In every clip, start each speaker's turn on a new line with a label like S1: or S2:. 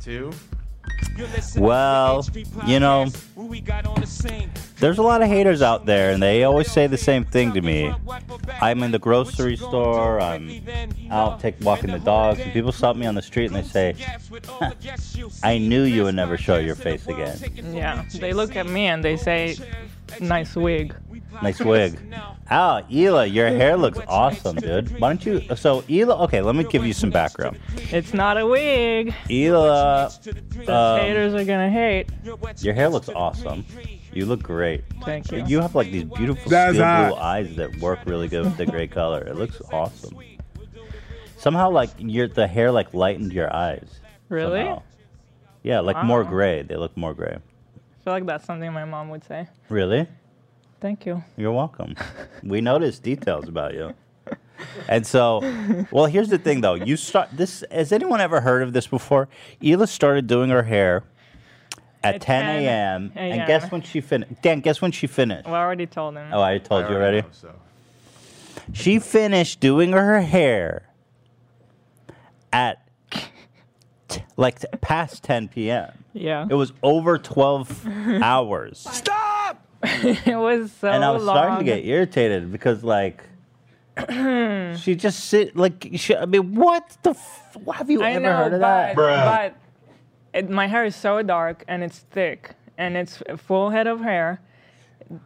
S1: Two.
S2: Well, you know, there's a lot of haters out there, and they always say the same thing to me. I'm in the grocery store, I'm out take, walking the dogs, and people stop me on the street and they say, "Huh, I knew you would never show your face again.
S3: Yeah, they look at me and they say, "Nice wig."
S2: Nice wig. Oh, Ela, your hair looks awesome, dude. Why don't you? So, Ela, okay, let me give you some background.
S3: It's not a wig.
S2: Ela,
S3: The
S2: Um,
S3: haters are gonna hate.
S2: your hair looks awesome. You look great.
S3: Thank you.
S2: You have like these beautiful
S4: That's
S2: steel
S4: hot.
S2: blue eyes that work really good with the gray color. It looks awesome. Somehow, like your the hair like lightened your eyes.
S3: Really?
S2: somehow. Yeah, like more
S3: Wow.
S2: gray. They look more gray.
S3: I feel like that's something my mom would say.
S2: Really?
S3: Thank you.
S2: You're welcome. we noticed details about you. And so, well, here's the thing though. You start this. Has anyone ever heard of this before? Ela started doing her hair at, 10
S3: 10
S2: a.m. And
S3: a.m..
S2: guess when she finished? Dan, guess when she finished?
S3: Well, I already told him.
S2: Oh, I told you already.
S1: Know, so.
S2: She finished doing her hair at t- like t- past 10 p.m.
S3: yeah.
S2: It was over 12 hours.
S3: It was so
S2: and I was
S3: long.
S2: starting to get irritated because like she just sit like she, I mean what the f- have you
S3: I
S2: ever
S3: know,
S2: heard of
S3: but,
S2: that?
S3: but it, my hair is so dark and it's thick and it's a full head of hair.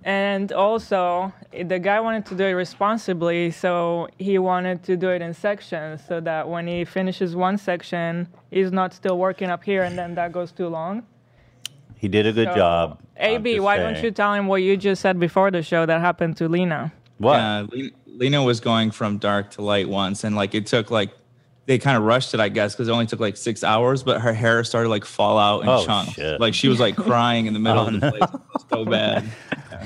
S3: And also, the guy wanted to do it responsibly, so he wanted to do it in sections so that when he finishes one section, he's not still working up here and then that goes too long.
S2: He did a good
S3: So,
S2: job. I'm
S3: AB,
S2: just
S3: why
S2: saying.
S3: don't you tell him what you just said before the show that happened to Lena?
S2: What?
S5: Uh, Le- Lena was going from dark to light once, and like it took like they kind of rushed it, I guess, because it only took like six hours. But her hair started like fall out in
S2: Oh,
S5: chunks.
S2: shit. Oh,
S5: Like she was like crying in the middle of the place. It was so bad.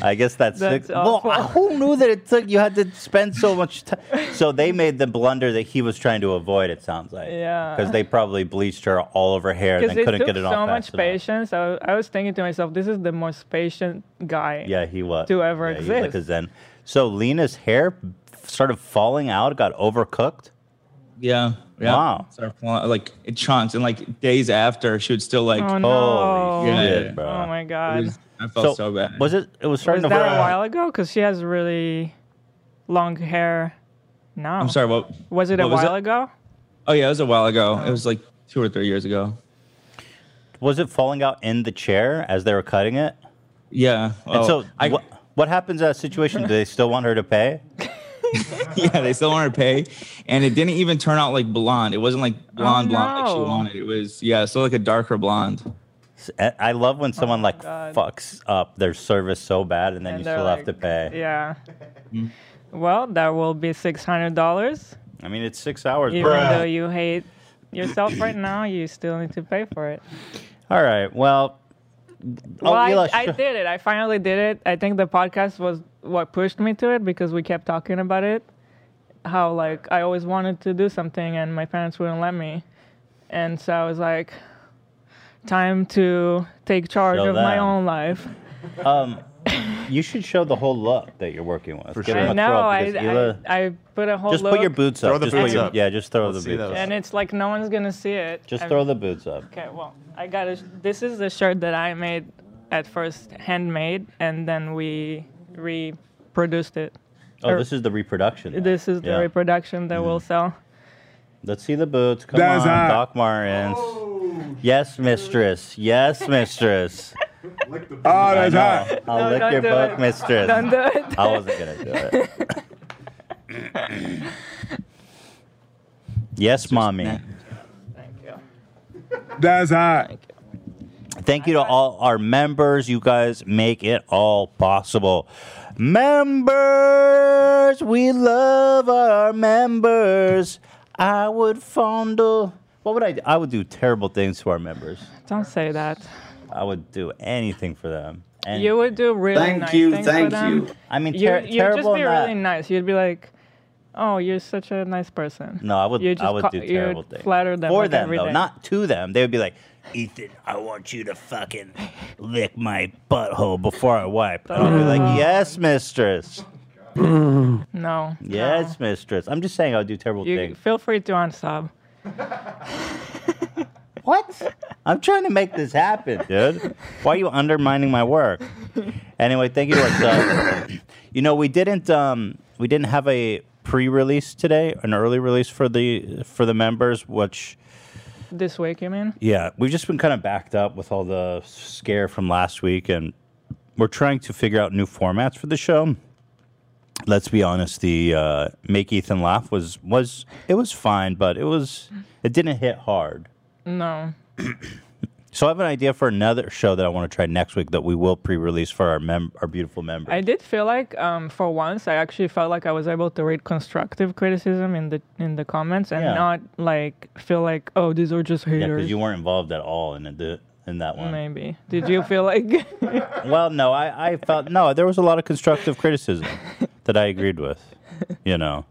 S2: I guess that's,
S3: That's
S2: six. Well,
S3: awful.
S2: who knew that it took you had to spend so much time? So they made the blunder that he was trying to avoid. It sounds like
S3: Yeah.
S2: because they probably bleached her all over hair and
S3: Because
S2: then
S3: it
S2: couldn't
S3: took
S2: get it
S3: so
S2: off.
S3: much
S2: fast enough.
S3: patience. I, I was thinking to myself, this is the most patient guy.
S2: Yeah, he was.
S3: to ever
S2: yeah, he was like a
S3: exist.
S2: zen. So Lena's hair started falling out, got overcooked.
S5: Yeah. Yeah.
S2: Wow.
S5: Started falling- like in chunks, and like days after, she would still like.
S3: Oh, no.
S2: Holy
S5: Yeah.
S2: shit, bro!
S3: Oh, my
S5: it
S3: God.
S5: was- I felt so, bad.
S2: Was it? It was
S3: Was
S2: starting
S3: that
S2: to.
S3: a while ago? Because she has really long hair now.
S5: I'm sorry. What
S3: Was it a
S5: what was
S3: while
S5: it?
S3: ago?
S5: Oh yeah, it was a while ago. It was like two or three years ago.
S2: Was it falling out in the chair as they were cutting it?
S5: Yeah.
S2: And
S5: oh,
S2: so
S5: I,
S2: what? What happens in that situation? Do they still want her to pay?
S5: yeah, they still wanted to pay, and it didn't even turn out like blonde. It wasn't like blonde, blonde like she
S3: Oh, no.
S5: wanted. It was yeah, still like a darker blonde.
S2: I I love when someone like
S3: Oh God.
S2: fucks up their service so bad, and then
S3: And
S2: you
S3: they're
S2: still have to
S3: like,
S2: pay.
S3: Yeah.
S5: Hmm.
S3: well, that will be $600.
S2: I mean, it's six hours.
S3: Even
S2: bro.
S3: though you hate yourself right now, you still need to pay for it.
S2: All right. Well. oh,
S3: Well, I,
S2: Eli,
S3: I
S2: sure.
S3: did it. I finally did it. I think the podcast was what pushed me to it because we kept talking about it. How like I always wanted to do something and my parents wouldn't let me, and so I was like, time to take charge
S2: Show
S3: of my
S2: them.
S3: own life.
S2: Um, You should show the whole look that you're working with. For
S1: sure.
S3: I know. I,
S2: Ela,
S3: I I put a whole
S2: just
S3: look,
S2: put your boots up.
S1: Throw the
S2: just
S1: boots
S2: put your,
S1: up.
S2: Yeah, just throw
S1: Let's
S2: the
S1: see
S2: boots
S1: those.
S2: up.
S3: and it's like no one's gonna see it.
S2: Just
S3: I'm-
S2: throw the boots up.
S3: Okay, well, I got a, this is the shirt that I made at first handmade, and then we reproduced it.
S2: Oh,
S3: Or-
S2: this is the reproduction. then.
S3: This is the
S2: Yeah. Mm-hmm.
S3: reproduction that we'll sell.
S2: Let's see the boots. Come
S4: That's
S2: on,
S4: hot. Oh.
S2: Doc Martens. Yes, mistress. Yes, mistress.
S1: Lick the boots.
S4: Oh, that's
S2: No,
S4: hot.
S2: I'll
S3: No,
S2: lick
S3: don't
S2: your
S3: do
S2: butt,
S3: it.
S2: mistress.
S3: Don't do it.
S2: I wasn't gonna do it. yes, mommy.
S3: Thank you.
S4: That's hot.
S3: Thank you.
S2: Thank you to all our members. You guys make it all possible. Members, we love our members. I would fondle. What would I? Do? I would do terrible things to our members.
S3: Don't say that.
S2: I would do anything for them. And
S3: You would do really
S6: Thank
S3: nice
S6: you,
S3: things for
S6: thank you.
S3: them.
S2: I mean,
S3: You,
S2: ter-
S3: you'd
S2: terrible.
S3: just be
S2: not-
S3: really nice. You'd be like, "Oh, you're such a nice person."
S2: No, I would.
S3: You
S2: I
S3: just
S2: would
S3: ca-
S2: do
S3: you
S2: terrible
S3: would
S2: things
S3: flatter them
S2: for
S3: like
S2: them,
S3: every
S2: though,
S3: day.
S2: not to them. They would be like, "Ethan, I want you to fucking lick my butthole before I wipe." And I'd be like, "Yes, mistress.
S3: No. no.
S2: Yes, mistress." I'm just saying, I would do terrible
S3: You
S2: things.
S3: feel free to unsub.
S2: What? I'm trying to make this happen, dude. Why are you undermining my work? Anyway, thank you. Alexa. you know, we didn't um, we didn't have a pre-release today, an early release for the for the members, which
S3: This week, you mean?
S2: yeah, we've just been kind of backed up with all the scare from last week, and we're trying to figure out new formats for the show. Let's be honest, the uh, make Ethan laugh was was it was fine, but it was it didn't hit hard.
S3: No.
S2: So I have an idea for another show that I want to try next week that we will pre-release for our mem- our beautiful members.
S3: I did feel like, um, for once, I actually felt like I was able to read constructive criticism in the in the comments and
S2: Yeah.
S3: not like feel like, oh, these are just
S2: yeah,
S3: haters.
S2: because you weren't involved at all in the in that one.
S3: Maybe. Did you feel like?
S2: Well, no, I, I felt no. There was a lot of constructive criticism that I agreed with. You know,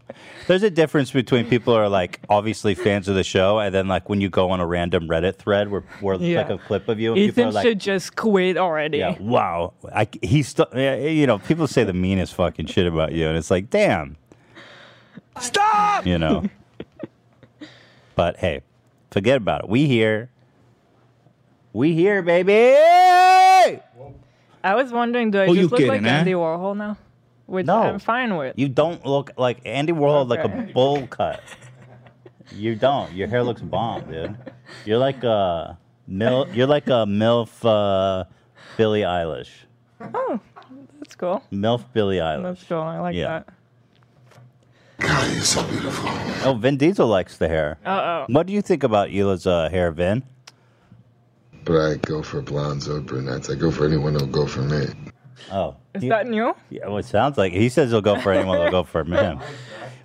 S2: there's a difference between people who are like obviously fans of the show, and then like when you go on a random Reddit thread where where it's
S3: Yeah.
S2: like a clip of you, and people
S3: Ethan
S2: are like,
S3: should just quit already.
S2: yeah, wow, I, he still, yeah, you know, people say the meanest fucking shit about you, and it's like, damn, stop, you know. but hey, forget about it. We here, we here, baby.
S3: I was wondering, do I
S5: Who you
S3: just look like
S5: kidding, eh?
S3: Andy Warhol now? Which
S2: No.
S3: I'm fine with.
S2: You don't look like Andy Warhol, like
S3: Okay.
S2: a bowl cut. You don't. Your hair looks bomb, dude. You're like a mil. You're like a milf, uh, Billie Eilish.
S7: Oh.
S3: That's cool.
S2: Milf Billie
S3: That's
S2: Eilish.
S3: cool. I like
S2: Yeah.
S4: God, you're so beautiful.
S2: Oh, Vin Diesel likes the hair.
S3: that. Uh oh.
S2: What do you think about Hila's uh, hair, Vin?
S1: But I go for blondes or brunettes. I go for anyone that'll go for me.
S2: Oh,
S3: Is
S2: he-
S3: that new?
S2: yeah, well, it sounds like he says he'll go for anyone. He'll go for him.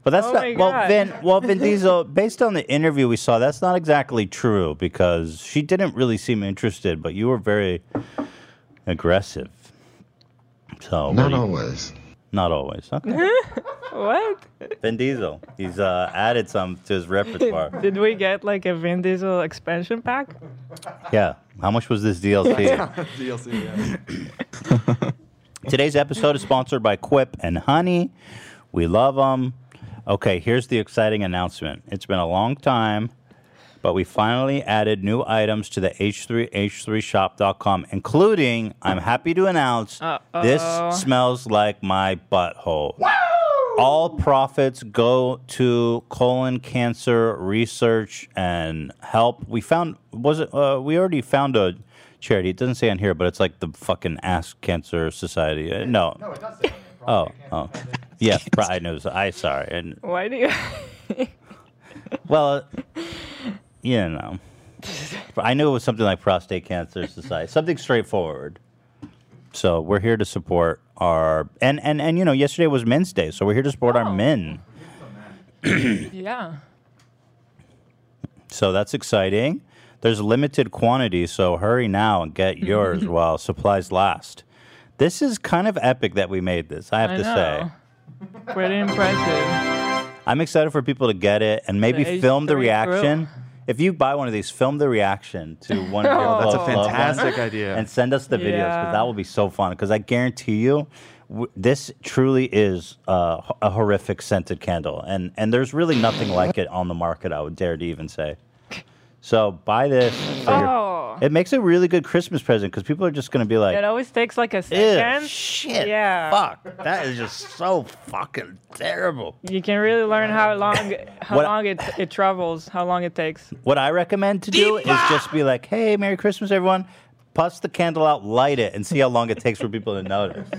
S2: But that's
S3: Oh my
S2: not well,
S3: God.
S2: Vin. Well, Vin Diesel. Based on the interview we saw, that's not exactly true because she didn't really seem interested. But you were very aggressive. So what
S1: Not
S2: do you-
S1: always.
S2: not always. Okay.
S3: What?
S2: Vin Diesel. He's uh, added some to his repertoire.
S3: Did we get like a Vin Diesel expansion pack?
S2: Yeah. How much was this DLC?
S6: DLC, yeah.
S2: Today's episode is sponsored by Quip and Honey. We love them. Okay, here's the exciting announcement. It's been a long time, but we finally added new items to the H3H3shop.com, including, I'm happy to announce, this smells like my butthole. All profits go to colon cancer research and help. We found was it? Uh, we already found a charity. It doesn't say on here, but it's like the fucking Ask Cancer Society. Uh, no.
S6: No, it does say
S2: Oh, oh, yeah. I know. I sorry. And
S3: Why do you?
S2: well, you know, I knew it was something like prostate cancer society, something straightforward. So we're here to support our and and and you know, yesterday was Men's Day, so we're here to support our
S3: Oh.
S2: men.
S3: yeah.
S2: So that's exciting. There's limited quantity, so hurry now and get
S3: Mm-hmm.
S2: yours while supplies last. This is kind of epic that we made this, I have
S3: I
S2: to say.
S3: know. Pretty impressive.
S2: I'm excited for people to get it and maybe
S3: The
S2: film the
S3: H3
S2: reaction.
S3: crew.
S2: If you buy one of these, film the reaction to one of your
S3: Oh.
S2: close
S3: That's a
S2: loved ones
S6: fantastic idea.
S2: And send us the videos because
S3: Yeah.
S2: that will be so fun. Because I guarantee you, w- this truly is uh, h- a horrific scented candle, and and there's really nothing like it on the market. I would dare to even say. So buy this. for your-
S3: Oh.
S2: It makes a really good Christmas present because people are just going to be like,
S3: It always takes like a
S2: "Ew,
S3: second.
S2: shit,
S3: Yeah.
S2: fuck, that is just so fucking terrible."
S3: You can really learn how long how
S2: What-
S3: long it it travels, how long it takes.
S2: What I recommend to do is just be like, "Hey, Merry Christmas, everyone." Puss the candle out, light it, and see how long it takes for people to notice.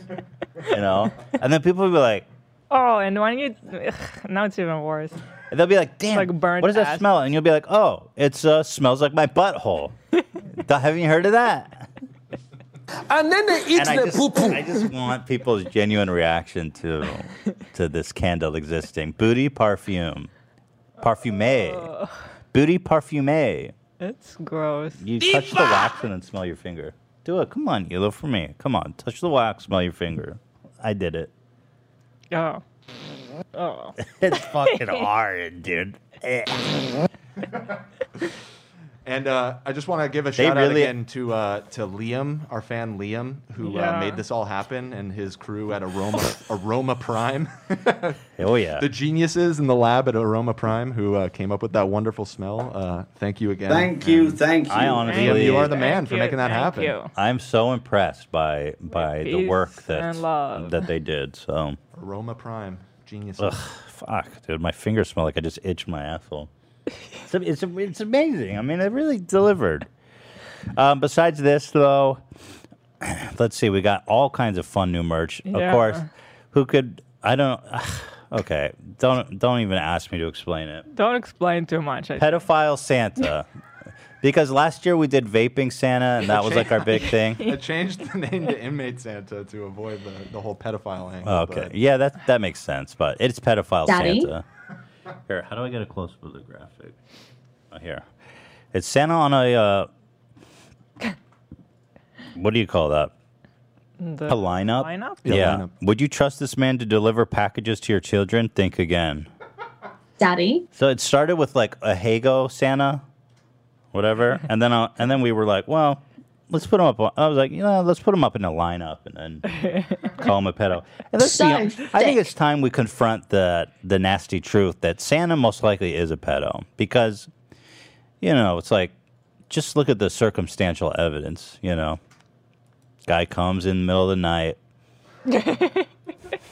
S2: You know, and then people will be like,
S3: Oh, and when you ugh, now it's even worse.
S2: and they'll be like, "Damn,
S3: like burnt
S2: what does that
S3: ash.
S2: smell?" And you'll be like, "Oh, it's uh, smells like my butthole." Th- Haven't you heard of that?
S7: And then they eat
S2: And I
S7: the
S2: just,
S7: poo
S2: I just want people's genuine reaction to to this candle existing. Booty perfume, parfumé, booty parfumé.
S3: Oh. It's gross.
S2: You touch the wax and then smell your finger. Do it. Come on, Hilo, for me. Come on. Touch the wax, smell your finger. I did it.
S3: Oh. Oh.
S2: It's fucking hard, dude. Eh.
S8: And uh, I just want to give a
S2: They
S8: shout out
S2: really-
S8: again to uh, to Liam, our fan Liam, who uh,
S3: Yeah.
S8: made this all happen, and his crew at Aroma Aroma Prime,
S2: Oh yeah.
S8: the geniuses in the lab at Aroma Prime, who uh, came up with that wonderful smell. Uh, thank you again.
S9: Thank you,
S8: And
S9: thank you.
S2: I honestly-
S3: Thank
S2: Liam, you
S8: are the man
S3: thank
S8: for
S3: you,
S8: making that
S3: thank
S8: happen.
S3: you.
S2: I'm so impressed by by the
S3: peace
S2: work that
S3: and love.
S2: that they did. So
S8: Aroma Prime, geniuses.
S2: fuck, dude, my fingers smell like I just itched my asshole. It's it's, it's amazing. I mean, it really delivered. Um, besides this, though, let's see. We got all kinds of fun new merch. Of
S3: Yeah.
S2: course, who could? I don't. Okay, don't don't even ask me to explain it.
S3: Don't explain too much. I
S2: Pedophile Santa. Because last year we did vaping Santa, and that was like our big thing.
S8: I changed the name to Inmate Santa to avoid the, the whole pedophile angle.
S2: Oh, Okay.
S8: but-
S2: Yeah, that that makes sense, but it's pedophile
S10: Daddy?
S2: Santa. Here, how do I get a close up of the graphic? Oh, here. It's Santa on a uh, what do you call that?
S3: the
S2: A lineup?
S3: lineup.
S8: Yeah,
S2: Yeah.
S8: lineup.
S2: Would you trust this man to deliver packages to your children? Think again.
S10: Daddy?
S2: So it started with like a Hago Santa, whatever, and then I, and then we were like, well, let's put him up. On, I was like, you know, let's put him up in a lineup and then call him a pedo. And let's
S10: So
S2: be hon- I think
S10: thick.
S2: it's time we confront the the nasty truth that Santa most likely is a pedo because, you know, it's like, just look at the circumstantial evidence. You know, guy comes in the middle of the night.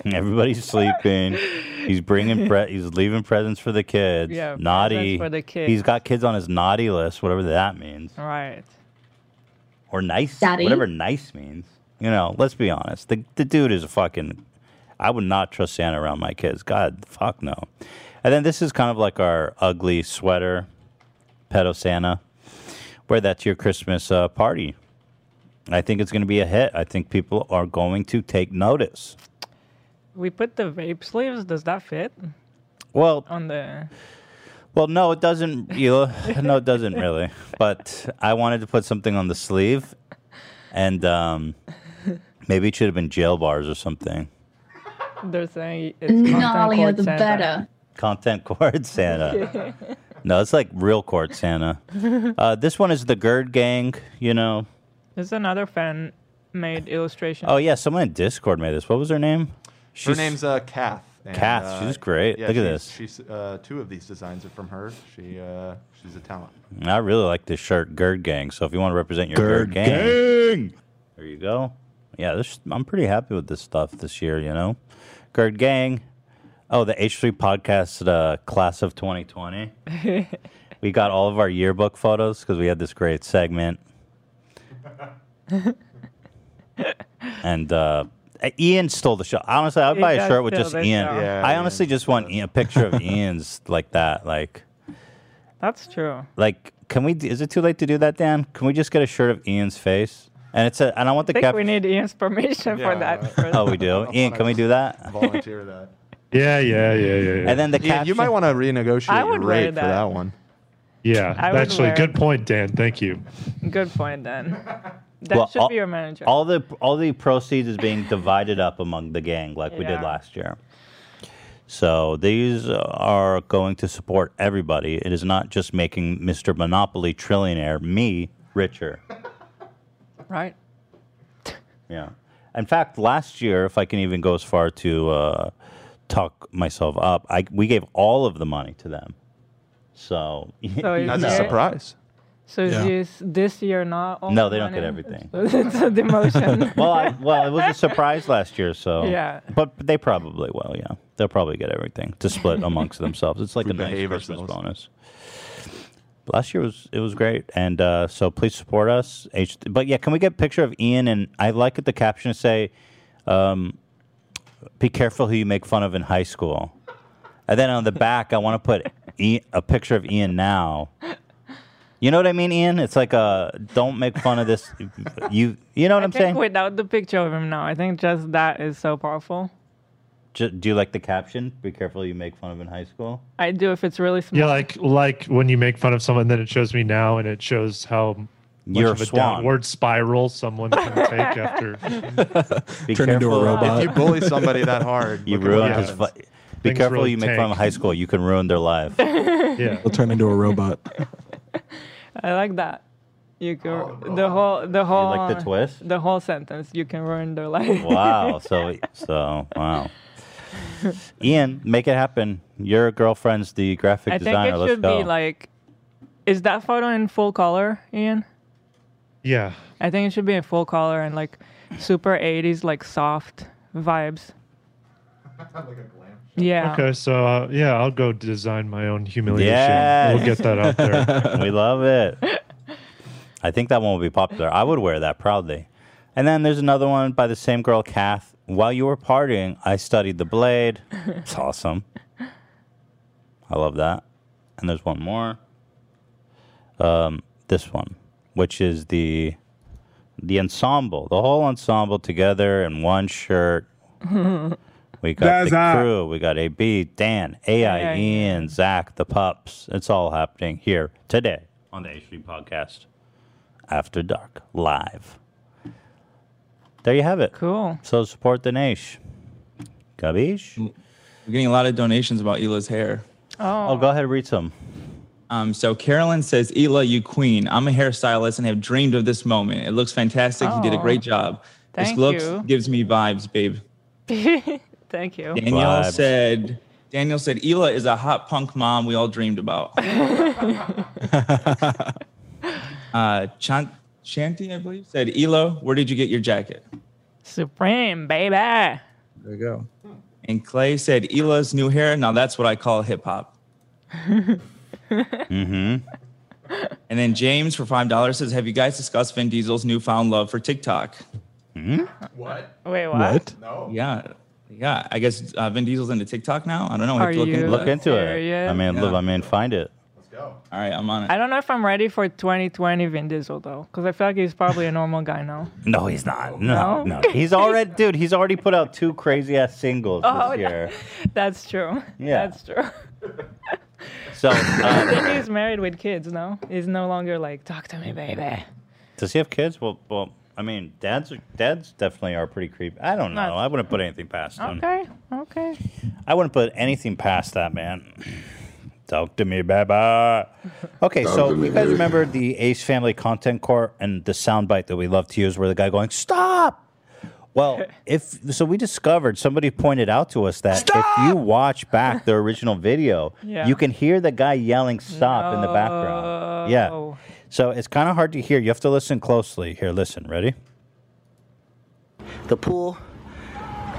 S2: Everybody's sleeping. He's bringing pre- he's leaving presents for the kids.
S3: Yeah,
S2: naughty.
S3: presents for the kids.
S2: He's got kids on his naughty list, whatever that means,
S3: Right.
S2: or nice,
S10: Daddy?
S2: whatever nice means. You know, let's be honest. The the dude is a fucking. I would not trust Santa around my kids. God, fuck no. And then this is kind of like our ugly sweater, pedo Santa. Wear that to your Christmas uh, party. I think it's going to be a hit. I think people are going to take notice.
S3: We put the vape sleeves. Does that fit
S2: Well,
S3: on the?
S2: Well, no, it doesn't. You know, no, it doesn't really. But I wanted to put something on the sleeve, and um, maybe it should have been jail bars or something.
S3: They're saying it's content
S10: Gnarlier
S3: court
S10: the
S3: Santa.
S10: better.
S2: Content court Santa. No, it's like real court Santa. Uh, this one is the Gerd Gang. You know.
S3: There's another fan made illustration.
S2: Oh yeah, someone in Discord made this. What was her name?
S8: Her
S2: She's-
S8: name's uh, Kath. and,
S2: Kath,
S8: uh,
S2: she's great.
S8: yeah,
S2: Look at
S8: she's-
S2: this.
S8: She's uh, two of these designs are from her. She uh, she's a talent.
S2: I really like this shirt, Gerd Gang. So if you want to represent your Gerd, gang, there you go. Yeah, this, I'm pretty happy with this stuff this year. You know, Gerd Gang. Oh, the H3 podcast uh, class of 2020. we got all of our yearbook photos because we had this great segment. and uh, Ian stole the show. Honestly, I'd
S3: He
S2: buy a
S3: does
S2: shirt with
S3: steal
S2: just
S3: the
S2: Ian.
S3: show.
S8: Yeah,
S2: I honestly
S8: Ian
S2: just want Ian, a picture of Ian's like that, like.
S3: That's true.
S2: Like, can we? Is it too late to do that, Dan? Can we just get a shirt of Ian's face? And it's a. And I want the
S3: I think
S2: cap.
S3: we need Ian's permission for
S8: Yeah.
S3: that. first.
S2: oh, we do. Ian, can we do that?
S8: Volunteer that.
S11: Yeah, yeah, yeah, yeah. Yeah,
S2: And then the
S8: Yeah,
S2: caption.
S8: you might want to renegotiate
S3: I
S8: your
S3: would wear
S8: rate for
S3: that.
S8: that one.
S11: yeah.
S3: I would
S11: actually,
S3: wear-
S11: good point, Dan. Thank you.
S3: Good point then. That
S2: Well,
S3: should
S2: all-
S3: be your manager.
S2: all the all the proceeds is being divided up among the gang, like we did
S3: Yeah.
S2: last year. So these are going to support everybody. It is not just making Mr. Monopoly trillionaire me richer.
S3: right.
S2: Yeah. In fact, last year, if I can even go as far to uh, talk myself up, I we gave all of the money to them. So,
S3: So
S8: That's
S3: is Yeah.
S8: a
S3: there-
S8: surprise.
S3: So is this- this year not. all
S2: no,
S3: the
S2: they don't get
S3: money?
S2: everything.
S3: it's a demotion.
S2: Well, I, well, it was a surprise last year, so
S3: Yeah.
S2: But they probably will. Yeah, they'll probably get everything to split amongst themselves. It's like
S8: We
S2: a nice
S8: behave
S2: Christmas
S8: ourselves.
S2: bonus. Last year was it was great, and uh, so please support us. H- but yeah, can we get a picture of Ian? And I like it. The caption to say, um, "Be careful who you make fun of in high school." And then on the back, I want to put I- a picture of Ian now. You know what I mean, Ian? It's like a don't make fun of this. You you know what
S3: I
S2: am
S3: think
S2: saying?
S3: without the picture of him now, I think just that is so powerful.
S2: Ju- do you like the caption? Be careful you make fun of in high school.
S3: I do if it's really small.
S11: Yeah, like like when you make fun of someone, then it shows me now, and it shows how much
S2: You're
S11: of
S2: a
S11: a
S2: swan.
S11: downward spiral someone can take after.
S2: Be
S9: Turn into a robot.
S8: If you bully somebody that hard,
S2: You
S8: look at what
S2: ruin his.
S8: happens.
S2: Fu- be
S11: Things
S2: careful
S11: really
S2: you make fun of
S11: tank.
S2: high school. You can ruin their life.
S11: Yeah,
S9: He'll turn into a robot.
S3: I like that. You can the whole the whole
S2: Oh, like the twist?
S3: the whole sentence. You can ruin their life.
S2: Wow. So so wow. Ian, make it happen. Your girlfriend's the graphic
S3: I think
S2: designer.
S3: it
S2: Let's
S3: should
S2: go.
S3: be like, is that photo in full color, Ian?
S11: Yeah.
S3: I think it should be in full color and like super 80s, like soft vibes. Yeah.
S11: Okay, so uh, yeah, I'll go design my own humiliation.
S2: Yes.
S11: We'll get that out there.
S2: we love it. I think that one will be popular. I would wear that proudly. And then there's another one by the same girl, Kath. While you were partying, I studied the blade. It's awesome. I love that. And there's one more. Um, this one, which is the the ensemble, the whole ensemble together in one shirt. We got
S9: That's
S2: the
S9: hot.
S2: crew. We got AB, Dan, AI,
S9: AI.
S2: Ian, Zach, the pups. It's all happening here today on the H3 podcast. After Dark live. There you have it.
S3: Cool.
S2: So support the Nash. Gabish?
S5: We're getting a lot of donations about Ela's hair.
S3: Oh.
S2: go ahead, read some.
S5: Um, so Carolyn says, Ela, you queen. I'm a hairstylist and have dreamed of this moment. It looks fantastic. You did a
S3: Oh.
S5: great job.
S3: Thank
S5: this looks
S3: you.
S5: gives me vibes, babe.
S3: Thank you.
S5: Daniel said, Daniel said, Ela is a hot punk mom we all dreamed about. uh, Chan- Shanti, I believe, said, Elo, where did you get your jacket?
S3: Supreme, baby.
S5: There you go. And Clay said, Ela's new hair. Now that's what I call hip hop.
S2: mm-hmm.
S5: And then James for $5 says, Have you guys discussed Vin Diesel's newfound love for TikTok?
S2: Mm-hmm.
S3: What? Wait, what?
S5: No. Yeah. Yeah. I guess uh, Vin Diesel's into TikTok now. I don't know. We
S3: Are
S5: have to look
S3: you
S5: into,
S2: Look
S5: that.
S2: into it.
S3: serious?
S2: I mean,
S5: Yeah.
S2: look, I mean, find it.
S5: All right. I'm on it.
S3: I don't know if I'm ready for 2020 Vin Diesel though, because I feel like he's probably a normal guy now.
S2: No, he's not. No,
S3: No?
S2: no. He's already, dude, he's already put out two crazy ass singles
S3: Oh,
S2: this year.
S3: That's true.
S2: Yeah.
S3: That's true.
S2: So,
S3: I
S2: uh,
S3: think he's married with kids. No, he's no longer like talk to me, baby.
S2: does he have kids? Well, well, I mean, dads, are- dads definitely are pretty creepy. I don't know.
S3: Not-
S2: I wouldn't put anything past him.
S3: Okay. Okay.
S2: I wouldn't put anything past that, man. Talk to me, Baba. Okay,
S1: Talk
S2: so
S1: to me,
S2: you guys
S1: baby.
S2: remember the Ace Family Content Court and the soundbite that we love to use where the guy going, Stop! Well, if so, we discovered somebody pointed out to us that if you watch back the original video,
S9: Yeah.
S2: you can hear the guy yelling "stop" in the background. Yeah, so it's kind of hard to hear. You have to listen closely. Here, listen. Ready? The pool.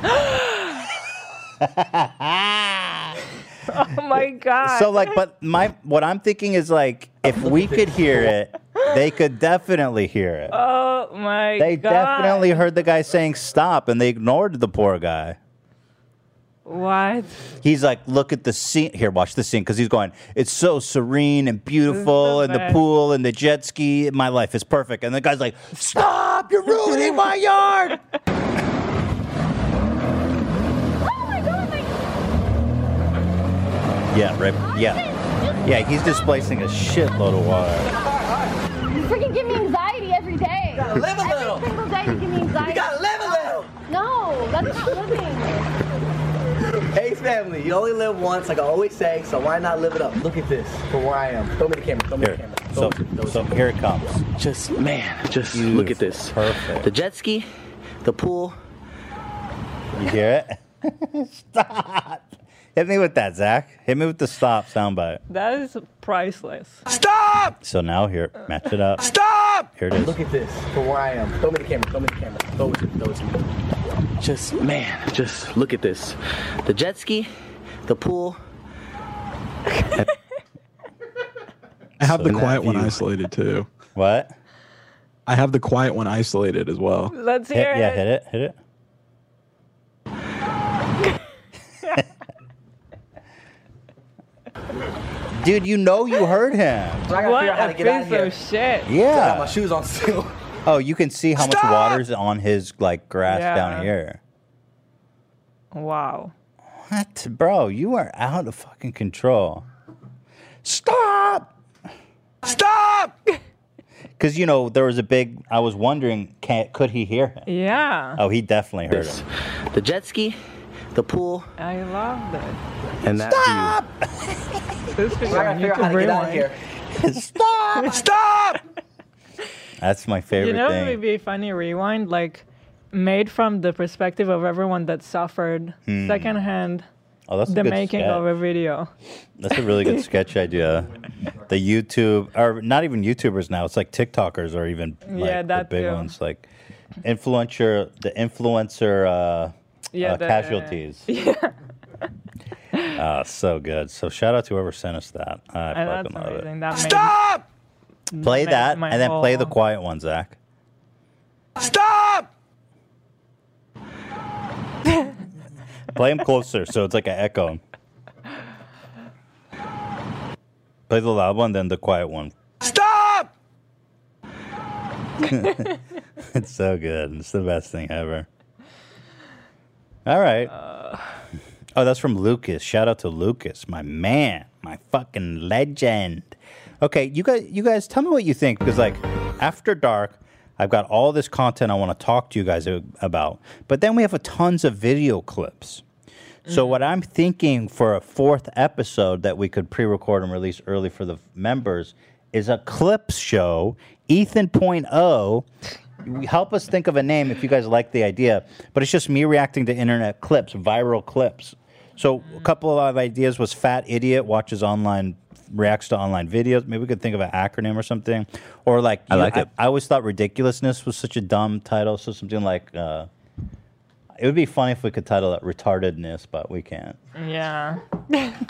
S3: Oh my god.
S2: So like, but my what I'm thinking is like, if we could hear it, they could definitely hear it.
S3: Oh my
S2: They
S3: god.
S2: definitely heard the guy saying stop, and they ignored the poor guy.
S3: What?
S2: He's like, look at the scene. Here, watch the scene because he's going, it's so serene and beautiful,
S9: the
S2: and the
S9: best.
S2: pool and the jet ski. My life is perfect. And the guy's like, stop, you're ruining my yard.
S9: Oh
S2: Yeah, right.
S9: Oh,
S2: Yeah. Yeah, he's displacing a shitload of water.
S10: You freaking give me anxiety every day. You
S2: gotta live a little.
S10: Every single day you give me anxiety.
S9: You gotta live a little.
S10: No, that's not living.
S9: Hey family, you only live once, like I always say, so why not live it up? Look at this for where I am. Throw me the camera, throw me the
S2: Here,
S9: camera.
S2: so, so here it comes.
S9: Just, man, just look at this.
S2: Perfect.
S9: The jet ski, the pool.
S2: You hear it? stop. Hit me with that, Zach. Hit me with the stop soundbite.
S3: That is priceless.
S9: Stop!
S2: So now here, match it up.
S9: Stop!
S2: Here it is.
S9: Look at this for where I am. Throw me the camera, throw me the camera. Throw it, throw it to me. Just, man, just look at this. The jet ski, the pool.
S12: I have
S2: So
S12: the
S2: that
S12: quiet one
S2: view-
S12: isolated too.
S2: What?
S12: I have the quiet one isolated as well.
S3: Let's Hit- hear yeah, it. hit
S2: it. Hit it. Dude, you know you heard him.
S9: I gotta
S3: What
S9: figure out how to
S3: a
S9: get out of
S3: piece
S9: here.
S3: of shit.
S9: So I got my
S2: Yeah.
S9: shoes on still.
S2: Oh, you can see how much water's on his like grass
S3: Yeah.
S2: down here.
S3: Wow.
S2: What, bro? You are out of fucking control. Stop! Stop! Because you know there was a big. I was wondering, can, could he hear him?
S3: Yeah.
S2: Oh, he definitely heard him.
S9: The jet ski, the pool,
S3: I love this.
S9: and that Stop!
S3: This is
S9: I gotta
S3: you
S9: figure out
S3: can
S9: how to get out of
S3: rewind.
S9: here.
S2: Stop!
S7: Stop!
S2: That's my favorite
S3: you know,
S2: thing.
S3: it would be funny rewind, like made from the perspective of everyone that suffered
S2: Hmm.
S3: secondhand.
S2: Oh, that's a
S3: the
S2: good
S3: making
S2: sketch.
S3: of a video.
S2: That's a really good sketch idea. The YouTube, or not even YouTubers now, it's like TikTokers or even like,
S3: Yeah, that
S2: the big
S3: too.
S2: ones, like influencer, the influencer uh,
S3: Yeah,
S2: uh,
S3: the-
S2: casualties.
S3: Yeah.
S2: Uh, so good. So shout out to whoever sent us that. I
S3: Uh,
S2: fucking
S3: that's
S2: love
S3: amazing.
S2: it.
S3: That Stop!
S2: Play that and then play the quiet one, Zach.
S7: Stop!
S2: Play them closer so it's like an echo. Play the loud one, then the quiet one.
S7: Stop!
S2: it's so good. It's the best thing ever. All right. oh, that's from Lucas. Shout out to Lucas, my man, my fucking legend. Okay, you guys, you guys, tell me what you think because, like, after dark, I've got all this content I want to talk to you guys a- about, but then we have a tons of video clips.
S5: Mm-hmm.
S2: So what I'm thinking for a fourth episode that we could pre-record and release early for the members is a clips show. Ethan point oh, help us think of a name if you guys like the idea. But it's just me reacting to internet clips, viral clips. So
S5: Mm-hmm.
S2: a couple of ideas was fat idiot watches online reacts to online videos. Maybe we could think of an acronym or something, or like
S5: I
S2: you know,
S5: like it.
S2: I, always thought ridiculousness was such a dumb title. So something like. Uh, it would be funny if we could title it retardedness, but we can't.
S3: Yeah.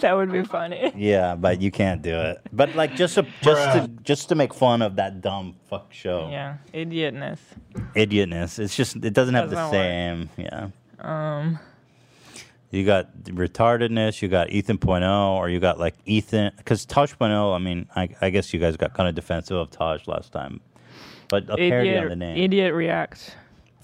S3: that would be funny.
S2: Yeah, but you can't do it. But like just to, just to just to make fun of that dumb fuck show.
S3: Yeah, idiotness.
S2: Idiotness. It's just it doesn't have the
S3: Doesn't work.
S2: same. Yeah.
S3: Um,
S2: You got retardedness, you got Ethan point oh, or you got like Ethan cuz Tosh point oh, I mean, I, I guess you guys got kind of defensive of Taj last time. But a parody on
S3: idiot,
S2: the name.
S3: idiot reacts.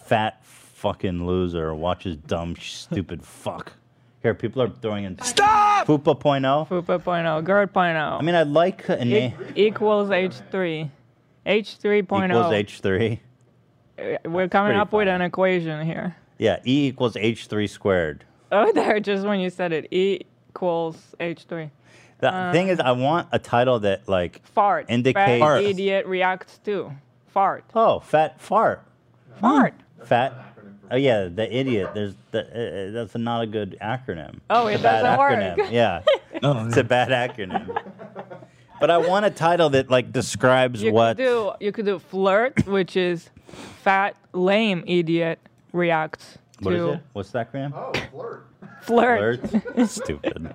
S2: Fat fucking loser watches dumb stupid fuck. Here, people are throwing in
S3: Stop!
S2: Fupa point oh.
S3: Fupa.0, Gird.0. I
S2: mean, I like a name.
S3: E equals H3. H3.0.
S2: equals H three.
S3: oh. Uh, We're coming
S2: pretty
S3: up with an equation here.
S2: Yeah, E equals H three squared.
S3: Oh, there, just when you said it. E equals H3.
S2: The
S3: Uh,
S2: thing is, I want a title that like
S3: Fart.
S2: indicates
S3: Fat idiot reacts to. Fart.
S2: Oh, fat fart.
S3: Hmm. Fart.
S2: fat. Oh yeah, the idiot. There's the, uh, uh, that's not a good acronym.
S3: Oh,
S2: It's
S3: it
S2: a bad
S3: doesn't
S2: acronym.
S3: work.
S2: Yeah, it's a bad acronym. But I want a title that like describes
S3: You
S2: what.
S3: could do you could do flirt, which is fat lame idiot reacts
S2: What is
S3: to
S2: it? What's the acronym? Oh,
S3: flirt.
S2: Stupid.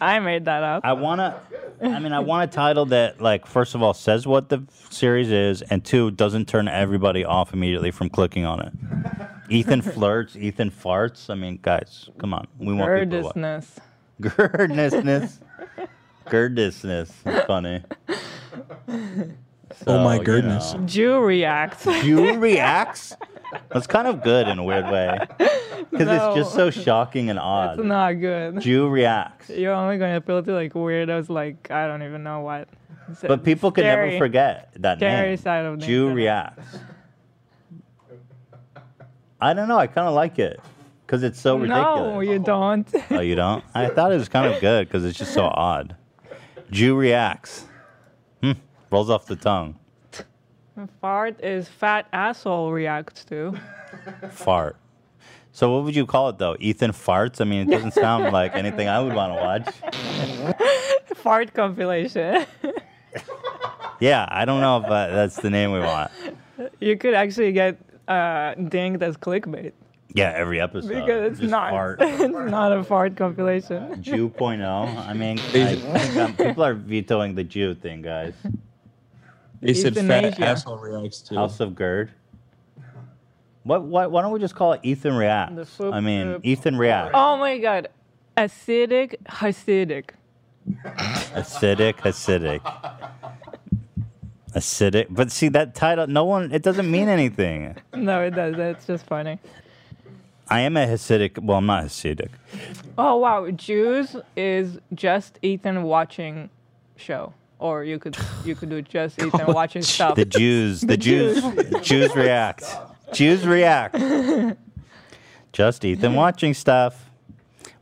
S3: I made that up.
S2: I wanna. I mean, I want a title that, like, first of all, says what the series is, and two, doesn't turn everybody off immediately from clicking on it. Ethan flirts, Ethan farts. I mean, guys, come on. We want people to watch.
S3: Gurdisness.
S2: Gurdness. Gurdisness. It's funny.
S12: Oh my
S2: So, you
S12: goodness.
S2: know.
S3: Jew reacts.
S2: Jew reacts? That's kind of good in a weird way. Because
S3: No.
S2: it's just so shocking and odd.
S3: It's not good.
S2: Jew reacts.
S3: You're only going to appeal to like weirdos, like I don't even know what. It's a
S2: But people can never
S3: scary-
S2: forget that
S3: scary
S2: name.
S3: side of the
S2: Jew
S3: internet.
S2: reacts. I don't know. I kind of like it because it's so
S3: No,
S2: ridiculous.
S3: you don't.
S2: Oh, you don't? I thought it was kind of good because it's just so odd. Jew reacts. Hmm. Rolls off the tongue.
S3: Fart is fat asshole reacts to.
S2: Fart. So what would you call it though? Ethan farts. I mean, it doesn't sound like anything I would want to watch.
S3: Fart compilation.
S2: Yeah, I don't know if uh, that's the name we want.
S3: you could actually get uh, dinged as clickbait
S2: Yeah, every episode.
S3: because it's
S2: just
S3: not.
S2: Fart.
S3: it's not a fart compilation.
S2: Jew point oh. I mean, I think, um, people are vetoing the Jew thing, guys.
S5: They said fat
S2: Euthanasia.
S5: asshole reacts to.
S2: House of Gerd. What, what? Why don't we just call it Ethan reacts?
S3: foop
S2: I mean,
S3: foop.
S2: Ethan reacts.
S3: Oh my god, acidic Hasidic.
S2: Acidic, acidic, acidic. But see that title. No one. It doesn't mean anything.
S3: No, it does. That's just funny.
S2: I am a Hasidic. Well, I'm not Hasidic.
S3: Oh wow, Jews is just Ethan watching show, or you could you could do just Ethan watching stuff.
S2: The Jews. The, Jews. Jews react. Jews react. Just Ethan watching stuff.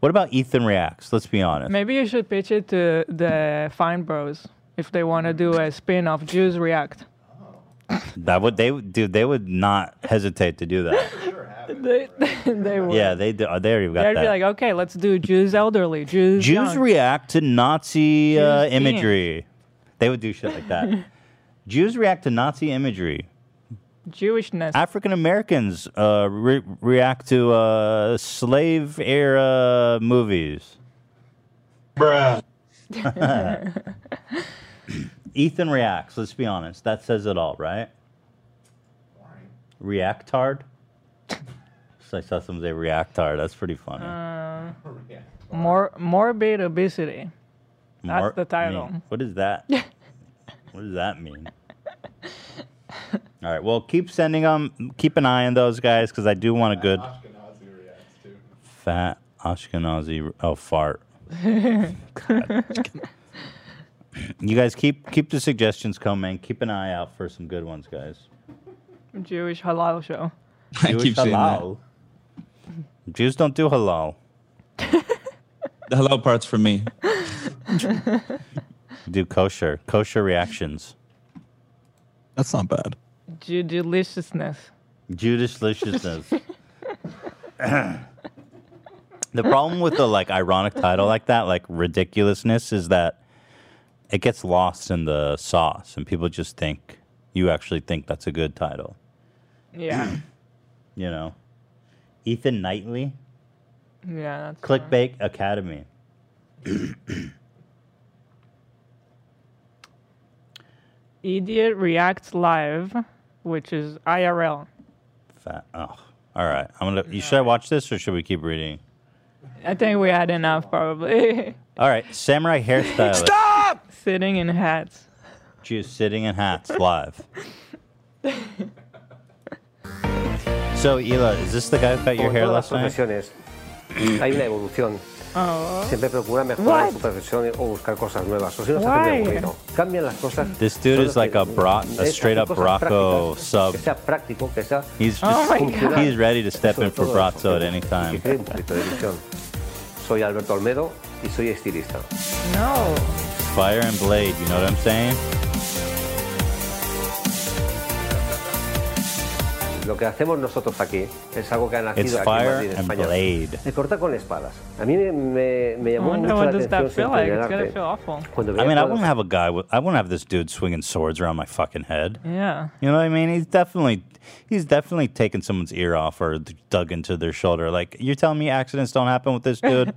S2: What about Ethan Reacts? Let's be honest.
S3: Maybe you should pitch it to the Fine Bros if they want to do a spin off Jews React.
S2: That would they would- dude they would not hesitate to do that.
S3: they, they, they would.
S2: yeah, they do, uh, they already got
S3: They'd
S2: that.
S3: be like, okay, let's do Jews elderly, Jews.
S2: Jews
S3: young.
S2: react to Nazi uh,
S3: Jews
S2: imagery. They would do shit like that. Jews react to Nazi imagery.
S3: Jewishness.
S2: African Americans uh, re- react to uh, slave era movies. Bruh. Ethan reacts. Let's be honest. That says it all, right? Reactard. so I saw someone say reactard. That's pretty funny.
S3: Uh, more morbid obesity. That's
S2: Mar-
S3: the title.
S2: mean, what is that? what does that mean? All right. Well, keep sending them. Keep an eye on those guys because I do want a good fat Ashkenazi. Oh, fart. You guys keep keep the suggestions coming. Keep an eye out for some good ones, guys.
S3: Jewish halal show.
S5: I keep saying that.
S2: that. Jews don't do halal.
S5: the hello part's for me.
S2: Do kosher. Kosher reactions.
S12: That's not bad.
S3: Ju- deliciousness.
S2: Judas Liciousness. the problem with the like ironic title like that, like ridiculousness, is that it gets lost in the sauce, and people just think you actually think that's a good title.
S3: Yeah.
S2: You know, Ethan Knightley,
S3: yeah. That's
S2: Clickbait Academy.
S3: Idiot reacts live, which is IRL.
S2: Fat. Oh, all right. I'm gonna. You should I watch this or should we keep reading?
S3: I think we had enough probably.
S2: All right, samurai hairstylist.
S3: Stop! Sitting in hats.
S2: She is sitting in hats live. so, Ela, is this the guy who cut your
S13: Como en
S2: hair
S13: todas
S2: last
S13: las
S2: night?
S13: profesiones hay una evolución.
S3: Oh.
S13: Siempre procura mejorar
S3: What?
S13: su profesión o buscar cosas nuevas. O si no se
S3: Why?
S13: aprende aburrido. Cambian las cosas.
S2: This dude
S13: Solo
S2: is like
S13: que
S2: a bro- a
S13: es
S2: straight
S13: hacer
S2: up
S13: cosas
S2: Brocco
S13: prácticas,
S2: sub.
S13: Que sea práctico, que sea.
S2: He's just
S13: Oh my God.
S2: he's ready to step in for
S13: Sobre todo
S2: Brazzo at any time.
S13: Cree un poquito de ilusión. Soy Alberto Olmedo y soy estilista.
S3: No.
S2: Fire and blade, you know what I'm saying?
S13: Lo que hacemos nosotros aquí es algo que ha nacido
S2: It's
S13: aquí en
S2: fire
S13: Madrid, en
S2: and
S13: España.
S2: blade.
S13: Me corta con espadas. A mí me, me, me
S3: I
S13: llamó
S3: wonder
S13: mucho
S3: what
S13: la
S3: does
S13: atención
S3: that feel
S13: siempre
S3: like.
S13: en el
S3: It's gonna
S13: arte.
S3: feel awful.
S13: Cuando
S2: I
S13: veía
S2: mean, I
S13: todas
S2: wouldn't have a guy. With, I wouldn't have this dude swinging swords around my fucking head.
S3: Yeah.
S2: You know what I mean? He's definitely he's definitely taken someone's ear off or dug into their shoulder. Like you're telling me accidents don't happen with this dude?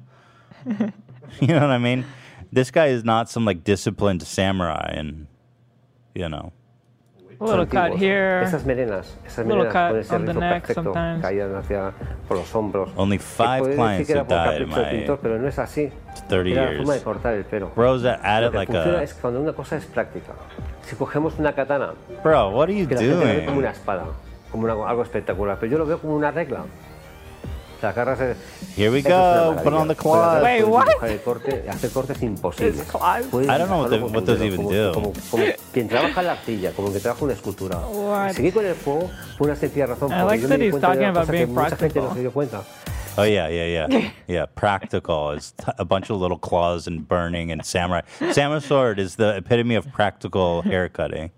S2: you know what I mean? This guy is not some like disciplined samurai, and you know.
S3: A little cut
S13: antiguos.
S3: here.
S13: Esas melenas, esas
S3: Little
S13: melenas
S3: cut
S13: con ese
S3: on the
S13: rizo
S3: neck
S13: perfecto,
S3: sometimes.
S13: caídas hacia por los hombros.
S2: Only five
S13: Podría decir
S2: clients
S13: que era
S2: have
S13: por
S2: died in
S13: capricho del pintor,
S2: my
S13: pero no es así.
S2: 30
S13: Era la forma de
S2: years.
S13: cortar el pelo.
S2: Bros that at
S13: Lo
S2: it
S13: que
S2: like
S13: funciona
S2: a-
S13: es cuando una cosa es práctica. Si cogemos una katana,
S2: Bro, what are you
S13: que la gente la ve
S2: doing?
S13: como una espada, como una- algo espectacular, pero yo lo veo como una regla. Te agarras el-
S2: Here we
S13: Eso es una
S2: go,
S13: maravilla.
S2: put on the
S13: Con la
S2: cloth.
S13: regla
S2: Wait,
S13: puedes
S2: what?
S13: dibujar el corte, hacer cortes imposibles. Puedes
S2: I don't know what
S13: dibujarlo
S2: the-
S13: con
S2: what
S13: un
S2: those
S13: dedo,
S2: even
S13: como-
S2: do.
S13: como- como quien trabaja en la arcilla, como que trabaja una escultura.
S3: What?
S13: Seguí con el fuego por una sencilla razón,
S3: Oh I
S13: porque
S3: like
S13: yo me
S3: that
S13: di
S3: he's
S13: cuenta de
S3: talking
S13: una
S3: about
S13: cosa que
S3: being
S13: mucha gente no
S3: practical.
S13: se dio cuenta.
S2: Oh yeah, yeah, yeah, yeah. Practical is t- a bunch of little claws and burning and samurai. Samurai sword is the epitome of practical haircutting.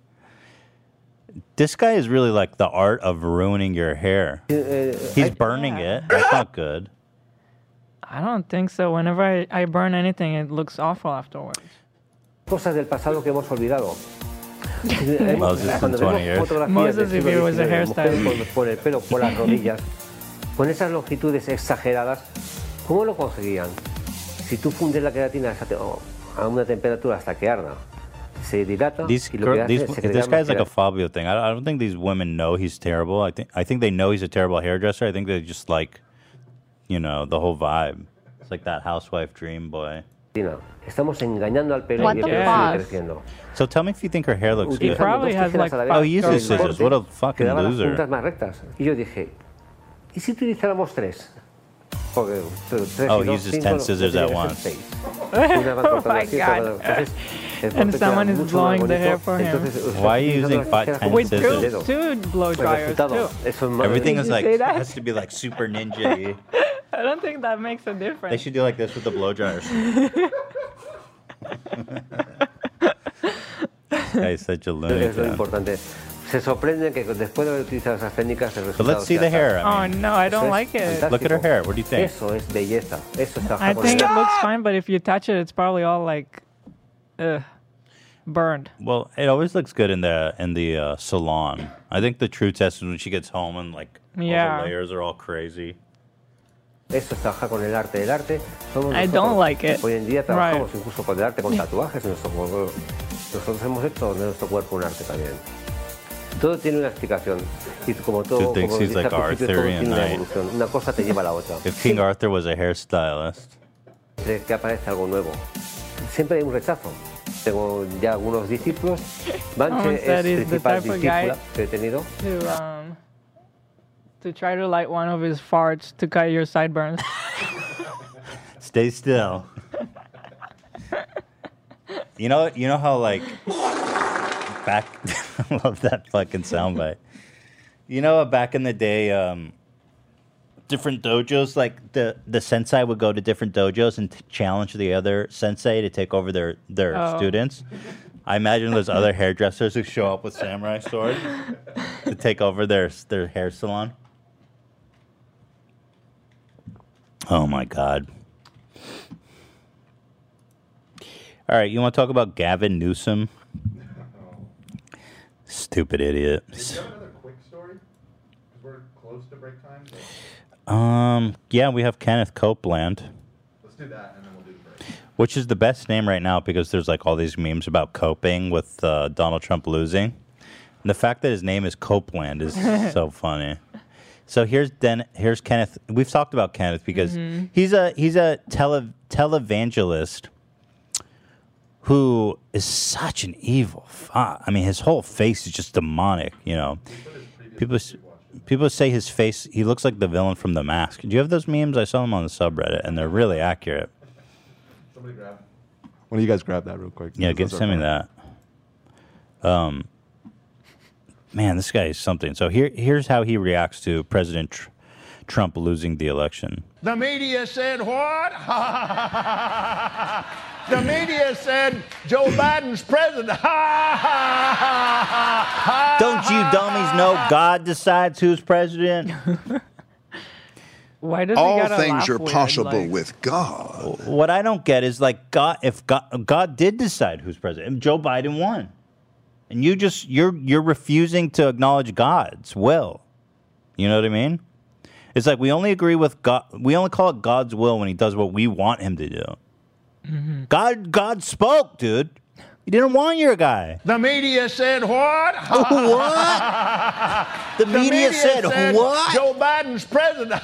S2: This guy is really like the art of ruining your hair. He's burning it. That's not good.
S3: I don't think so. Whenever I, I burn anything, it looks awful afterwards.
S13: Cosas del pasado que hemos olvidado.
S3: Moses in
S13: Cuando
S3: 20
S13: vemos
S3: years.
S13: fotografías
S3: Moses
S13: del
S3: if
S13: siglo
S3: he was a
S13: XIX, mujeres
S3: hairstylist.
S13: Con, con el pelo por las rodillas, con esas longitudes exageradas, ¿cómo lo conseguían? Si tú fundes la queratina esa te- oh, a una temperatura hasta que arda, se dilata
S2: These,
S13: y lo que
S2: gir-
S13: hace
S2: these
S13: es
S2: this
S13: segregar
S2: guy's like a
S13: material.
S2: Fabio thing. I, I don't think these women know he's terrible. I think I think they know he's a terrible hairdresser. I think they just like, you know, the whole vibe. It's like that housewife dream boy.
S13: Estamos engañando al pelo
S2: What
S13: y
S2: the
S13: el pelo sigue
S2: fuck?
S13: creciendo.
S2: So tell me if you think her hair looks good.
S13: Utilizando dos tijeras a la vez,
S2: oh, he uses
S13: el
S2: scissors.
S13: corte
S2: What a fucking
S13: quedaba las
S2: loser.
S13: puntas más rectas. Y yo dije, ¿y si utilizáramos tres? Porque pero tres
S2: Oh,
S13: y
S2: he
S13: dos,
S2: uses
S13: cinco,
S2: 10
S13: no,
S2: scissors
S13: tiene
S2: at
S13: que ser
S2: once.
S13: seis. Una van cortando
S3: Oh my
S13: así, otra
S3: God.
S13: van- entonces, el corte
S3: And
S13: queda
S3: someone is
S13: mucho más
S3: blowing the
S13: bonito.
S3: hair for him.
S13: Entonces, o sea,
S2: Why are you
S13: utilizando
S2: using
S13: las
S2: five
S13: tijeras
S2: ten
S13: como
S2: scissors?
S13: el
S2: With
S13: dedo.
S3: Two blow
S13: El
S3: dryers
S13: resultado
S3: too.
S13: es un-
S2: Everything
S3: Did
S2: is
S3: you
S2: like
S3: say that?
S2: has to be like super ninja.
S3: I don't think that makes a difference.
S2: They should do like this with the blow dryers. Guys, such a
S13: Creo que es lo
S2: lunatic.
S13: importante. Se sorprenden que después de haber utilizado esas técnicas el
S2: But
S13: resultado
S2: let's see the
S13: sea
S2: hair.
S13: tal.
S2: I mean,
S3: Oh, no, I
S13: Eso
S3: don't
S13: es
S3: like it.
S13: fantástico.
S2: Look at her hair. What do you think?
S13: Eso es belleza. Eso es
S3: I
S13: trabajar con
S3: think it
S13: ella.
S3: looks fine, but if you touch it, it's probably all like, ugh, burned.
S2: Well, it always looks good in the in the uh, salon. I think the true test is when she gets home and like all
S3: Yeah.
S2: the layers are all crazy.
S13: Eso es trabajar con el arte. El arte somos
S3: I
S13: nosotros.
S3: don't like it.
S13: Hoy en día trabajamos incluso con el arte, con tatuajes. en Nuestro cuerpo. Nosotros hemos hecho de nuestro cuerpo un arte también. Todo tiene una explicación. Y como todo,
S2: Dude
S13: como
S2: thinks he's
S13: dije al
S2: like
S13: principio, todo
S2: Arthurian
S13: tiene una
S2: knight.
S13: evolución. Una cosa te lleva a la otra.
S2: If King Arthur was a hairstylist,
S13: de que aparece algo nuevo. Siempre hay un rechazo. Tengo ya algunos discípulos. Banche
S3: Almost
S13: es
S3: that is the
S13: principal
S3: type of
S13: discípula
S3: guy
S13: que he tenido.
S3: To um, to try to light one of his farts to cut your sideburns.
S2: stay still. you know, you know how like back. I love that fucking soundbite. You know, back in the day, um, different dojos like the the sensei would go to different dojos and t- challenge the other sensei to take over their their
S14: Oh.
S2: students. I imagine those other hairdressers who show up with samurai swords to take over their their hair salon. Oh my god. All right, you want to talk about Gavin Newsom? Stupid idiot.
S8: We're close to break time.
S2: Um, yeah, we have Kenneth Copeland,
S8: Let's do that, and then we'll do the break.
S2: which is the best name right now because there's like all these memes about coping with uh, Donald Trump losing. And the fact that his name is Copeland is so funny. So here's Den- here's Kenneth. We've talked about Kenneth because
S14: Mhm.
S2: he's a he's a tele televangelist who is such an evil. fu- I mean, his whole face is just demonic. You know, people s- people say his face. He looks like the villain from The Mask. Do you have those memes? I saw them on the subreddit, and they're really accurate.
S8: Somebody grab. One of you guys grab that real quick.
S2: Yeah,
S8: Because
S2: give
S8: those are
S2: send me
S8: fun.
S2: that. Um, man, this guy is something. So here, here's how he reacts to President Tr- Trump losing the election.
S15: The media said what? the media said Joe Biden's president.
S2: Don't you dummies know God decides who's president?
S3: Why does
S2: All
S3: he gotta
S2: things
S3: laugh
S2: are
S3: weird,
S2: possible
S3: like-
S2: with God. What I don't get is like God. If God, God did decide who's president, Joe Biden won, and you just you're you're refusing to acknowledge God's will. You know what I mean? It's like we only agree with God. We only call it God's will when He does what we want Him to do.
S15: Mm-hmm.
S2: God, God spoke, dude. He didn't want your guy.
S15: The media said what?
S2: What? The media said what?
S15: Joe Biden's president.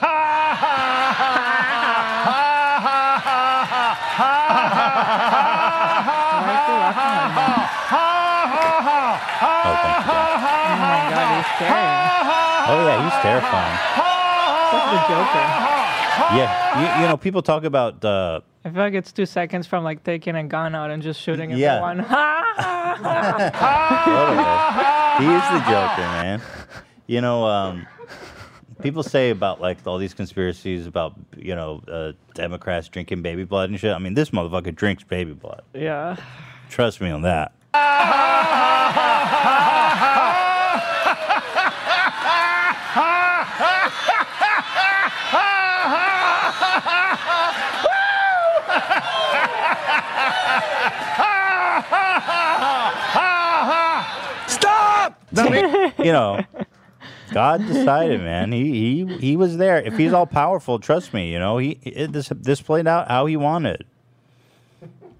S3: Oh
S2: Oh yeah, he's terrifying. Yeah, you, you know people talk about. Uh,
S3: I feel like it's two seconds from like taking a gun out and just shooting at
S2: Yeah.
S3: the one. Ha!
S2: he is the Joker, man. You know, um, people say about like all these conspiracies about you know uh, Democrats drinking baby blood and shit. I mean, this motherfucker drinks baby blood.
S3: yeah.
S2: Trust me on that.
S7: Stop!
S2: you know, God decided, man. He he he was there. If he's all powerful, trust me. You know, he it, this this played out how he wanted.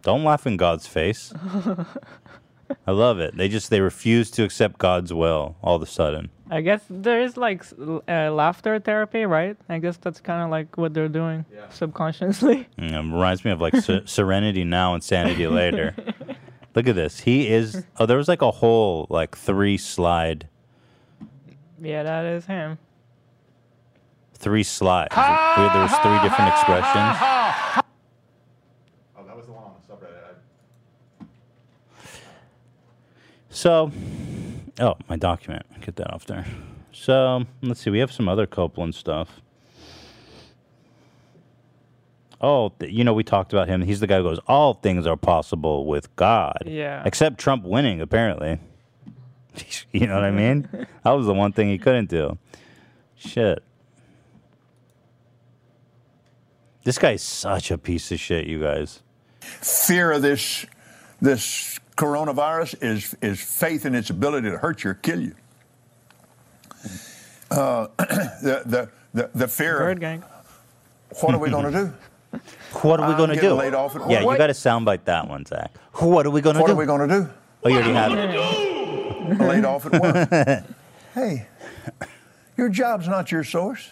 S2: Don't laugh in God's face. I love it. They just they refuse to accept God's will all of a sudden.
S3: I guess there is like s- l- uh, laughter therapy, right? I guess that's kind of like what they're doing subconsciously.
S2: Mm, It reminds me of like ser- Serenity Now and Sanity Later. Look at this. He is. Oh, there was like a whole like three slide,
S3: Yeah, that is him.
S2: three slides. Where there was three different expressions.
S8: Oh, that was the one on the subreddit. I-
S2: So, oh, my document. Get that off there. So let's see. We have some other Copeland stuff. oh, th- you know, we talked about him. He's the guy who goes, all things are possible with God.
S3: Yeah.
S2: Except Trump winning, apparently. you know what I mean? that was the one thing he couldn't do. Shit. This guy's such a piece of shit, you guys.
S14: Fear of this this coronavirus is is faith in its ability to hurt you or kill you. Uh, the, the the the fear. Bird
S3: gang.
S14: What are we going to do?
S2: What are we
S14: I'm
S2: going to
S14: getting
S2: do?
S14: laid off at
S2: yeah, you
S14: work.
S2: got to soundbite that one, Zach. What are we going to do?
S14: What are we going to do?
S2: Oh, you already have it.
S14: laid off at work. hey, your job's not your source.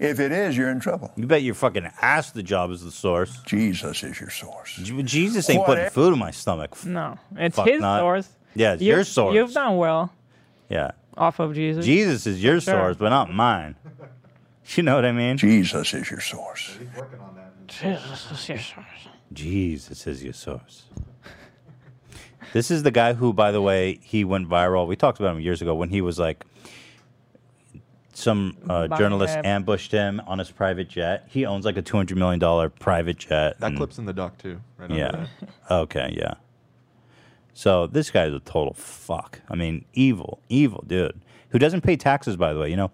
S14: If it is, you're in trouble.
S2: You bet your fucking ass the job is the source.
S14: Jesus is your source.
S2: Jesus ain't putting
S3: Whatever.
S2: food in my stomach. F-
S3: No, it's
S2: fuck
S3: his
S2: not.
S3: source.
S2: Yeah, it's
S3: You-
S2: your source.
S3: You've done well
S2: Yeah.
S3: off of Jesus.
S2: Jesus is your
S3: Sure.
S2: source, but not mine. You know what I mean?
S14: Jesus is your source.
S3: Jesus is your source.
S2: Jesus is your source. this is the guy who, by the way, he went viral. We talked about him years ago when he was like, some uh,
S8: Bobby
S2: journalist
S8: Webb.
S2: ambushed him on his private jet. He owns like a two hundred million dollar private jet.
S8: That
S2: and-
S8: clip's in the doc too. Right under
S2: yeah.
S8: that.
S2: okay. Yeah. So this guy's a total fuck. I mean, evil, evil dude who doesn't pay taxes. By the way, you know,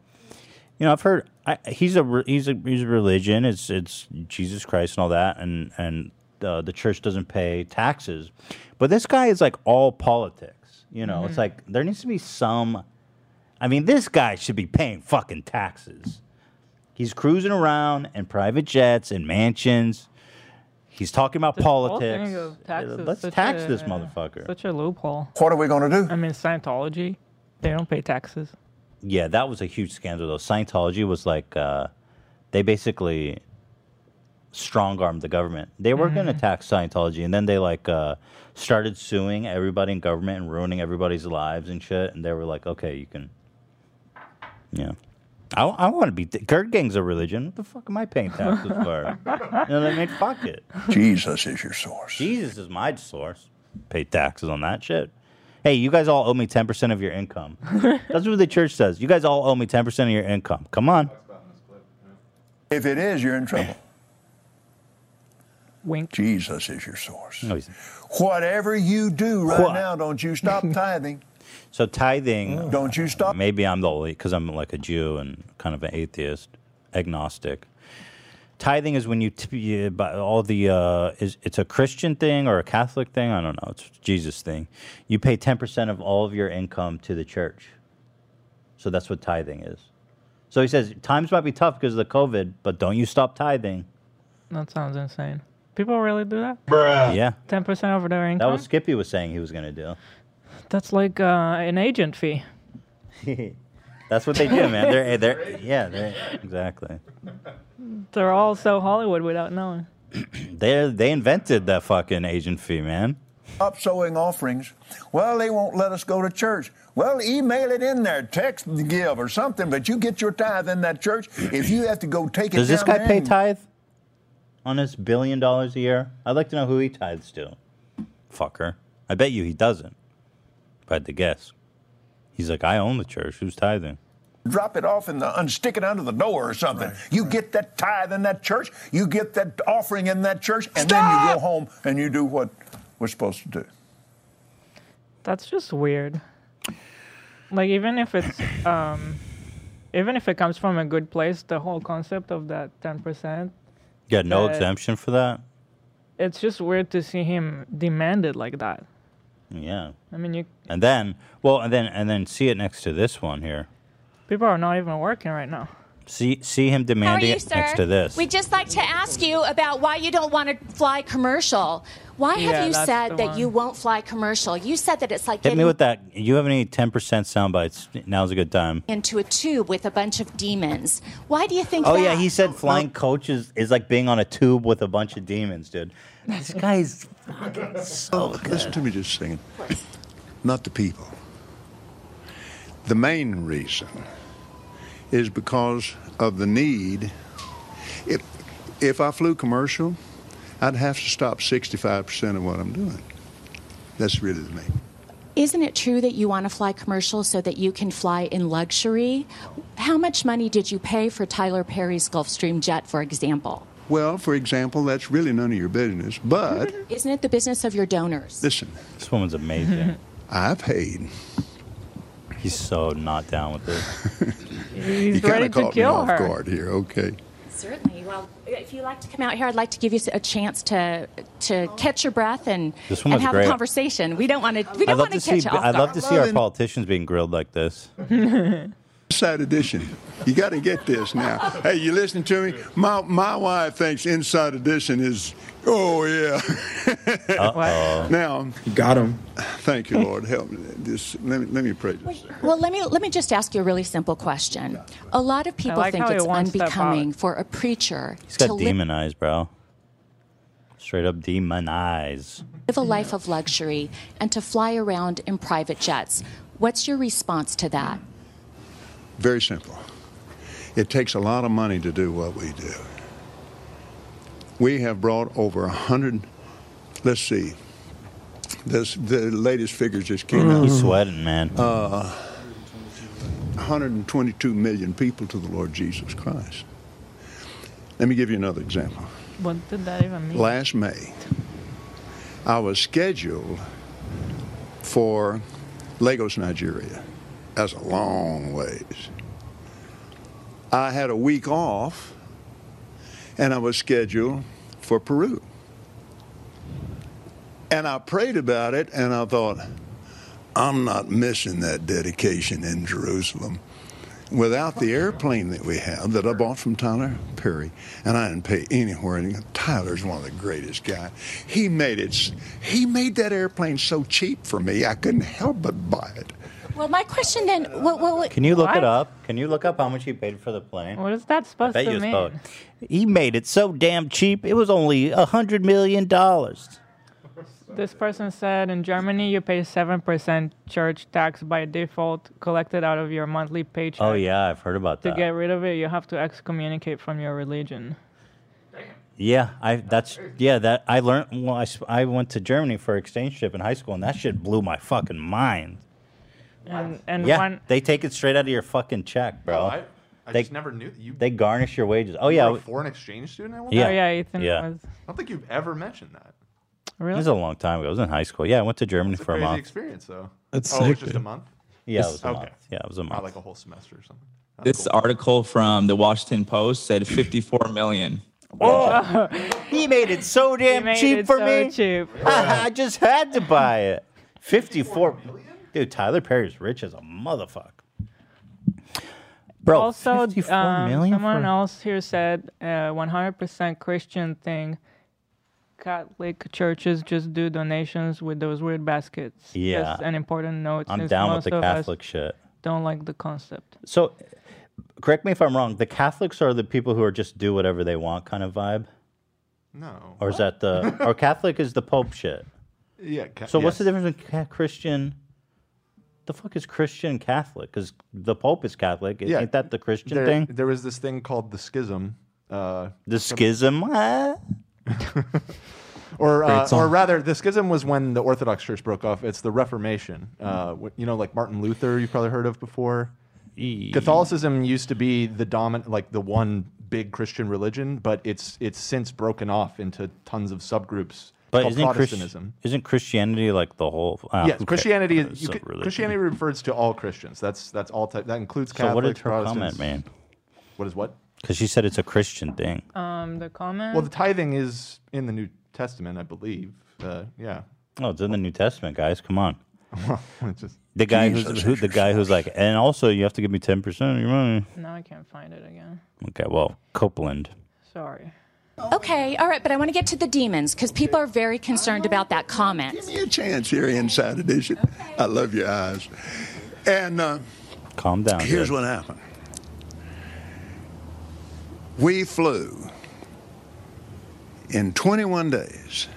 S2: you know, I've heard I, he's a re- he's a he's a religion. It's it's Jesus Christ and all that, and and uh, the church doesn't pay taxes. But this guy is like all politics. You know,
S8: Mhm.
S2: it's like there needs to be some. I mean, this guy should be paying fucking taxes. He's cruising around in private jets and mansions. He's talking about politics.
S3: Taxes,
S2: Let's tax this motherfucker.
S3: Such a loophole.
S14: What are we going to do?
S3: I mean, Scientology, they don't pay taxes.
S2: Yeah, that was a huge scandal though. Scientology was like uh, they basically strong armed the government. They were going to
S3: Mm-hmm.
S8: Mhm.
S2: tax Scientology, and then they like uh, started suing everybody in government and ruining everybody's lives and shit. And they were like, okay, you can. Yeah, I, I want to be. Th- Gerd Gang's a religion. What the fuck am I paying taxes for? you know what I mean? Fuck it.
S14: Jesus is your source.
S2: Jesus is my source. Pay taxes on that shit. Hey, you guys all owe me 10% of your income. That's what the church says. You guys all owe me 10% of your income. Come on.
S14: If it is, you're in trouble.
S3: Wink.
S14: Jesus is your source.
S2: No, he's-
S14: Whatever you do right
S2: What?
S14: now, don't you stop tithing.
S2: So tithing. Don't you stop. Maybe I'm the only, because I'm like a Jew and kind of an atheist, agnostic. Tithing is when you, t- you buy all the, uh, is, it's a Christian thing or a Catholic thing. I don't know. It's Jesus thing. You pay 10% of all of your income to the church. So that's what tithing is. So he says, times might be tough because of the COVID, but don't you stop tithing.
S3: That sounds insane. People really do that?
S2: Yeah.
S3: Ten percent over their income.
S2: That was Skippy was saying he was going to do.
S3: That's like uh, an agent fee.
S2: That's what they do, man. They're, they're yeah, they're, exactly.
S3: They're all so Hollywood without knowing.
S2: They they invented that fucking agent fee, man.
S14: Stop sowing offerings. Well, they won't let us go to church. Well, email it in there, text give or something, but you get your tithe in that church. If you have to go take it
S2: Does this
S14: down
S2: guy
S14: there
S2: pay
S14: and-
S2: tithe on his billion dollars a year? I'd like to know who he tithes to. Fucker. I bet you he doesn't. If I had to guess. He's like, I own the church. Who's tithing?
S14: drop it off in the and stick it under the door or something. you get that tithe in that church, you get that offering in that church, and then you go home and you do what we're supposed to do.
S3: That's just weird. Like even if it's um, even if it comes from a good place, the whole concept of that ten percent,
S2: You got no
S3: Uh,
S2: exemption for that?
S3: it's just weird to see him demand it like that.
S2: Yeah.
S3: I mean, you
S2: And then, well, and then, and then see it next to this one here.
S3: people are not even working right now.
S2: See, see him demanding it next to this.
S16: We'd just like to ask you about why you don't want to fly commercial. Why have
S3: Yeah,
S16: you
S3: that's
S16: said
S3: the
S16: that
S3: one.
S16: you won't fly commercial? You said that it's like
S2: Hit
S16: getting
S2: me with that. You have any 10% sound bites? Now's a good time.
S16: into a tube with a bunch of demons. Why do you think
S2: Oh
S16: that?
S2: yeah, he said flying coach is, is like being on a tube with a bunch of demons, dude. This guy's fucking so
S4: Listen to me just singing. Not the people. The main reason is because of the need. If, if I flew commercial, I'd have to stop 65% of what I'm doing. That's really the main.
S16: Isn't it true that you want to fly commercial so that you can fly in luxury? How much money did you pay for Tyler Perry's Gulfstream jet, for example?
S4: Well, for example, that's really none of your business. But
S16: Isn't it the business of your donors?
S4: listen,
S2: This woman's amazing.
S4: I paid.
S2: He's so not down with this.
S3: He's
S4: you kinda
S3: ready to
S4: caught me
S3: kill
S4: off
S3: her.
S4: guard here. Okay.
S16: Certainly. Well, if you like to come out here, I'd like to give you a chance to to catch your breath and,
S2: This
S16: and
S2: woman's
S16: have a
S2: great.
S16: conversation. We don't want to. We
S2: I love
S16: don't want
S2: to
S16: to
S2: see.
S16: catch you off
S2: I love to see our
S16: guard.
S2: politicians being grilled like this.
S4: Inside Edition. You got to get this now. Hey, you listen to me? My my wife thinks Inside Edition is, oh yeah.
S2: Uh-oh.
S4: Now you got him. Thank you, Lord. Help me. Just let me let me pray. This.
S16: Well, let me let me just ask you a really simple question. A lot of people
S3: like
S16: think
S3: how he
S16: it's
S3: won't step
S16: unbecoming for a preacher
S2: He's
S16: to
S2: got
S16: live
S2: demon eyes, bro. Straight up demon eyes.
S16: a life of luxury and to fly around in private jets. What's your response to that?
S4: Very simple. It takes a lot of money to do what we do. We have brought over a hundred. Let's see. This the latest figures just came out.
S2: He's sweating, man.
S4: Uh, 122 million people to the Lord Jesus Christ. Let me give you another example.
S3: What did that even mean?
S4: Last May, I was scheduled for Lagos, Nigeria. That's a long ways. I had a week off, and I was scheduled for Peru. And I prayed about it, and I thought, I'm not missing that dedication in Jerusalem. Without the airplane that we have that I bought from Tyler Perry, and I didn't pay anywhere. And Tyler's one of the greatest guys. He made it. s- He made that airplane so cheap for me, I couldn't help but buy it.
S16: Well, my question then. What, what, what,
S2: Can you look it up? Can you look up how much he paid for the plane?
S3: What is that supposed
S2: Bet
S3: to
S2: you it's
S3: mean?
S2: about- He made it so damn cheap. It was only a hundred million dollars.
S3: This person said in Germany you pay seven percent church tax by default, collected out of your monthly paycheck.
S2: Oh yeah, I've heard about
S3: To
S2: that.
S3: get rid of it, you have to excommunicate from your religion.
S2: Yeah, I that's yeah that I learned. Well, I, s- I went to Germany for exchange trip in high school, and that shit blew my fucking mind.
S3: And and
S2: yeah,
S3: one
S2: they take it straight out of your fucking check, bro.
S3: Oh,
S11: I- I
S2: they,
S11: just never knew that you-
S2: They garnish your wages. Oh
S11: You
S2: yeah,
S11: were a foreign exchange student. At one
S2: Yeah.
S11: time?
S2: Oh, yeah, Ethan Yeah.
S11: I
S2: was.
S11: don't think you've ever mentioned that.
S2: it was a long time ago. It was in high school. Yeah, I went to Germany for a
S11: Crazy
S2: month.
S11: experience though.
S2: That's
S11: oh,
S2: sick,
S11: it's just a
S2: dude.
S11: month.
S2: Yeah, it was a
S11: okay.
S2: month. Yeah, it was a
S11: Not
S2: month.
S11: like a whole semester or something.
S5: This article from the Washington Post said 54 million.
S2: Oh, he made it so damn
S3: made
S2: cheap
S3: it
S2: for
S3: so
S2: me.
S3: cheap.
S2: I just had to buy it. Fifty-four. Dude, Tyler Perry's rich as a motherfucker. Bro,
S3: also,
S2: 54
S3: um,
S2: million
S3: someone
S2: for-
S3: else here said uh, 100% Christian thing. Catholic churches just do donations with those weird baskets.
S2: Yeah.
S3: Just an important note.
S2: I'm
S3: since
S2: down with
S3: most
S2: the
S3: of us
S2: Catholic shit.
S3: Don't like the concept.
S2: So, correct me if I'm wrong. The Catholics are the people who are just do whatever they want kind of vibe,
S11: No.
S2: or is that the or Catholic is the Pope shit?
S11: Yeah, Oh. ca-
S2: so what's the
S11: yes.
S2: difference between ca- Christian? The fuck is Christian and Catholic? Because the Pope is Catholic. Isn't that the Christian
S11: there,
S2: thing?
S11: There was this thing called the schism. Uh,
S2: The schism. What?
S11: or,
S2: Great
S11: uh, or
S2: song.
S11: rather, the schism was when the Orthodox Church broke off. It's the Reformation. Uh, wh- you know, like Martin Luther, you've probably heard of before. Catholicism used to be the dominant, like the one big Christian religion, but it's it's since broken off into tons of subgroups.
S2: But
S11: called
S2: isn't, Chris-
S11: Protestantism.
S2: isn't Christianity like the whole? Uh,
S11: yes,
S2: who cares?
S11: Christianity.
S2: It's
S11: Is, you
S2: a
S11: could-
S2: religion.
S11: Christianity refers to all Christians. That's that's all. Type, that includes Catholics.
S2: So what did her
S11: Protestants.
S2: comment mean?
S11: What is what?
S2: Because she said it's a Christian thing.
S3: Um, the comment.
S11: Well, the tithing is in the New Testament, I believe. Uh, yeah.
S2: Oh, it's in the New Testament, guys. Come on.
S11: It's just-
S2: The guy
S11: Jesus
S2: who's who, the guy who's like, and also you have to give me ten percent of your money.
S3: now I can't find it again.
S2: Okay, well, Copeland.
S3: Sorry.
S16: Okay, all right, but I want to get to the demons because people are very concerned about that comment.
S4: Give me a chance here, Inside Edition. I love your eyes. And uh,
S2: calm down.
S4: Here's
S2: dude.
S4: what happened. We flew in 21 days,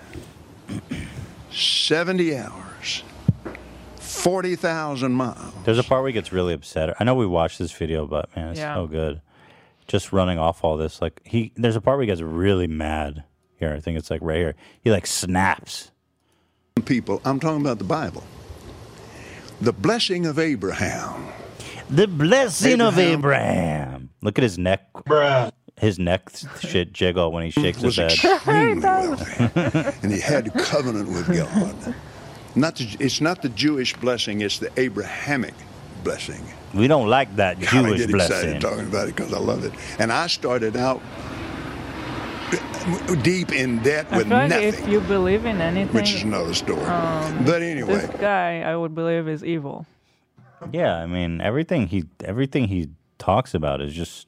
S4: 70 hours, 40,000 miles.
S2: There's a part where he gets really upset. I know we watched this video, but man, it's
S4: Yeah.
S2: so good. Just running off all this, like he. There's a part where he gets really mad. Here, I think it's like right here. He like snaps.
S4: People, I'm talking about the Bible. The blessing of Abraham.
S2: The blessing of Abraham. Look at his neck. Bruh. his neck should jiggle when he shakes his
S4: was
S2: head.
S4: extremely wealthy, and he had a covenant with God. Not the, it's not the Jewish blessing; it's the Abrahamic blessing.
S2: We don't like that
S4: God, I
S2: Jewish
S4: get
S2: blessing.
S4: excited talking about it because I love it. And I started out deep in debt
S3: I
S4: with
S3: feel like
S4: nothing,
S3: if you believe in anything,
S4: which is another story.
S3: um,
S4: but anyway,
S3: this guy I would believe is evil.
S2: Yeah, I mean everything he everything he talks about is just.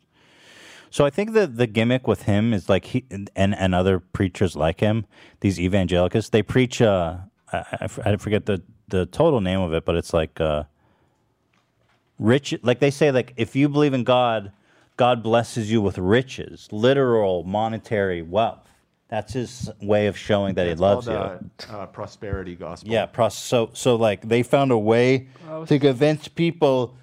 S2: So I think that the gimmick with him is like he and and other preachers like him, these evangelicals, they preach. Uh, I, I f- I forget the the total name of it, but it's like uh, rich. Like they say, like if you believe in God, God blesses you with riches, literal monetary wealth. That's his way of showing that he
S11: It's
S2: loves you.
S11: called, uh, uh, prosperity gospel.
S2: Yeah, process. So, so like they found a way to convince people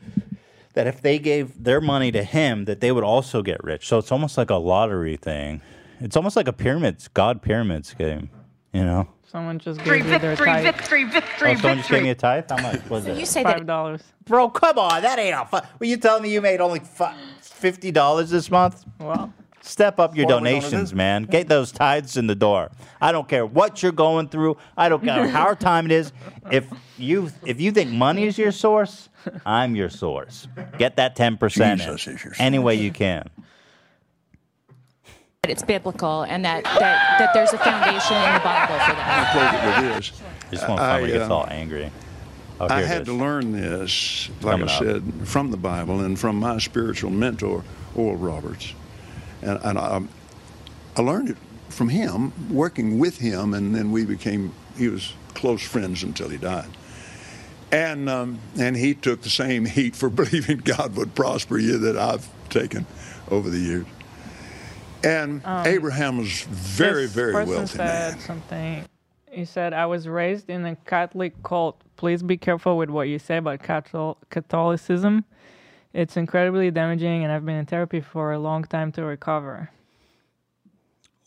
S2: that if they gave their money to him, that they would also get rich. So it's almost like a lottery thing. It's almost like a pyramids, God pyramids game. You know,
S3: Someone just
S17: Victory,
S3: gave you their
S17: victory,
S3: tithe.
S17: victory, victory,
S2: oh, someone just gave me a tithe. How much was it?
S3: five dollars?
S2: Bro, come on, that ain't a. Fu- Were you telling me you made only fi- fifty dollars this month?
S3: Well,
S2: step up your
S3: What are we gonna
S2: donations,
S3: do?
S2: man. Get those tithes in the door. I don't care what you're going through. I don't care how hard time it is. If you if you think money is your source, I'm your source. Get that ten percent any way you can.
S16: That it's biblical and that, that, that there's a foundation in the Bible for that.
S4: I'll close it with this.
S2: This one finally gets
S4: um,
S2: all angry. Oh,
S4: I
S2: here it
S4: had
S2: is.
S4: to learn this, like
S2: Coming
S4: I
S2: up.
S4: said, from the Bible and from my spiritual mentor, Oral Roberts. And, and I, I learned it from him, working with him, and then we became, he was close friends until he died. And, um, and he took the same heat for believing God would prosper you that I've taken over the years. And Abraham was
S3: Um,
S4: very,
S3: This
S4: very
S3: person
S4: wealthy man.
S3: said something. He said, "I was raised in a Catholic cult. Please be careful with what you say about Cathol- Catholicism. It's incredibly damaging, and I've been in therapy for a long time to recover."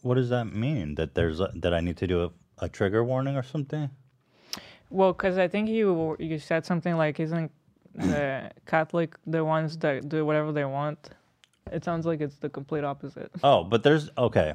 S2: What does that mean? That there's a, that I need to do a, a trigger warning or something?
S3: Well, because I think you you said something like, "Isn't the Catholic the ones that do whatever they want?" It sounds like it's the complete opposite.
S2: Oh, but there's okay.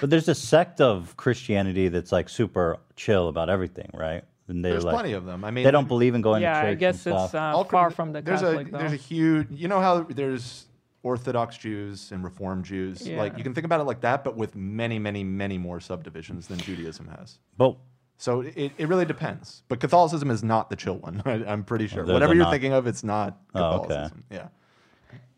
S2: but there's a sect of Christianity that's like super chill about everything, right? And they're
S11: There's
S2: like,
S11: plenty of them. I mean,
S2: they don't believe in going
S3: yeah,
S2: to church.
S3: I
S2: and
S3: guess it's
S2: stuff.
S3: uh,
S11: All
S3: far
S11: com-
S3: from the
S11: there's
S3: Catholic.
S11: a
S3: though.
S11: there's a huge you know how there's Orthodox Jews and Reform Jews like
S3: Yeah.
S11: you can think about it like that, but with many many many more subdivisions than Judaism has.
S2: But
S11: so it, it really depends. But Catholicism is not the chill one. I, I'm pretty sure.
S2: they're-
S11: Whatever
S2: they're
S11: you're
S2: not-
S11: thinking of, it's not
S2: Oh,
S11: Catholicism.
S2: okay.
S11: Yeah.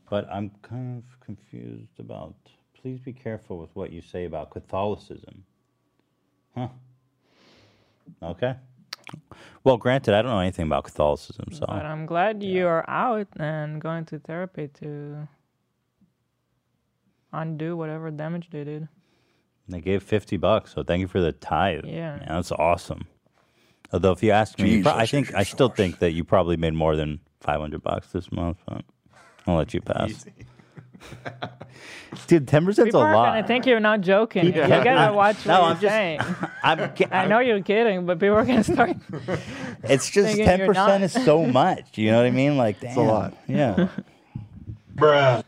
S2: But I'm kind of confused about. Please be careful with what you say about Catholicism. Huh. Okay. Well, granted, I don't know anything about Catholicism, so
S3: But I'm glad you're out and going to therapy to undo whatever damage they did.
S2: they gave fifty bucks. So thank you for the tithe.
S3: Yeah.
S2: Man, that's awesome. Although, if you ask me, you pro- I think I still think that you probably made more than five hundred bucks this month. But I'll let you pass. Dude, ten percent's a
S3: People are
S2: lot.
S3: gonna think you're not joking.
S2: Yeah.
S3: You gotta
S2: I-
S3: watch what
S2: no,
S3: you're
S2: I'm just-
S3: saying.
S2: I'm ki-
S3: I know you're kidding, but people are gonna start.
S2: It's just
S3: thinking
S2: ten
S3: you're not.
S2: percent is so much. You know what I mean? Like, damn.
S5: a lot.
S2: Yeah.
S5: Bruh.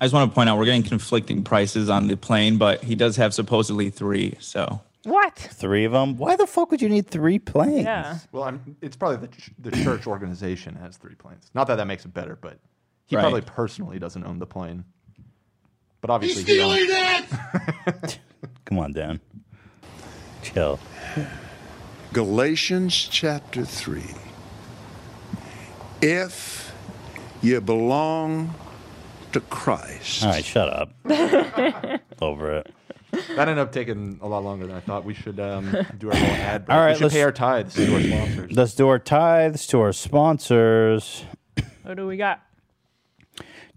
S5: I just want to point out we're getting conflicting prices on the plane, but he does have supposedly three. So
S3: What?
S2: Three of them. Why the fuck would you need three planes?
S3: Yeah.
S11: Well, I'm, it's probably the, ch- the church organization has three planes. Not that that makes it better, but he
S5: Right.
S11: probably personally doesn't own the plane. But obviously, he owns-
S2: Come on, Dan. Chill.
S4: Galatians chapter 3. If you belong to Christ.
S2: All right, shut up. Over it.
S11: That ended up taking a lot longer than I thought. We should um, do our little ad break.
S2: All right,
S11: we should
S2: let's-
S11: pay our tithes to our sponsors.
S2: Let's do our tithes to our sponsors.
S3: What do we got?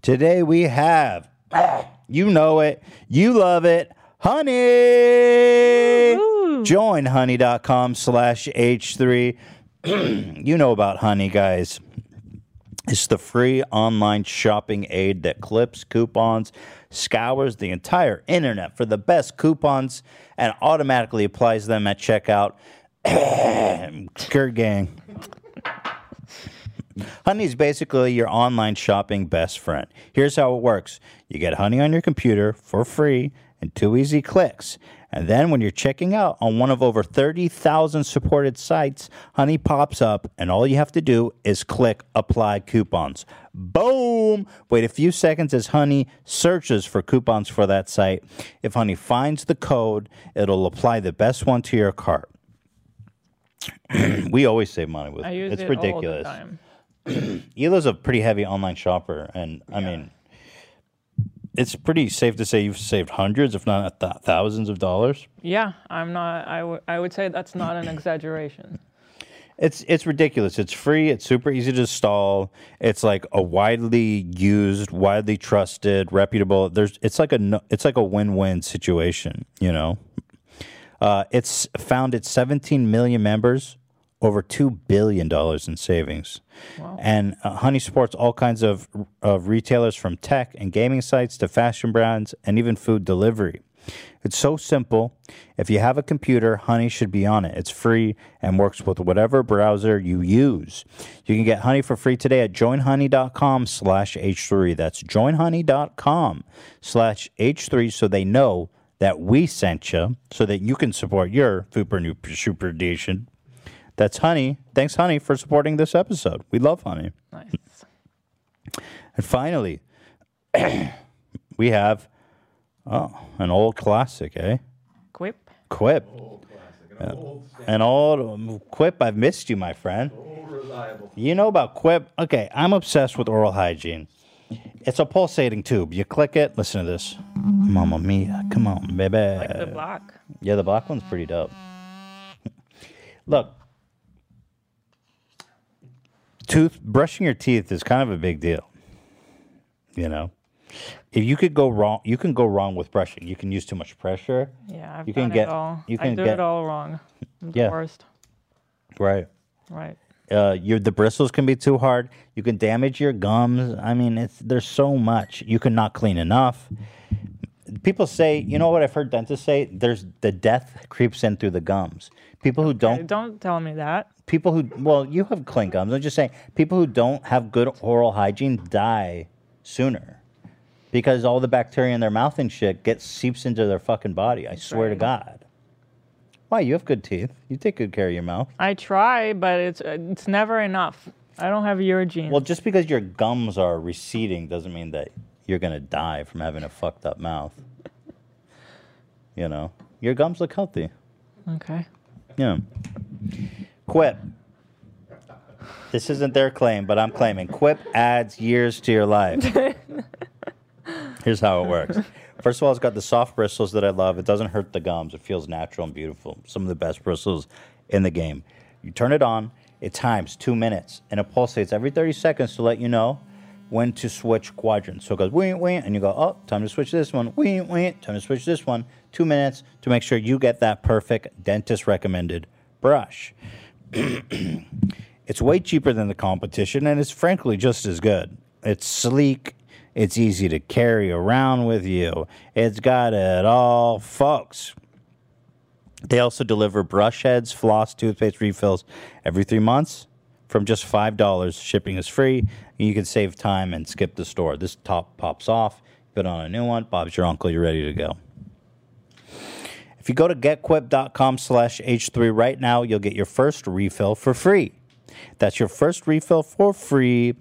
S2: Today we have, you know it, you love it, Honey. Join honey.com slash H3. you know about Honey, guys. It's the free online shopping aid that clips coupons, scours the entire internet for the best coupons, and automatically applies them at checkout. Skirt gang. Honey is basically your online shopping best friend. Here's how it works you get Honey on your computer for free in two easy clicks. And then when you're checking out on one of over 30,000 supported sites, Honey pops up, and all you have to do is click Apply Coupons. Boom! Wait a few seconds as Honey searches for coupons for that site. If Honey finds the code, it'll apply the best one to your cart. we always save money with
S3: I use
S2: it's
S3: it all the
S2: ridiculous.
S3: time.
S2: Hila's a pretty heavy online shopper, and I mean, it's pretty safe to say you've saved hundreds, if not th- thousands of dollars.
S3: Yeah, I'm not. I, w- I would say that's not an exaggeration.
S2: It's it's ridiculous. It's free. It's super easy to install. It's like a widely used, widely trusted, reputable. There's it's like a no- it's like a win-win situation. You know, uh, it's found its 17 million members, over two billion dollars in savings, and uh, Honey supports all kinds of of retailers from tech and gaming sites to fashion brands and even food delivery. It's so simple. If you have a computer, Honey should be on it. It's free and works with whatever browser you use. You can get Honey for free today at joinhoney.com slash H3. That's joinhoney.com slash H3 so they know that we sent you so that you can support your super new super edition. That's Honey. Thanks, Honey, for supporting this episode. We love Honey.
S3: Nice.
S2: And finally, we have oh, an old classic, eh?
S3: Quip.
S2: Quip. An old, an old um, quip. I've missed you, my friend. You know about quip? Okay, I'm obsessed with oral hygiene. It's a pulsating tube. You click it. Listen to this. Mamma mia! Come on, baby.
S3: Like the block.
S2: Yeah, the black one's pretty dope. Look, tooth brushing your teeth is kind of a big deal. You know, if you could go wrong, you can go wrong with brushing. You can use too much pressure.
S3: Yeah, I've
S2: you
S3: done
S2: can get
S3: it all.
S2: you
S3: I
S2: can
S3: do
S2: get
S3: it all wrong. I'm the
S2: Yeah.
S3: worst.
S2: right.
S3: Right.
S2: Uh, your the bristles can be too hard. You can damage your gums. I mean, it's there's so much. You can not clean enough. People say, you know what I've heard dentists say? There's the death creeps in through the gums. People who
S3: Don't,
S2: don't
S3: don't tell me that.
S2: people who well you have clean gums i'm just saying people who don't have good oral hygiene die sooner because all the bacteria in their mouth and shit gets seeps into their fucking body i swear to god why you have good teeth you take good care of your mouth
S3: I try, but it's it's never enough. I don't have your genes.
S2: well just because your gums are receding doesn't mean that you're gonna die from having a fucked up mouth you know your gums look healthy
S3: okay.
S2: Yeah. Quip. This isn't their claim, but I'm claiming Quip adds years to your life. Here's how it works. First of all, it's got the soft bristles that I love. It doesn't hurt the gums. It feels natural and beautiful. Some of the best bristles in the game. You turn it on, it times two minutes, and it pulsates every 30 seconds to let you know when to switch quadrants. So it goes, wait, wait, and you go, oh, time to switch this one, wait, wait, time to switch this one. Two minutes to make sure you get that perfect dentist recommended brush. It's way cheaper than the competition, and it's frankly just as good. It's sleek. It's easy to carry around with you. It's got it all, folks. They also deliver brush heads, floss, toothpaste refills every three months from just $5. Shipping is free. And you can save time and skip the store. This top pops off. Put on a new one. Bob's your uncle. You're ready to go. If you go to getquip.com slash H3 right now, you'll get your first refill for free. That's your first refill for free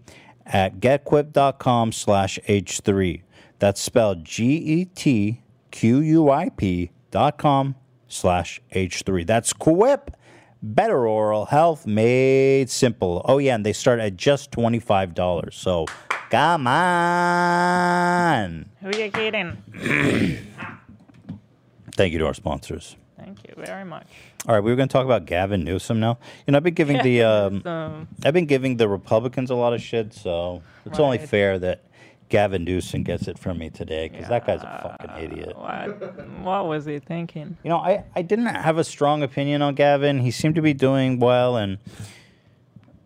S2: at getquip.com slash H3. That's spelled G E T Q U I P dot com slash H3. That's Quip. Better oral health made simple. Oh, yeah, and they start at just $25. So come on.
S3: Who you kidding?
S2: Thank you to our sponsors.
S3: Thank you very much.
S2: All right, we were going to talk about Gavin Newsom now. You know, I've been giving the um,
S3: Um,
S2: I've been giving the Republicans a lot of shit, so it's only
S3: Right.
S2: fair that Gavin Newsom gets it from me today because that guy's a fucking idiot.
S3: What, what was he thinking?
S2: You know, I, I didn't have a strong opinion on Gavin. He seemed to be doing well, and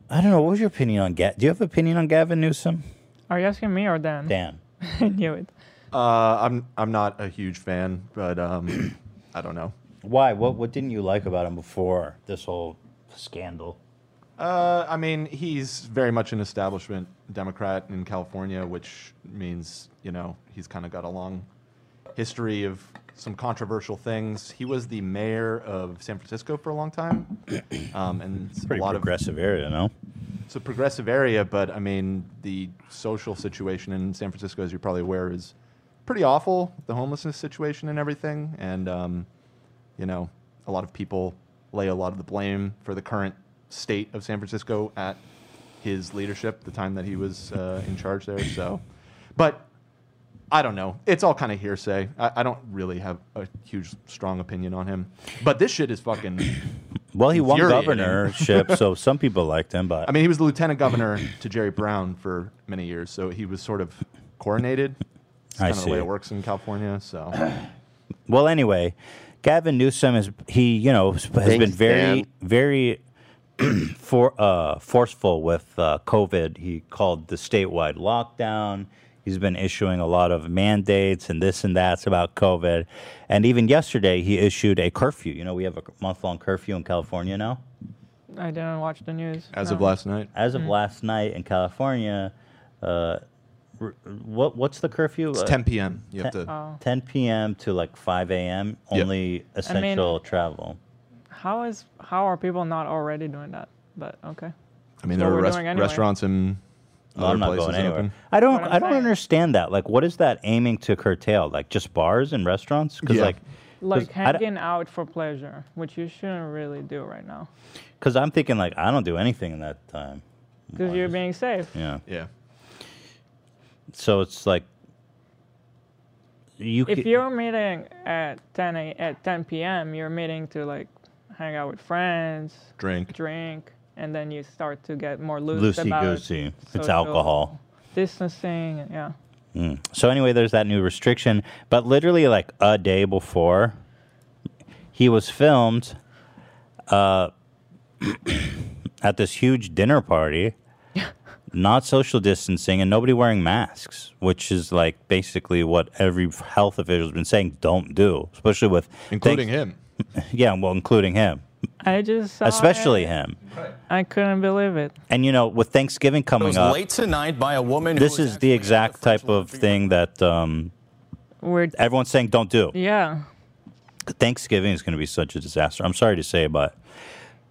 S2: I don't know. What was your opinion on Gavin? Do you have an opinion on Gavin Newsom?
S3: Are you asking me or Dan?
S2: Dan.
S3: I knew it.
S11: Uh, I'm I'm not a huge fan, but um, I don't know.
S2: Why? What What didn't you like about him before this whole scandal?
S11: Uh, I mean, he's very much an establishment Democrat in California, which means you know he's kind of got a long history of some controversial things. He was the mayor of San Francisco for a long time, um, and it's
S2: Pretty
S11: a lot
S2: progressive
S11: of
S2: area, no?
S11: It's a progressive area, but I mean, the social situation in San Francisco, as you're probably aware, is pretty awful. The homelessness situation and everything, and um, you know, a lot of people lay a lot of the blame for the current state of San Francisco at his leadership, the time that he was uh, in charge there. So, but I don't know. It's all kind of hearsay. I, I don't really have a huge, strong opinion on him. But this shit is fucking.
S2: Well, he won
S11: infuriating.
S2: governorship, so some people liked him, but
S11: I mean, he was the lieutenant governor to Jerry Brown for many years, so he was sort of coronated. It's
S2: I
S11: kind of the way
S2: see.
S11: it works in California. So
S2: Well, anyway, Gavin Newsom is he you know has been
S11: Thanks,
S2: very
S11: Dan.
S2: very for uh, forceful with uh, COVID. He called the statewide lockdown. He's been issuing a lot of mandates and this and that's about COVID. And even yesterday, he issued a curfew. You know, we have a month long curfew in California now.
S3: I didn't watch the news. no.
S11: night.
S2: As of
S3: Mm.
S2: last night in California, uh, r- what what's the curfew?
S11: It's
S2: Uh,
S11: 10 p.m. You have
S2: ten-
S11: to- Oh.
S2: 10 p.m. to like 5 a.m.
S11: Yep.
S2: Only essential travel.
S3: How is how are people not already doing that? But okay.
S11: I mean,
S3: That's
S11: there
S3: what
S11: are
S3: we're
S11: res-
S3: doing anyway.
S11: restaurants and
S2: No,
S11: other
S2: I'm not
S11: places
S2: going anywhere.
S11: open.
S2: I don't. I don't understand that. Like, what is that aiming to curtail? Like, just bars and restaurants? Because
S11: Yeah.
S2: like,
S3: Like
S2: I d-
S3: hanging out for pleasure, which you shouldn't really do right now,
S2: because I'm thinking like I don't do anything in that time. Mm,
S3: because you're being safe.
S2: Yeah.
S11: Yeah.
S2: So it's like you.
S3: if
S2: ca-
S3: you're meeting at 10 a, at 10 p.m., you're meeting to like hang out with friends,
S11: Drink.
S3: drink, and then you start to get more loose
S2: Loosey
S3: about
S2: goosey. It's
S3: social
S2: alcohol.
S3: distancing. and- Yeah,
S2: Mm. So anyway, there's that new restriction. But literally, like a day before, he was filmed uh, at this huge dinner party, not social distancing and nobody wearing masks, which is like basically what every health official's been saying don't do, especially with
S11: Including him.
S2: yeah, well, including him,
S3: I just saw
S2: especially
S3: it.
S2: him.
S3: I couldn't believe it.
S2: And you know, with Thanksgiving coming
S3: was
S2: up,
S3: late
S2: tonight by a woman. This is the exact type of thing that um,
S3: We're
S2: everyone's saying don't do.
S3: yeah.
S2: Thanksgiving is going to be such a disaster. I'm sorry to say, but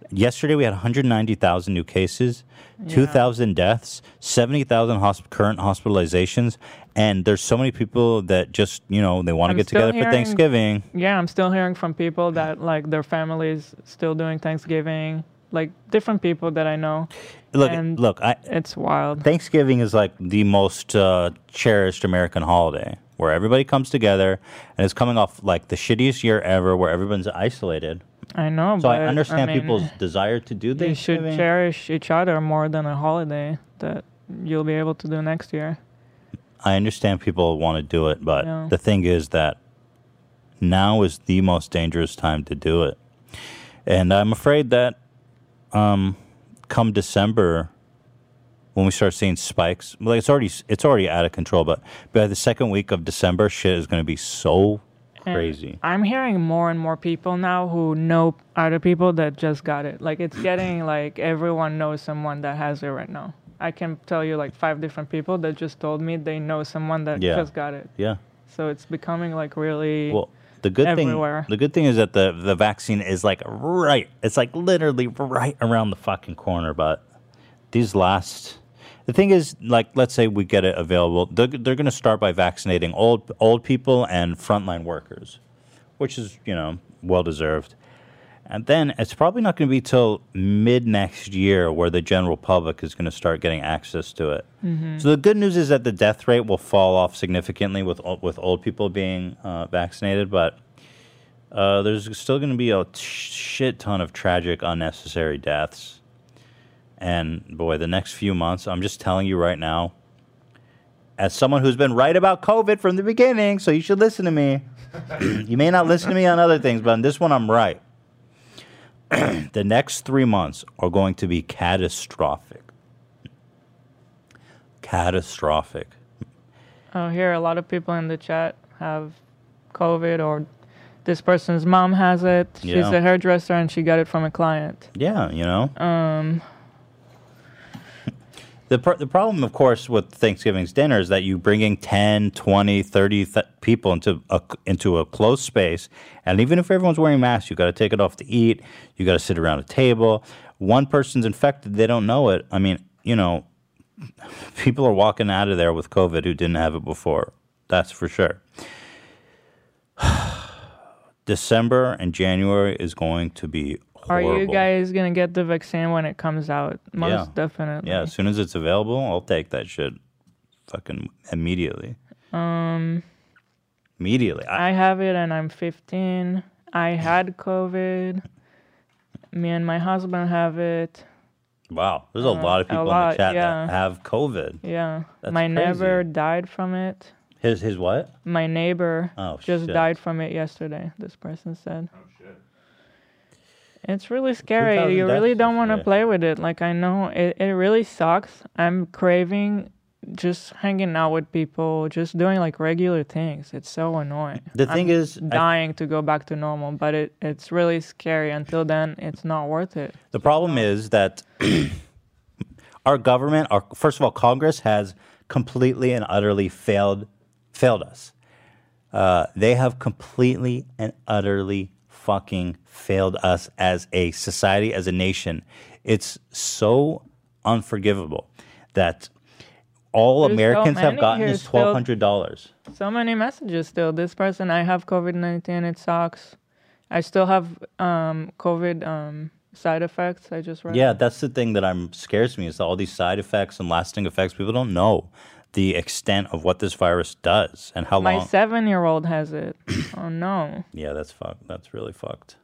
S2: yesterday we had 190,000 new cases, 2,000 deaths, 70,000 hosp- current hospitalizations, and there's so many people that just you know they want to
S3: I'm
S2: get
S3: still
S2: together for
S3: hearing-
S2: Thanksgiving.
S3: Yeah, I'm still hearing from people that like their families still doing Thanksgiving, like different people that I know.
S2: Look,
S3: and
S2: look, I,
S3: it's wild.
S2: Thanksgiving is like the most uh, cherished American holiday where everybody comes together, and it's coming off like the shittiest year ever, where everyone's isolated.
S3: I know,
S2: So
S3: but
S2: I understand
S3: mean,
S2: people's desire to do
S3: They should
S2: Thanksgiving.
S3: cherish each other more than a holiday that you'll be able to do next year.
S2: I understand people want to do it, but
S3: No.
S2: the thing is that now is the most dangerous time to do it. And I'm afraid that um, come December, when we start seeing spikes, like it's already it's already out of control. But by the second week of December, shit is going to be so
S3: And
S2: crazy.
S3: I'm hearing more and more people now who know other people that just got it. Like it's getting like everyone knows someone that has it right now. I can tell you like five different people that just told me they know someone that
S2: Yeah.
S3: just got it.
S2: Yeah.
S3: So it's becoming like really
S2: Well, the good
S3: everywhere.
S2: thing the good thing is that the the vaccine is like right. It's like literally right around the fucking corner. But these last. The thing is, like, let's say we get it available. They're, they're going to start by vaccinating old old people and frontline workers, which is you know well deserved. And then it's probably not going to be till mid next year where the general public is going to start getting access to it.
S17: Mhm.
S2: So the good news is that the death rate will fall off significantly with ol- with old people being uh, vaccinated, but uh, there's still going to be a t- shit ton of tragic, unnecessary deaths. And boy, the next few months, I'm just telling you right now, as someone who's been right about COVID from the beginning, so you should listen to me. you may not listen to me on other things, but on this one, I'm right. the next three months are going to be catastrophic. Catastrophic.
S3: Oh, here a lot of people in the chat have COVID or this person's mom has it.
S2: Yeah.
S3: She's a hairdresser and she got it from a client.
S2: Yeah, you know?
S3: Um,
S2: The, pr- the problem, of course, with Thanksgiving's dinner is that you bringing 10, 20, 30 th- people into a, into a close space. And even if everyone's wearing masks, you got to take it off to eat. You got to sit around a table. One person's infected, they don't know it. I mean, you know, people are walking out of there with COVID who didn't have it before. That's for sure. December and January is going to be horrible.
S3: Are you guys gonna get the vaccine when it comes out? Most
S2: Yeah.
S3: definitely.
S2: Yeah, as soon as it's available, I'll take that shit fucking immediately.
S3: Um,
S2: Immediately. I,
S3: I have it and I'm 15. I had COVID. Me and my husband have it.
S2: wow, there's a
S3: Uh,
S2: lot of
S3: a
S2: people in
S3: lot,
S2: the chat
S3: yeah.
S2: that have COVID.
S3: Yeah.
S2: That's
S3: my
S2: crazy.
S3: neighbor died from it.
S2: His his what?
S3: My neighbor
S2: Oh,
S3: just
S2: shit.
S3: died from it yesterday, this person said. Oh, shit. It's really scary. You
S2: 2,000
S3: really
S2: deaths
S3: don't want to
S2: yesterday.
S3: play with it. Like, I know it, it really sucks. I'm craving just hanging out with people, just doing like regular things. It's so annoying.
S2: The thing
S3: I'm
S2: is, I-
S3: dying to go back to normal, but it, it's really scary. Until then, it's not worth it.
S2: The problem is that our government, our first of all, Congress has completely and utterly failed failed us. Uh, they have completely and utterly fucking failed us as a society, as a nation. It's so unforgivable that all
S3: There's so
S2: Americans have
S3: many
S2: gotten
S3: here
S2: is
S3: still-
S2: twelve hundred dollars.
S3: So many messages still. This person, I have COVID 19. It sucks. I still have um, COVID um, side effects. I just read.
S2: Yeah, that's the thing that I'm scares me is all these side effects and lasting effects. People don't know the extent of what this virus does and how
S3: My
S2: long.
S3: seven year old has it. oh no.
S2: Yeah, that's fucked. That's really fucked.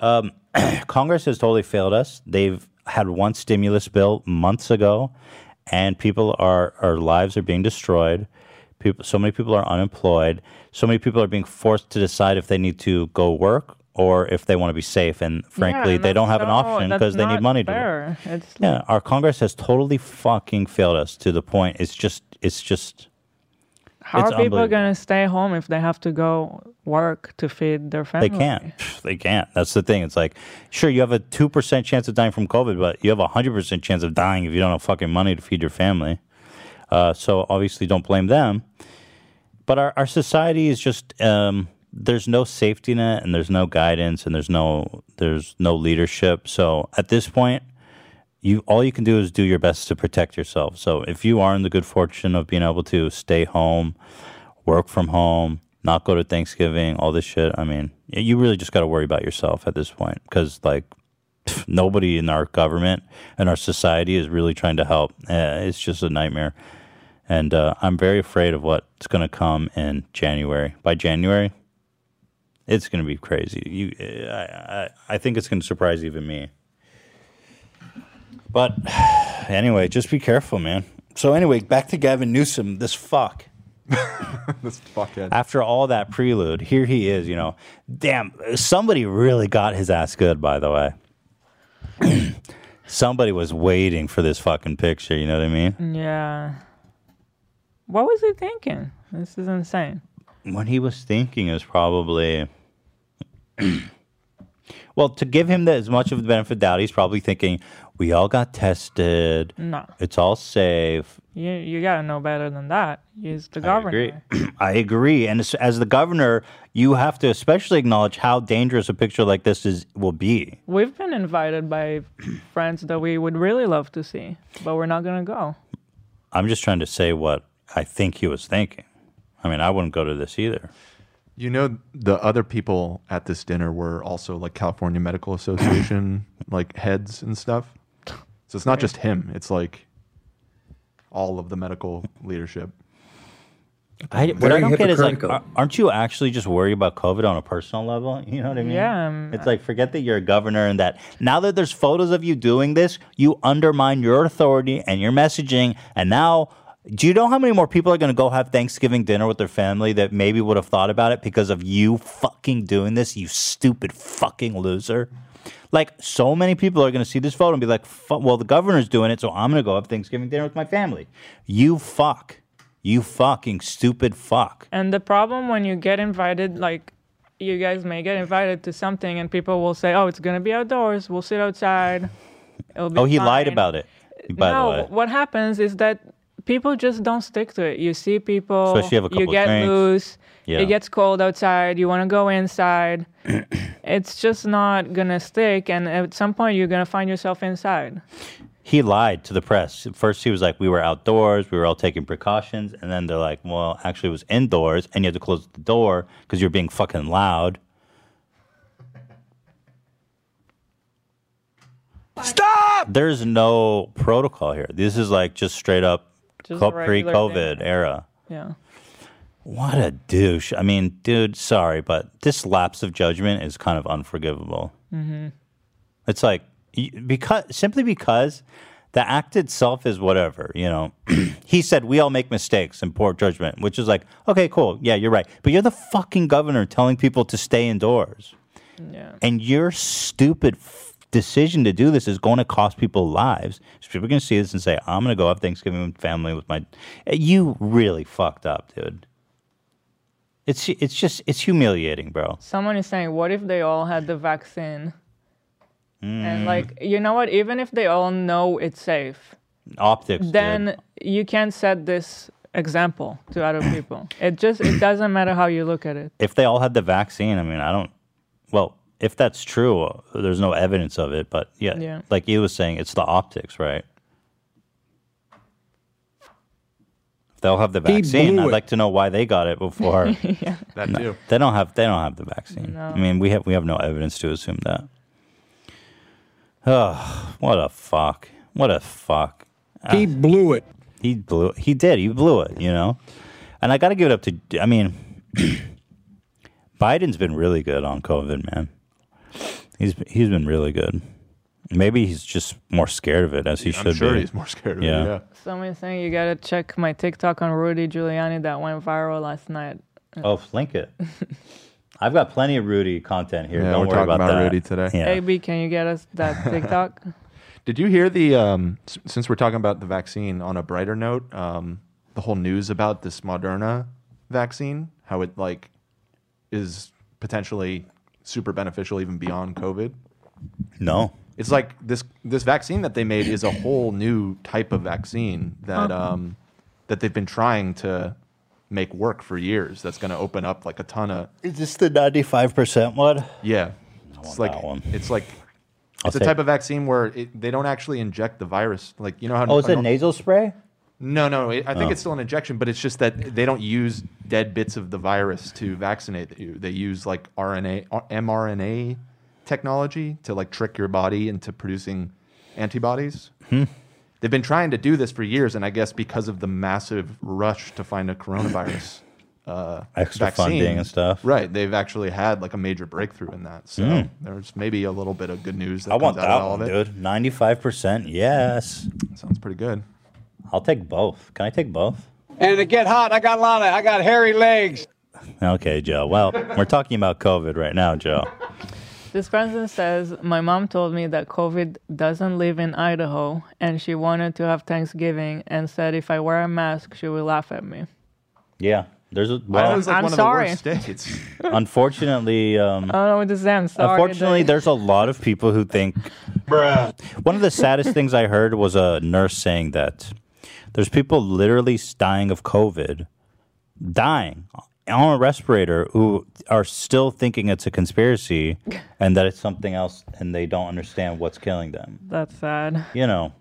S2: Um, Congress has totally failed us. They've had one stimulus bill months ago, and people are our lives are being destroyed. People, so many people are unemployed. So many people are being forced to decide if they need to go work or if they want to be safe. And frankly,
S3: Yeah,
S2: they don't have an
S3: that's
S2: option
S3: no-
S2: because they
S3: that's
S2: need money
S3: not
S2: to. work.
S3: fair. It's
S2: Yeah, our Congress has totally fucking failed us to the point. It's just, it's just.
S3: How
S2: it's
S3: are people
S2: unbelievable.
S3: gonna stay home if they have to go work to feed their family?
S2: They can't. Pff, They can't. That's the thing. It's like, sure, you have a 2% chance of dying from COVID, but you have a 100% chance of dying if you don't have fucking money to feed your family. Uh, so obviously, don't blame them. But our, our society is just um, there's no safety net and there's no guidance and there's no there's no leadership. So at this point, you all you can do is do your best to protect yourself. So if you are in the good fortune of being able to stay home, work from home, not go to Thanksgiving, all this shit, I mean, y- you really just got to worry about yourself at this point because like pff, nobody in our government and our society is really trying to help. Uh, it's just a nightmare. And uh, I'm very afraid of what's going to come in January. By January, it's going to be crazy. You, eh, I, I, I think it's going to surprise even me. But anyway, just be careful, man. So anyway, back to Gavin Newsom, this fuck.
S11: this fuckhead.
S2: After all that prelude, here he is, you know. Damn, somebody really got his ass good, by the way. somebody was waiting for this fucking picture, you know what I mean?
S3: Yeah. What was he thinking? This is insane.
S2: What he was thinking is probably Well, to give him the, as much of the benefit of the doubt, he's probably thinking, we all got tested.
S3: No.
S2: It's all safe.
S3: You you gotta know better than that. He's the
S2: I
S3: governor.
S2: agree. I agree. And as, as the governor, you have to especially acknowledge how dangerous a picture like this is will be.
S3: We've been invited by friends that we would really love to see, but we're not gonna go.
S2: I'm just trying to say what I think he was thinking. I mean, I wouldn't go to this either.
S11: You know, the other people at this dinner were also like California Medical Association like heads and stuff. So it's not just him; it's like all of the medical leadership.
S2: I, what I don't get is like, uh, ar- aren't you actually just worried about COVID on a personal level? You know what I mean?
S3: Yeah, um,
S2: it's like forget that you're a governor and that now that there's photos of you doing this, you undermine your authority and your messaging, and now. Do you know how many more people are going to go have Thanksgiving dinner with their family that maybe would have thought about it because of you fucking doing this, you stupid fucking loser? Like, so many people are going to see this photo and be like, "Fu- well, the governor's doing it, so I'm going to go have Thanksgiving dinner with my family. You fuck. You fucking stupid fuck.
S3: And the problem when you get invited, like you guys may get invited to something and people will say, Oh, it's gonna be outdoors, we'll sit outside. It'll be
S2: Oh, he lied
S3: fine.
S2: about it. By
S3: no,
S2: the way,
S3: what happens is that people just don't stick to it. You see people,
S2: Especially have a
S3: you
S2: couple
S3: get
S2: drinks.
S3: loose,
S2: Yeah.
S3: it gets cold outside, you want to go inside. it's just not going to stick. And at some point, you're going to find yourself inside.
S2: he lied to the press. First, he was like, "We were outdoors. We were all taking precautions," and then they're like, "Well, actually, it was indoors, and you had to close the door because you were being fucking loud."
S7: Stop!
S2: There's no protocol here. This is like just straight up
S3: Just
S2: co-
S3: a regular
S2: pre-COVID era.
S3: Yeah.
S2: What a douche. I mean, dude, sorry, but this lapse of judgment is kind of unforgivable.
S7: Mm-hmm.
S2: It's like y- because simply because the act itself is whatever, you know. he said we all make mistakes and poor judgment, which is like, okay, cool. Yeah, you're right. But you're the fucking governor telling people to stay indoors.
S3: Yeah.
S2: And your stupid f- decision to do this is going to cost people lives. So people are going to see this and say, "I'm going to go have Thanksgiving with family with my Eh, You really fucked up, dude. It's it's just it's humiliating, bro.
S3: Someone is saying, what if they all had the vaccine?
S2: Mm.
S3: And like, you know what? Even if they all know it's safe,
S2: optics. dude.
S3: then you can't set this example to other people. It just it doesn't matter how you look at it.
S2: if they all had the vaccine, I mean, I don't. Well, if that's true, uh, there's no evidence of it. But yeah,
S3: Yeah.
S2: like you was saying, it's the optics, right? If they all have the
S3: He
S2: vaccine,
S3: blew
S2: I'd
S3: it.
S2: like to know why they got it before.
S3: Yeah.
S11: That
S2: No,
S11: too.
S2: They don't have. They don't have the vaccine.
S3: No.
S2: I mean, we have we have no evidence to assume that. Oh, what a fuck! What a fuck! He
S17: blew it.
S2: He blew. He did. He blew it. You know, and I got to give it up to. I mean, Biden's been really good on COVID, man. He's he's been really good. Maybe he's just more scared of it, as he
S11: I'm
S2: should
S11: sure
S2: be.
S11: he's more scared of it, yeah.
S3: Someone's saying you gotta check my TikTok on Rudy Giuliani that went viral last night.
S2: Oh, flink it. I've got plenty of Rudy content here.
S11: Yeah,
S2: Don't
S11: we're
S2: worry
S11: talking
S2: about,
S11: about
S2: that.
S11: Rudy today.
S2: Yeah.
S3: AB, can you get us that TikTok?
S11: Did you hear the um, s- since we're talking about the vaccine on a brighter note, um, the whole news about this Moderna vaccine, how it like is potentially super beneficial even beyond COVID?
S2: No.
S11: It's like this this vaccine that they made is a whole new type of vaccine that
S2: Huh.
S11: um, that they've been trying to make work for years. That's going to open up like a ton of
S2: Is this the ninety-five percent one?
S11: yeah. It's like it's like
S2: I'll
S11: it's a
S2: take
S11: type of vaccine where it, they don't actually inject the virus. Like you know how
S2: Oh, is
S11: I
S2: it
S11: don't-
S2: nasal spray?
S11: No, no. It, I think
S2: Oh.
S11: it's still an injection, but it's just that they don't use dead bits of the virus to vaccinate you. They use like RNA, or mRNA technology to like trick your body into producing antibodies.
S2: Hmm.
S11: They've been trying to do this for years, and I guess because of the massive rush to find a coronavirus uh,
S2: Extra funding and stuff.
S11: right? They've actually had like a major breakthrough in that. So
S2: Mm.
S11: there's maybe a little bit of good news. That
S2: I want
S11: comes out
S2: that
S11: of all
S2: one,
S11: of it.
S2: dude. Ninety-five percent. Yes.
S11: Sounds pretty good.
S2: I'll take both. Can I take both?
S17: And it get hot. I got a lot of. I got hairy legs.
S2: Okay, Joe. Well, we're talking about COVID right now, Joe.
S3: This person says, My mom told me that COVID doesn't live in Idaho and she wanted to have Thanksgiving and said if I wear a mask, she will laugh at me.
S2: Yeah. There's a well,
S3: Idaho's, like, I'm one of the sorry. worst
S11: states.
S2: unfortunately, um,
S3: I don't know what this is. I'm sorry.
S2: Unfortunately,
S3: that-
S2: there's a lot of people who think. uh, One of the saddest things I heard was a nurse saying that there's people literally dying of COVID, dying on a respirator who are still thinking it's a conspiracy and that it's something else and they don't understand what's killing them
S3: That's sad.
S2: you know,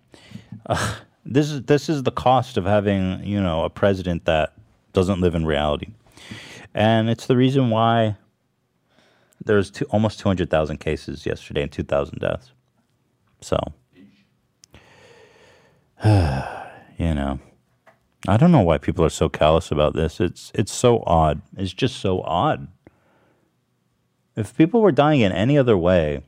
S2: uh, this is this is the cost of having you know a president that doesn't live in reality, and it's the reason why there's two, almost two hundred thousand cases yesterday and two thousand deaths. So, you know, I don't know why people are so callous about this. It's it's so odd. It's just so odd. If people were dying in any other way,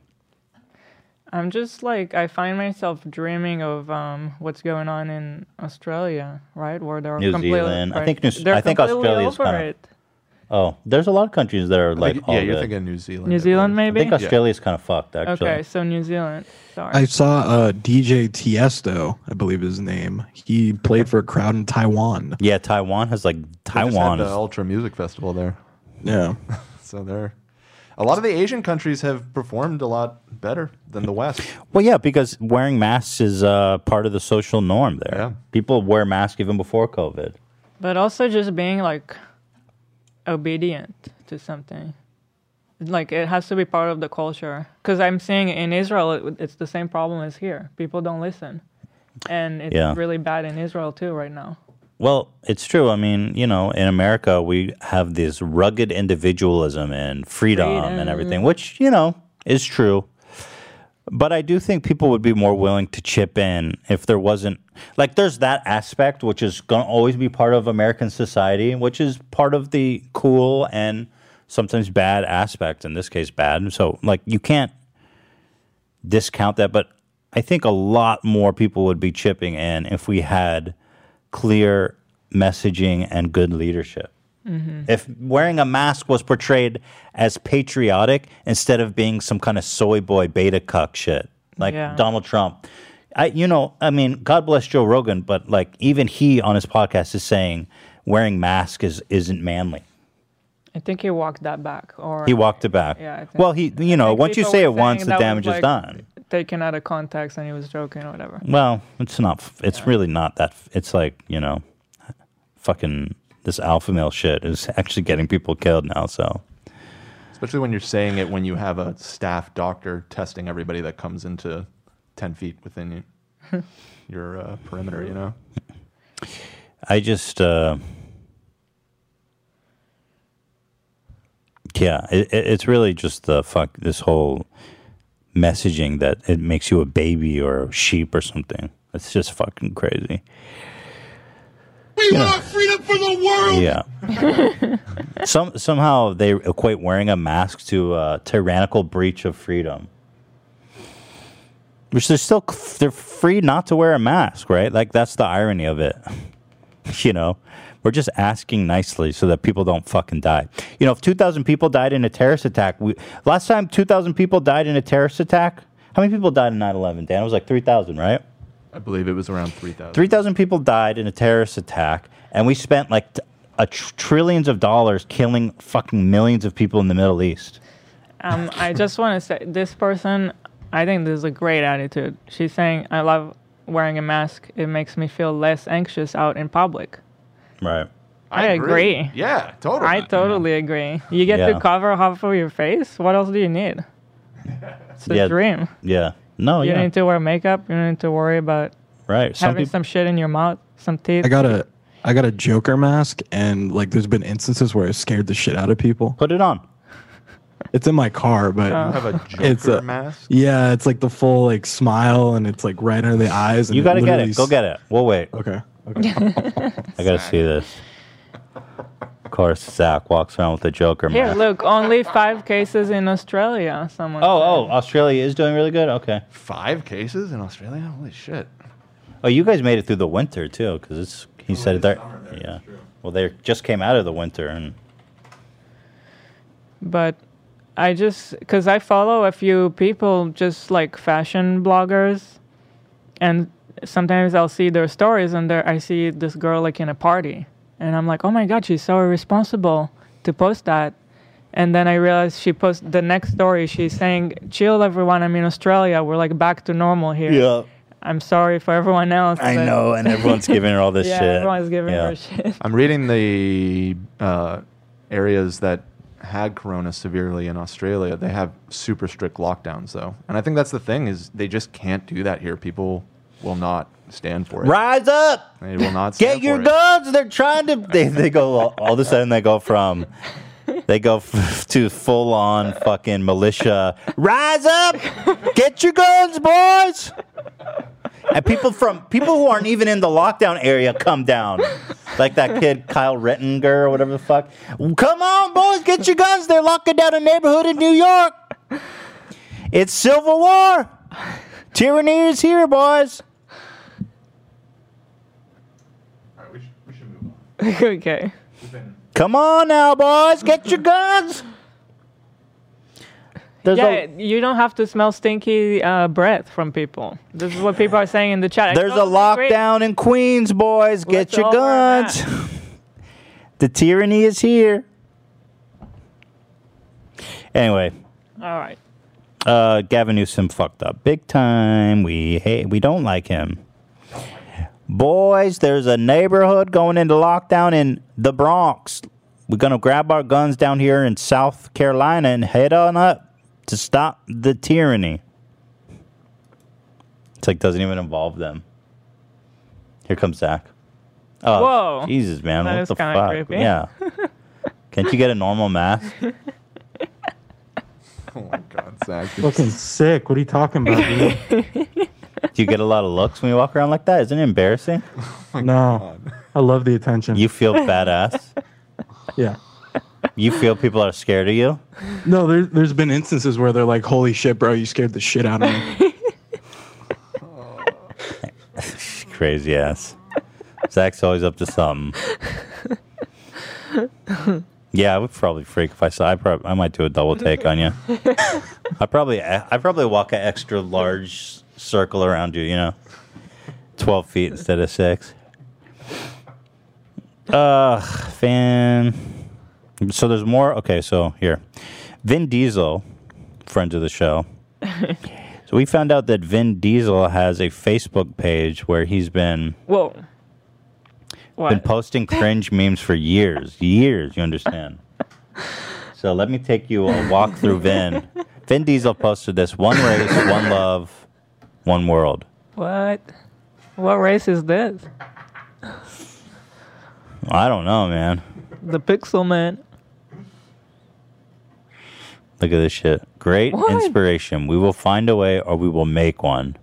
S3: I'm just like I find myself dreaming of um, what's going on in Australia, right? Where they're
S2: New
S3: completely
S2: Zealand. I
S3: right?
S2: think New,
S3: They're
S2: I think
S3: completely
S2: Australia's
S3: over
S2: kind
S3: it.
S2: of. Oh, there's a lot of countries that are like.
S11: yeah,
S2: all
S11: you're
S2: good.
S11: thinking New Zealand,
S3: New I Zealand, believe. maybe?
S2: I think
S3: Yeah.
S2: Australia's kind of fucked actually.
S3: Okay, so New Zealand. Sorry.
S12: I saw uh, DJ Tiesto, I believe his name. He played for a crowd in Taiwan.
S2: Yeah, Taiwan has like
S11: They just had
S2: Taiwan.
S11: the Ultra Music Festival there.
S12: Yeah.
S11: so there. a lot of the Asian countries have performed a lot better than the West.
S2: Well, yeah, because wearing masks is uh, part of the social norm there. People wear masks even before COVID.
S3: But also just being like obedient to something. Like it has to be part of the culture. Because I'm seeing in Israel, it, it's the same problem as here. People don't listen. And it's
S2: Yeah.
S3: really bad in Israel too right now.
S2: Well, it's true. I mean, you know, in America, we have this rugged individualism and freedom, and everything,
S3: Freedom.
S2: which, you know, is true. But I do think people would be more willing to chip in if there wasn't, like, there's that aspect, which is going to always be part of American society, which is part of the cool and sometimes bad aspect, in this case, bad. And so, like, you can't discount that, but I think a lot more people would be chipping in if we had clear messaging and good leadership.
S18: Mhm.
S2: If wearing a mask was portrayed as patriotic instead of being some kind of soy boy beta cuck shit like
S18: Yeah.
S2: Donald Trump. I, you know, I mean, God bless Joe Rogan, but like even he on his podcast is saying wearing mask is isn't manly.
S3: I think he walked that back. Or
S2: He walked it back.
S3: Yeah. I think.
S2: well, he, you know,
S3: think
S2: once you
S3: people
S2: say
S3: were
S2: it once,
S3: saying
S2: the
S3: that was,
S2: damage is
S3: like,
S2: done.
S3: Taken out of context, and he was joking or whatever.
S2: Well, it's not. f- It's really not that. f- It's like you know, fucking this alpha male shit is actually getting people killed now. So
S11: Especially when you're saying it when you have a staff doctor testing everybody that comes into 10 feet within you, your uh, perimeter, you know?
S2: I just, uh, yeah, it, it- it's really just the fuck this whole messaging that it makes you a baby or a sheep or something. It's just fucking crazy.
S7: We
S2: Yeah.
S7: want freedom for the world.
S2: Yeah. Some somehow they equate wearing a mask to a tyrannical breach of freedom. Which they're still they're free not to wear a mask, right? Like that's the irony of it. you know, we're just asking nicely so that people don't fucking die. You know, if 2000 people died in a terrorist attack, we, last time 2000 people died in a terrorist attack, how many people died in 9/11? Dan, it was like 3000, right?
S11: I believe it was around 3,000.
S2: 3,000 people died in a terrorist attack, and we spent like t- a tr- trillions of dollars killing fucking millions of people in the Middle East.
S3: Um, I just want to say this person, I think this is a great attitude. She's saying, I love wearing a mask. It makes me feel less anxious out in public.
S2: Right.
S3: I, agree.
S11: Yeah, totally.
S3: I totally agree. You get
S2: Yeah.
S3: to cover half of your face. What else do you need? It's a
S2: Yeah.
S3: dream.
S2: Yeah. No,
S3: you
S2: Oh, yeah.
S3: don't need to wear makeup. You don't need to worry about
S2: Right.
S12: Some
S3: having
S12: peop-
S3: some shit in your mouth, some teeth.
S12: I got a I got a Joker mask, and like there's been instances where it scared the shit out of people.
S2: Put it on.
S12: It's in my car, but
S11: You have a
S12: it's
S11: Joker
S12: a
S11: mask?
S12: Yeah, it's like the full like smile, and it's like right under the eyes. And
S2: You got to get
S12: literally
S2: it. Go
S12: s-
S2: get it. We'll wait.
S12: Okay.
S2: I got to see this. Of course, Zach walks around with a Joker
S3: Here,
S2: mask.
S3: look, only five cases in Australia. Someone.
S2: Oh, oh, Australia is doing really good. Okay.
S11: Five cases in Australia? Holy shit.
S2: Oh, you guys made it through the winter too, because it's.
S12: Oh,
S2: He said that. Yeah. Well, they just came out of the winter, and
S3: but I just because I follow a few people, just like fashion bloggers, and sometimes I'll see their stories, and there I see this girl like in a party, and I'm like, oh my god, she's so irresponsible to post that, and then I realize she posts the next story. She's saying, chill, everyone, I'm in Australia, we're like back to normal here.
S2: Yeah.
S3: I'm sorry for everyone else.
S2: I
S3: but-
S2: know, and everyone's giving her all this
S3: yeah,
S2: shit.
S3: Everyone's giving
S2: Yeah.
S3: her shit.
S11: I'm reading the uh, areas that had corona severely in Australia. They have super strict lockdowns though, and I think that's the thing is they just can't do that here. People will not stand for it.
S2: rise up.
S11: They will not
S2: Get
S11: stand
S2: your
S11: for it.
S2: guns. They're trying to. They, they go all, all of a sudden. They go from. They go f- to full on fucking militia. Rise up. Get your guns, boys. And people from people who aren't even in the lockdown area come down, like that kid Kyle Rettinger or whatever the fuck. Come on, boys, get your guns. They're locking down a neighborhood in New York. It's civil war. Tyranny is here, boys.
S3: okay.
S2: Come on now, boys, get your guns. There's
S3: yeah,
S2: a-
S3: you don't have to smell stinky uh, breath from people. This is what people are saying in the chat.
S2: There's a lockdown in Queens, boys. Get
S3: Let's
S2: your
S3: all wear a
S2: guns. the tyranny is here. Anyway,
S3: All right.
S2: uh, Gavin Newsom fucked up big time. We hate, we don't like him. Boys, there's a neighborhood going into lockdown in the Bronx. We're gonna grab our guns down here in South Carolina and head on up to stop the tyranny. It's like doesn't even involve them. Here comes Zach. Oh,
S3: Whoa.
S2: Jesus, man,
S3: That
S2: what
S3: is
S2: the
S3: kinda
S2: fuck?
S3: creepy.
S2: Yeah. Can't you get a normal mask?
S11: Oh my God, Zach.
S12: Fucking sick. What are you talking about? dude?
S2: Do you get a lot of looks when you walk around like that? Isn't it embarrassing?
S12: no, I love the attention.
S2: You feel badass.
S12: Yeah.
S2: You feel people are scared of you.
S12: No, there, there's been instances where they're like, "Holy shit, bro, you scared the shit out of me."
S2: Crazy ass. Zach's always up to something. Yeah, I would probably freak if I saw. I prob- I might do a double take on you. I probably I probably walk an extra large circle around you. You know, twelve feet instead of six. Ugh, fan. So there's more. Okay, so here, Vin Diesel, friend of the show. so we found out that Vin Diesel has a Facebook page where he's been
S3: Whoa. What?
S2: been posting cringe memes for years, years. You understand? so let me take you a walk through Vin. Vin Diesel posted this: one race, one love, one world.
S3: What? What race is this?
S2: I don't know, man.
S3: The Pixel Man.
S2: Look at this shit. Great
S3: What?
S2: inspiration. We will find a way, or we will make one.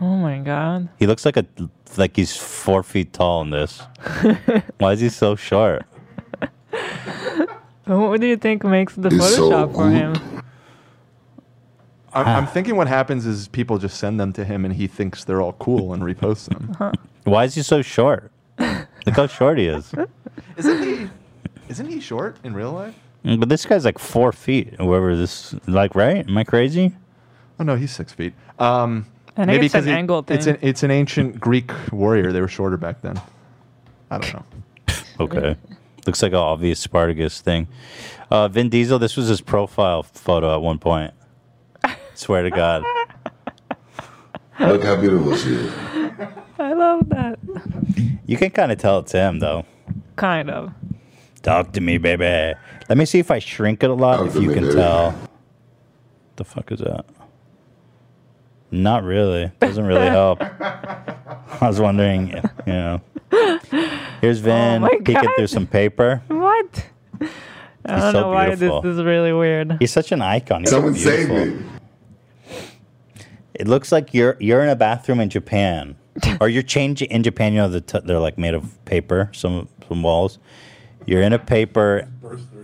S3: Oh my God.
S2: He looks like a like he's four feet tall in this. Why is he so short?
S3: What do you think makes the
S2: It's so
S3: Photoshop for him?
S11: I'm, I'm thinking what happens is people just send them to him and he thinks they're all cool and reposts
S3: Uh-huh.
S11: them.
S2: Why is he so short? Look how short he is.
S11: Isn't he? Isn't he short in real life?
S2: Mm, But this guy's like four feet. Whoever this, like, right? Am I crazy?
S11: Oh no, he's six feet. Um,
S3: I think
S11: maybe
S3: it's an
S11: 'cause it-
S3: angle
S11: It's
S3: thing.
S11: an it's an ancient Greek warrior. They were shorter back then. I don't know.
S2: Okay. Looks like an obvious Spartacus thing. Uh, Vin Diesel, this was his profile photo at one point. Swear to God.
S1: Look how beautiful she is.
S3: I love that.
S2: You can kind of tell it's him, though.
S3: Kind of.
S2: Talk to me, baby. Let me see if I shrink it a lot, if you can tell. The fuck is that? Not really. Doesn't really help. I was wondering, you know.
S1: Oh
S2: Here's Vin
S3: my
S2: peeking
S3: God.
S2: through some paper.
S3: What? I
S2: He's
S3: don't
S2: so
S3: know why
S2: beautiful.
S3: this is really weird.
S2: He's such an icon. He's
S1: Someone
S2: so
S1: save
S2: beautiful. It looks like you're you're in a bathroom in Japan, or you're changing in Japan. You know the t- they're like made of paper. Some some walls. You're in a paper.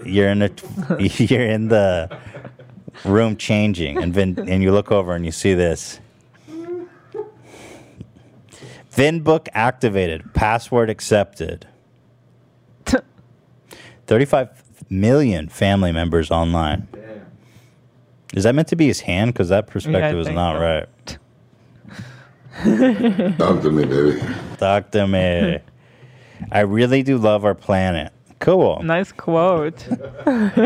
S2: You're in a you're in the room changing, and Vin, and you look over and you see this. VinBook activated. Password accepted. 35 million family members online. Is that meant to be his hand? Because that perspective is
S1: think
S2: not
S1: so.
S2: right.
S1: Talk to me, baby.
S2: Talk to me. I really do love our planet. Cool.
S3: Nice quote.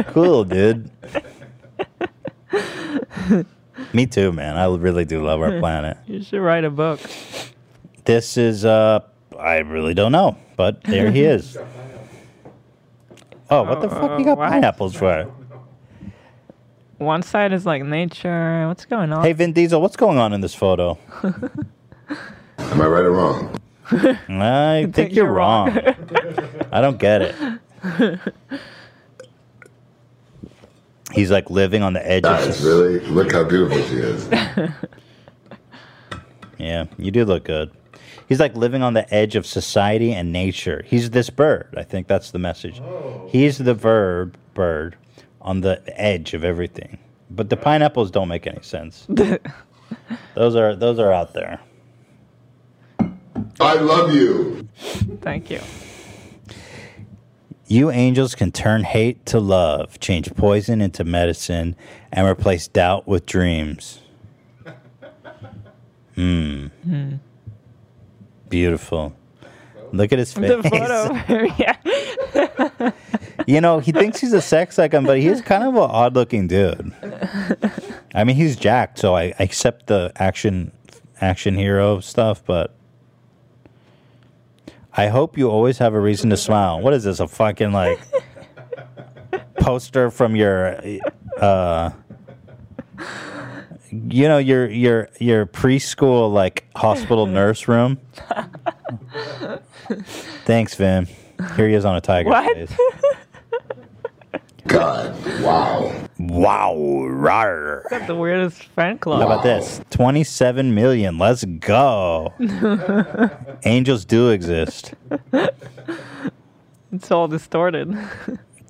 S2: Cool, dude. Me too, man. I really do love our planet.
S3: you should write a book.
S2: This is uh I really don't know, but there he is. Oh, what the fuck you got
S3: Wow.
S2: pineapples for?
S3: One side is like nature. What's going on?
S2: Hey Vin Diesel, what's going on in this photo?
S1: Am I right or wrong?
S2: I think, you're, wrong. I don't get it. He's like living on the edge of
S1: Guys, really? Look how beautiful she is.
S2: Yeah, you do look good. He's like living on the edge of society and nature. He's this bird. I think that's the message.
S1: Oh.
S2: He's the verb bird on the edge of everything. But the pineapples don't make any sense. those are those are out there.
S1: I love you.
S3: Thank you.
S2: You angels can turn hate to love, change poison into medicine, and replace doubt with dreams. Hmm.
S3: Hmm.
S2: Beautiful. Look at his face.
S3: The photo. yeah.
S2: You know, he thinks he's a sex icon, but he's kind of an odd looking dude. I mean, he's jacked, so I, I accept the action action hero stuff, but I hope you always have a reason to smile. What is this? A fucking like poster from your uh you know, your your your preschool like hospital nurse room. Thanks, Vim. Here he is on a tiger
S7: What?
S2: face.
S1: God, wow.
S2: Wow, rawr.
S3: Got the weirdest fan club.
S2: How about this? 27 million. Let's go. Angels do exist.
S3: it's all distorted.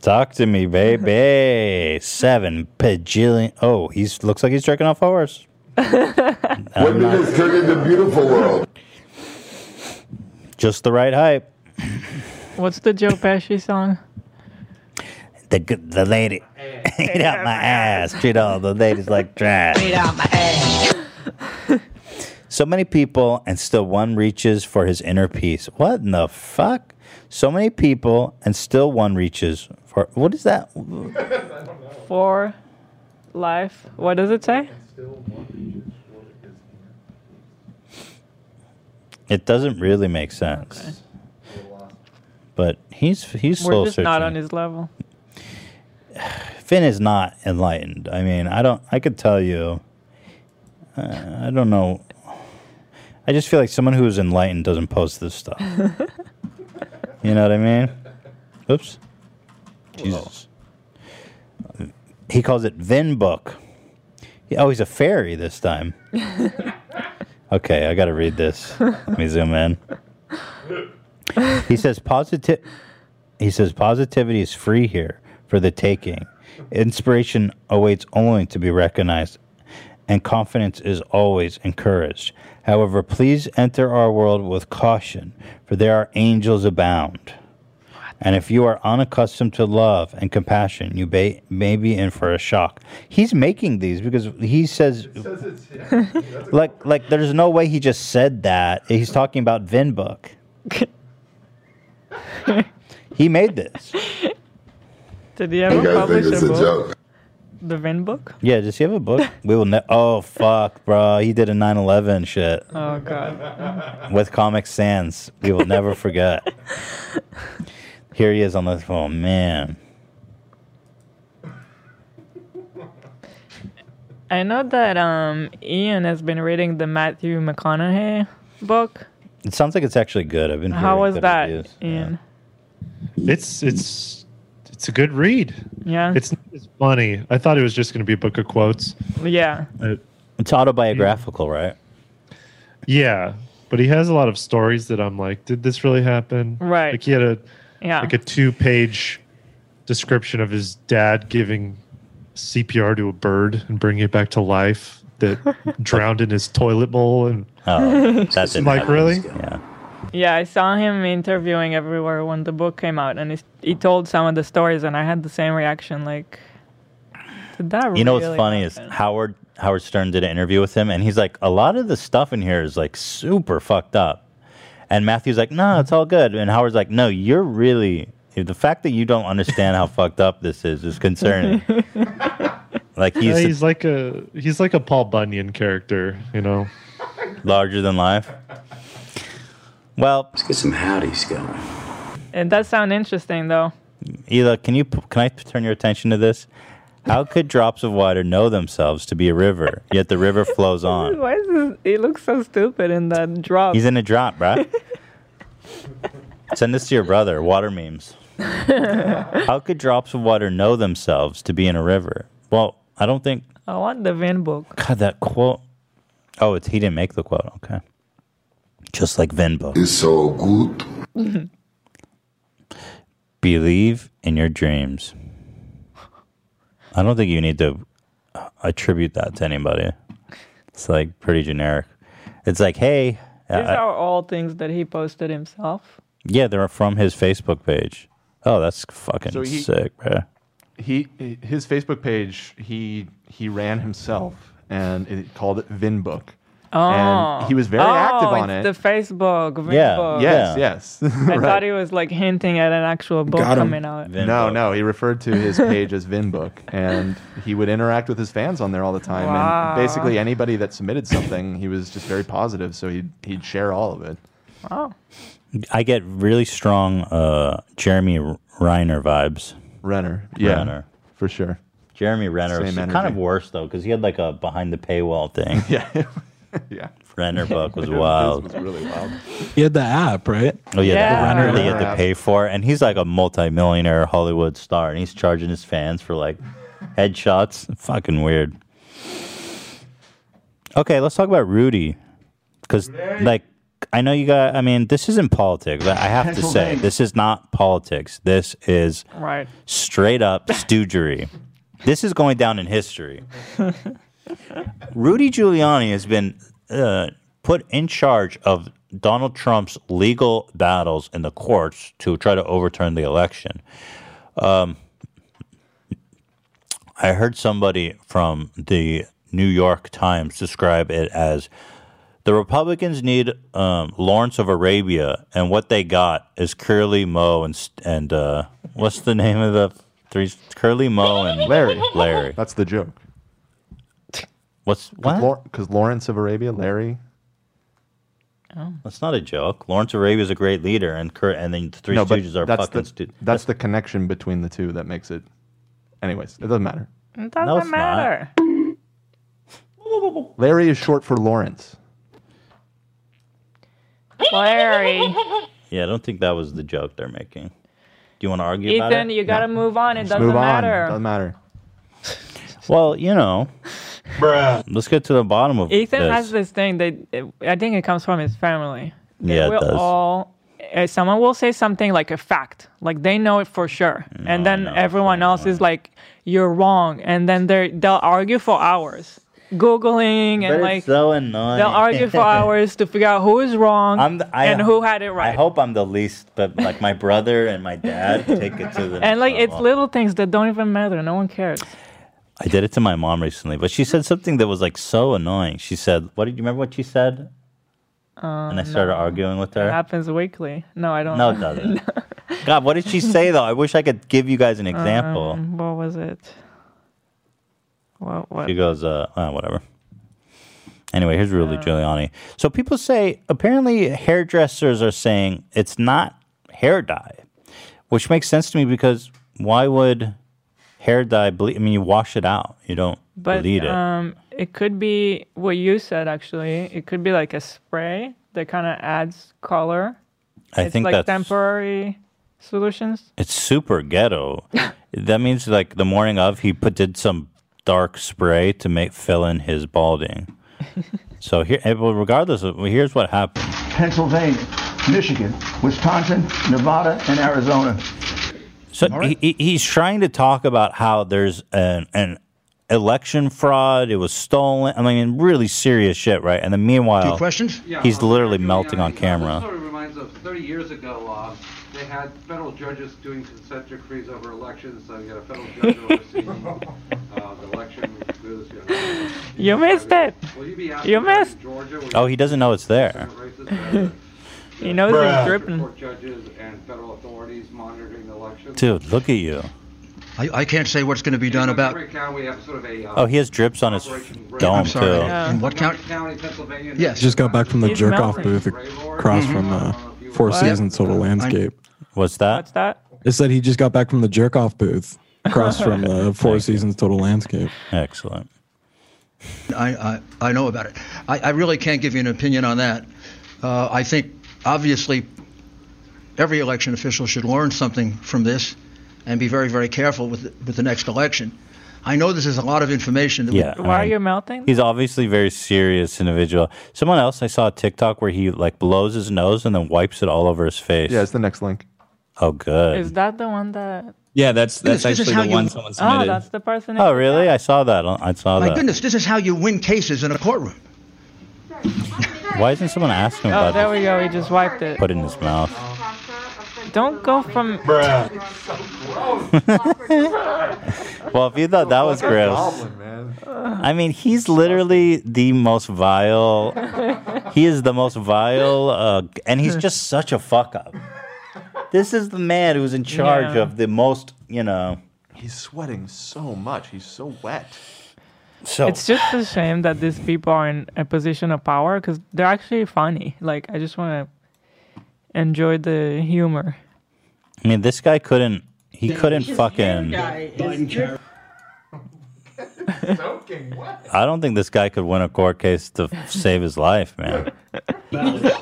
S2: Talk to me, baby. Seven bajillion. Oh, he looks like he's jerking off a horse.
S1: When did this turn into beautiful world?
S2: Just the right hype.
S3: What's the Joe Pesci song?
S2: The g- the lady. Eat out my ass. Treat all the ladies like trash. Eat out my ass. so many people, and still one reaches for his inner peace. What in the fuck? So many people, and still one reaches for. What is that?
S3: For life. What does it say?
S2: It doesn't really make sense. But he's he's
S3: We're
S2: soul
S3: just
S2: searching.
S3: not on his level.
S2: Finn is not enlightened. I mean, I don't. I could tell you. Uh, I don't know. I just feel like someone who is enlightened doesn't post this stuff. you know what I mean? Oops. Jesus. He calls it Vin book. Yeah, Oh, he's a fairy this time. okay, I got to read this. Let me zoom in. He says positive. He says positivity is free here for the taking. Inspiration awaits only to be recognized, and confidence is always encouraged. However, please enter our world with caution, for there are angels abound. And if you are unaccustomed to love and compassion, you may, may be in for a shock. He's making these because he says, like, like there's no way he just said that. He's talking about Vinbook. he made this.
S3: Did he ever
S2: guys think
S3: publish
S2: it's
S3: a
S2: a
S3: book?
S2: joke?
S3: The Vin book?
S2: Yeah, does he have a book? We will. Ne- oh fuck, bro, he did a 9/11 shit
S3: Oh god.
S2: with Comic Sans. We will never forget. Here he is on the phone, man.
S3: I know that um Ian has been reading the Matthew McConaughey book.
S2: It sounds like it's actually good. I've been.
S3: How
S2: hearing
S3: was
S2: good
S3: that,
S2: reviews.
S3: Ian?
S18: It's it's it's a good read.
S3: Yeah.
S18: It's not as funny. I thought it was just going to be a book of quotes.
S3: Yeah.
S2: It's autobiographical, right?
S18: Yeah, but he has a lot of stories that I'm like, did this really happen?
S3: Right.
S18: Like he had a
S3: Yeah.
S18: like a two page description of his dad giving CPR to a bird and bringing it back to life that drowned in his toilet bowl and
S2: Oh, that's
S18: I'm like really?
S2: Yeah.
S3: Yeah, I saw him interviewing everywhere when the book came out, and he, he told some of the stories, and I had the same reaction. Like, did that
S2: You know
S3: really
S2: what's funny is Howard Howard Stern did an interview with him, and he's like, a lot of the stuff in here is like super fucked up. And Matthew's like, no, it's all good. And Howard's like, no, you're really the fact that you don't understand how fucked up this is is concerning. like
S18: Yeah,
S2: he's,
S18: he's like a he's like a Paul Bunyan character, you know.
S2: larger than life. Well,
S19: let's get some howdies going.
S3: It does sound interesting, though.
S2: Ela, can you p- can I turn your attention to this? How could drops of water know themselves to be a river, yet the river flows on?
S3: Why is this, he looks so stupid in that drop?
S2: He's in a drop, bruh. Send this to your brother. Water memes. How could drops of water know themselves to be in a river? Well, I don't think.
S3: I want the Vin book.
S2: God, that quote. Oh, it's he didn't make the quote. Okay. Just like Venbo.
S1: It's so good.
S2: Believe in your dreams. I don't think you need to uh, attribute that to anybody. It's like pretty generic. It's like, hey, uh,
S3: These
S2: I-
S3: are all things that he posted himself.
S2: yeah, they're from his Facebook page. Oh, that's fucking
S11: So he-
S2: sick, bruh.
S11: He his Facebook page he he ran himself and it called it Vinbook.
S3: Oh.
S11: And he was very active
S3: Oh,
S11: on
S3: it's
S11: it.
S3: The Facebook. Vin
S11: Yeah,
S3: book.
S11: yes, Yeah. yes.
S3: I
S11: Right.
S3: thought he was like hinting at an actual book
S11: Got him.
S3: coming out.
S11: no, no. He referred to his page as Vinbook, and he would interact with his fans on there all the time.
S3: Wow.
S11: And basically, anybody that submitted something, he was just very positive, so he'd he'd share all of it.
S3: Wow.
S2: I get really strong uh, Jeremy R- Reiner vibes.
S11: Renner, yeah, for sure.
S2: Jeremy Renner was
S11: Same
S2: kind of
S11: energy.
S2: worse though because he had like a behind the paywall thing.
S11: yeah, yeah.
S2: Renner book was
S11: His
S2: wild.
S11: was really wild.
S12: He had the app, right?
S2: Oh yeah,
S12: Yeah.
S2: the Renner they
S12: Renner
S2: had to
S12: app.
S2: pay for, and he's like a multi-millionaire Hollywood star, and he's charging his fans for like headshots. Fucking weird. Okay, let's talk about Rudy, because like I know you got. I mean, this isn't politics. but I have to
S3: Pixel
S2: say,
S3: Bank.
S2: this is not politics. This is
S3: Right.
S2: straight up stoogery. this is going down in history. Rudy Giuliani has been uh, put in charge of Donald Trump's legal battles in the courts to try to overturn the election. Um, I heard somebody from the New York Times describe it as the Republicans need um, Lawrence of Arabia, and what they got is Curly Moe and st- and uh, what's the name of the three? Curly Moe and Larry. Larry.
S11: That's the joke.
S2: What's what?
S11: Because Lawrence of Arabia, Larry.
S2: That's not a joke. Lawrence of Arabia is a great leader, and Cur- and then the Three
S11: No, but
S2: Stooges are
S11: that's
S2: fucking
S11: the,
S2: stupid.
S11: That's the connection between the two that makes it. Anyways, it doesn't matter.
S3: It
S2: No,
S3: doesn't
S2: it's not.
S3: matter.
S11: Larry is short for Lawrence.
S3: Larry.
S2: Yeah, I don't think that was the joke they're making. Do you want to argue about
S3: Ethan,
S2: it?
S3: you gotta move on. It doesn't matter.
S11: matter.
S2: Well, you know, bruh. Let's get to the bottom of
S3: Ethan
S2: this.
S3: has this thing that I think it comes from his family.
S2: yeah,
S3: we'll
S2: it does.
S3: all uh, someone will say something like a fact like they know it for sure and then everyone else is like you're wrong and then they they'll argue for hours googling
S2: But
S3: and
S2: it's
S3: like
S2: so annoying.
S3: they'll argue for hours to figure out who is wrong
S2: I'm the, I,
S3: and who had it
S2: I
S3: right
S2: hope I'm the least, but like my brother and my dad take it to the.
S3: and like it's
S2: level.
S3: little things that don't even matter no one cares
S2: I did it to my mom recently, but she said something that was like so annoying. She said, "What did you remember? What she said?"
S3: um,
S2: And I started arguing with
S3: it
S2: her.
S3: happens weekly no i don't
S2: No, it doesn't. God, what did she say though? I wish I could give you guys an example.
S3: Um, what was it what, what?
S2: She goes, uh, uh, whatever. Anyway, here's Rudy Giuliani. So people say apparently hairdressers are saying it's not hair dye, which makes sense to me because why would hair dye bleed? I mean, you wash it out, you don't
S3: But
S2: bleed it.
S3: um, it could be what you said actually. It could be like a spray that kind of adds color.
S2: I
S3: it's
S2: think
S3: like
S2: that's-
S3: temporary solutions.
S2: It's super ghetto. that means like the morning of, he put did some dark spray to make fill in his balding. so here, eh, well, regardless of, well, here's what happened.
S15: Pennsylvania, Michigan, Wisconsin, Nevada, and Arizona.
S2: So he, he- he's trying to talk about how there's an, an election fraud. It was stolen. I mean, really serious shit, right? And then meanwhile,
S19: Two questions?
S2: he's literally melting on camera.
S20: Sort of reminds us 30 years ago, uh, they had federal judges doing consent decrees over elections. So you had a federal judge overseeing uh, the election. This, you know.
S3: You missed it.
S20: Will you be asking
S3: You
S20: about
S3: missed.
S20: Georgia?
S2: Oh, he doesn't know it's there.
S3: he knows
S2: Bruh.
S3: he's dripping.
S20: Court judges and federal authorities monitoring the election.
S2: Dude, look at you.
S19: I, I can't say what's going to be done about.
S20: Every county we have sort of a. Uh,
S2: Oh, he has drips on his dome,
S19: I'm
S2: too.
S19: sorry. In what county? Yes.
S12: Just got back from the
S19: He's
S12: jerk off
S19: melting.
S12: booth across
S20: Mm-hmm.
S12: from
S3: Mm-hmm.
S12: uh, Four
S19: What?
S12: Seasons Total Landscape.
S2: What's that? What's
S3: that?
S12: It said he just got back from the jerk off booth across from the Four Seasons Total Landscape.
S2: Excellent.
S19: I, I, I know about it. I, I really can't give you an opinion on that. Uh, I think, obviously, every election official should learn something from this and be very, very careful with, the- with the next election. I know this is a lot of information that
S2: Yeah.
S19: we,
S3: Why are you melting?
S2: He's obviously a very serious individual. Someone else I saw a TikTok where he like blows his nose and then wipes it all over his face. Yeah, it's
S11: the next link.
S2: Oh, good.
S3: Is that the one that?
S5: Yeah, that's
S19: This-
S5: that's
S19: this is
S5: actually
S19: how
S5: the
S19: you-
S5: one someone
S3: Oh,
S5: submitted.
S3: that's the person.
S2: Oh, really? I saw that. I saw
S19: my
S2: that.
S19: goodness, this is how you win cases in a courtroom.
S2: Why isn't someone asking
S3: Oh,
S2: about
S3: there
S2: it?
S3: we go. He just wiped it.
S2: Put it in his mouth.
S3: Don't go from.
S2: well, if you thought that was
S11: Fucking
S2: gross,
S11: goblin, man.
S2: I mean, he's literally the most vile. He is the most vile, uh, and he's just such a fuck up. This is the man who's in charge
S11: Yeah.
S2: of the most, you know.
S11: He's sweating so much. He's so wet.
S2: So
S3: it's just a shame that these people are in a position of power because they're actually funny. Like I just want to enjoy the humor.
S2: I mean, this guy couldn't. He couldn't fucking.
S7: Soaking wet.
S2: I don't think this guy could win a court case to f- save his life, man.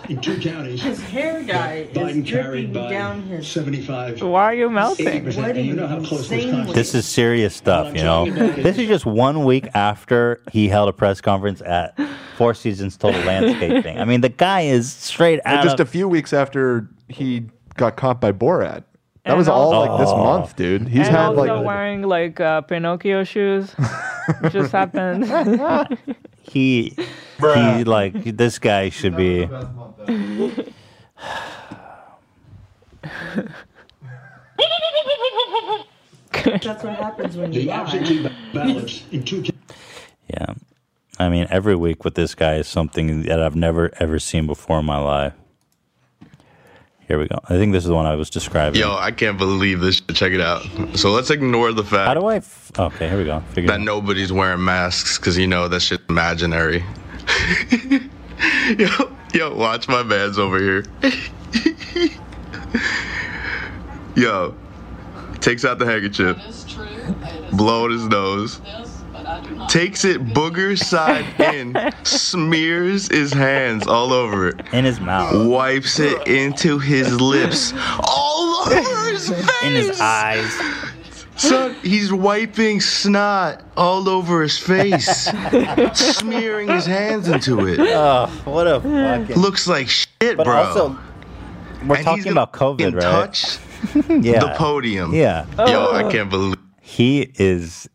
S21: in two counties. His hair dye is dripping down his 75.
S3: Why are you melting?
S21: You know how close this country
S2: This is serious stuff, you know. This is just one week after he held a press conference at Four Seasons Total Landscaping. I mean, the guy is straight
S11: And
S2: out
S11: just
S2: of.
S11: a few weeks after he got caught by Borat. That was
S3: And
S11: all
S2: also-
S11: like this
S2: Oh.
S11: month, dude. He's
S3: and
S11: had
S3: also
S11: like
S3: wearing like uh, Pinocchio shoes. just happened.
S2: he he like this guy should be
S21: That's what happens when you The absentee ballots in two counties.
S2: yeah i mean every week with this guy is something that i've never ever seen before in my life here we go i think this is the one i was describing
S22: Yo, I can't believe this. Shit. Check it out. So let's ignore the fact. How do
S2: I? F- okay, here we go. Figure
S22: that nobody's wearing masks because you know that shit's imaginary. yo, yo, watch my man's over here. yo, takes out the handkerchief, blowing his nose, takes it booger side in, smears his hands all over it,
S2: in his mouth,
S22: wipes it into his lips, all over his face, in
S2: his eyes.
S22: Son, he's wiping snot all over his face, smearing his hands into it.
S2: Oh, what a fucking-
S22: Looks like shit,
S2: But
S22: bro.
S2: also, we're talking about covid right
S22: touch
S2: yeah
S22: the podium.
S2: yeah
S22: Yo, I can't believe.
S2: he is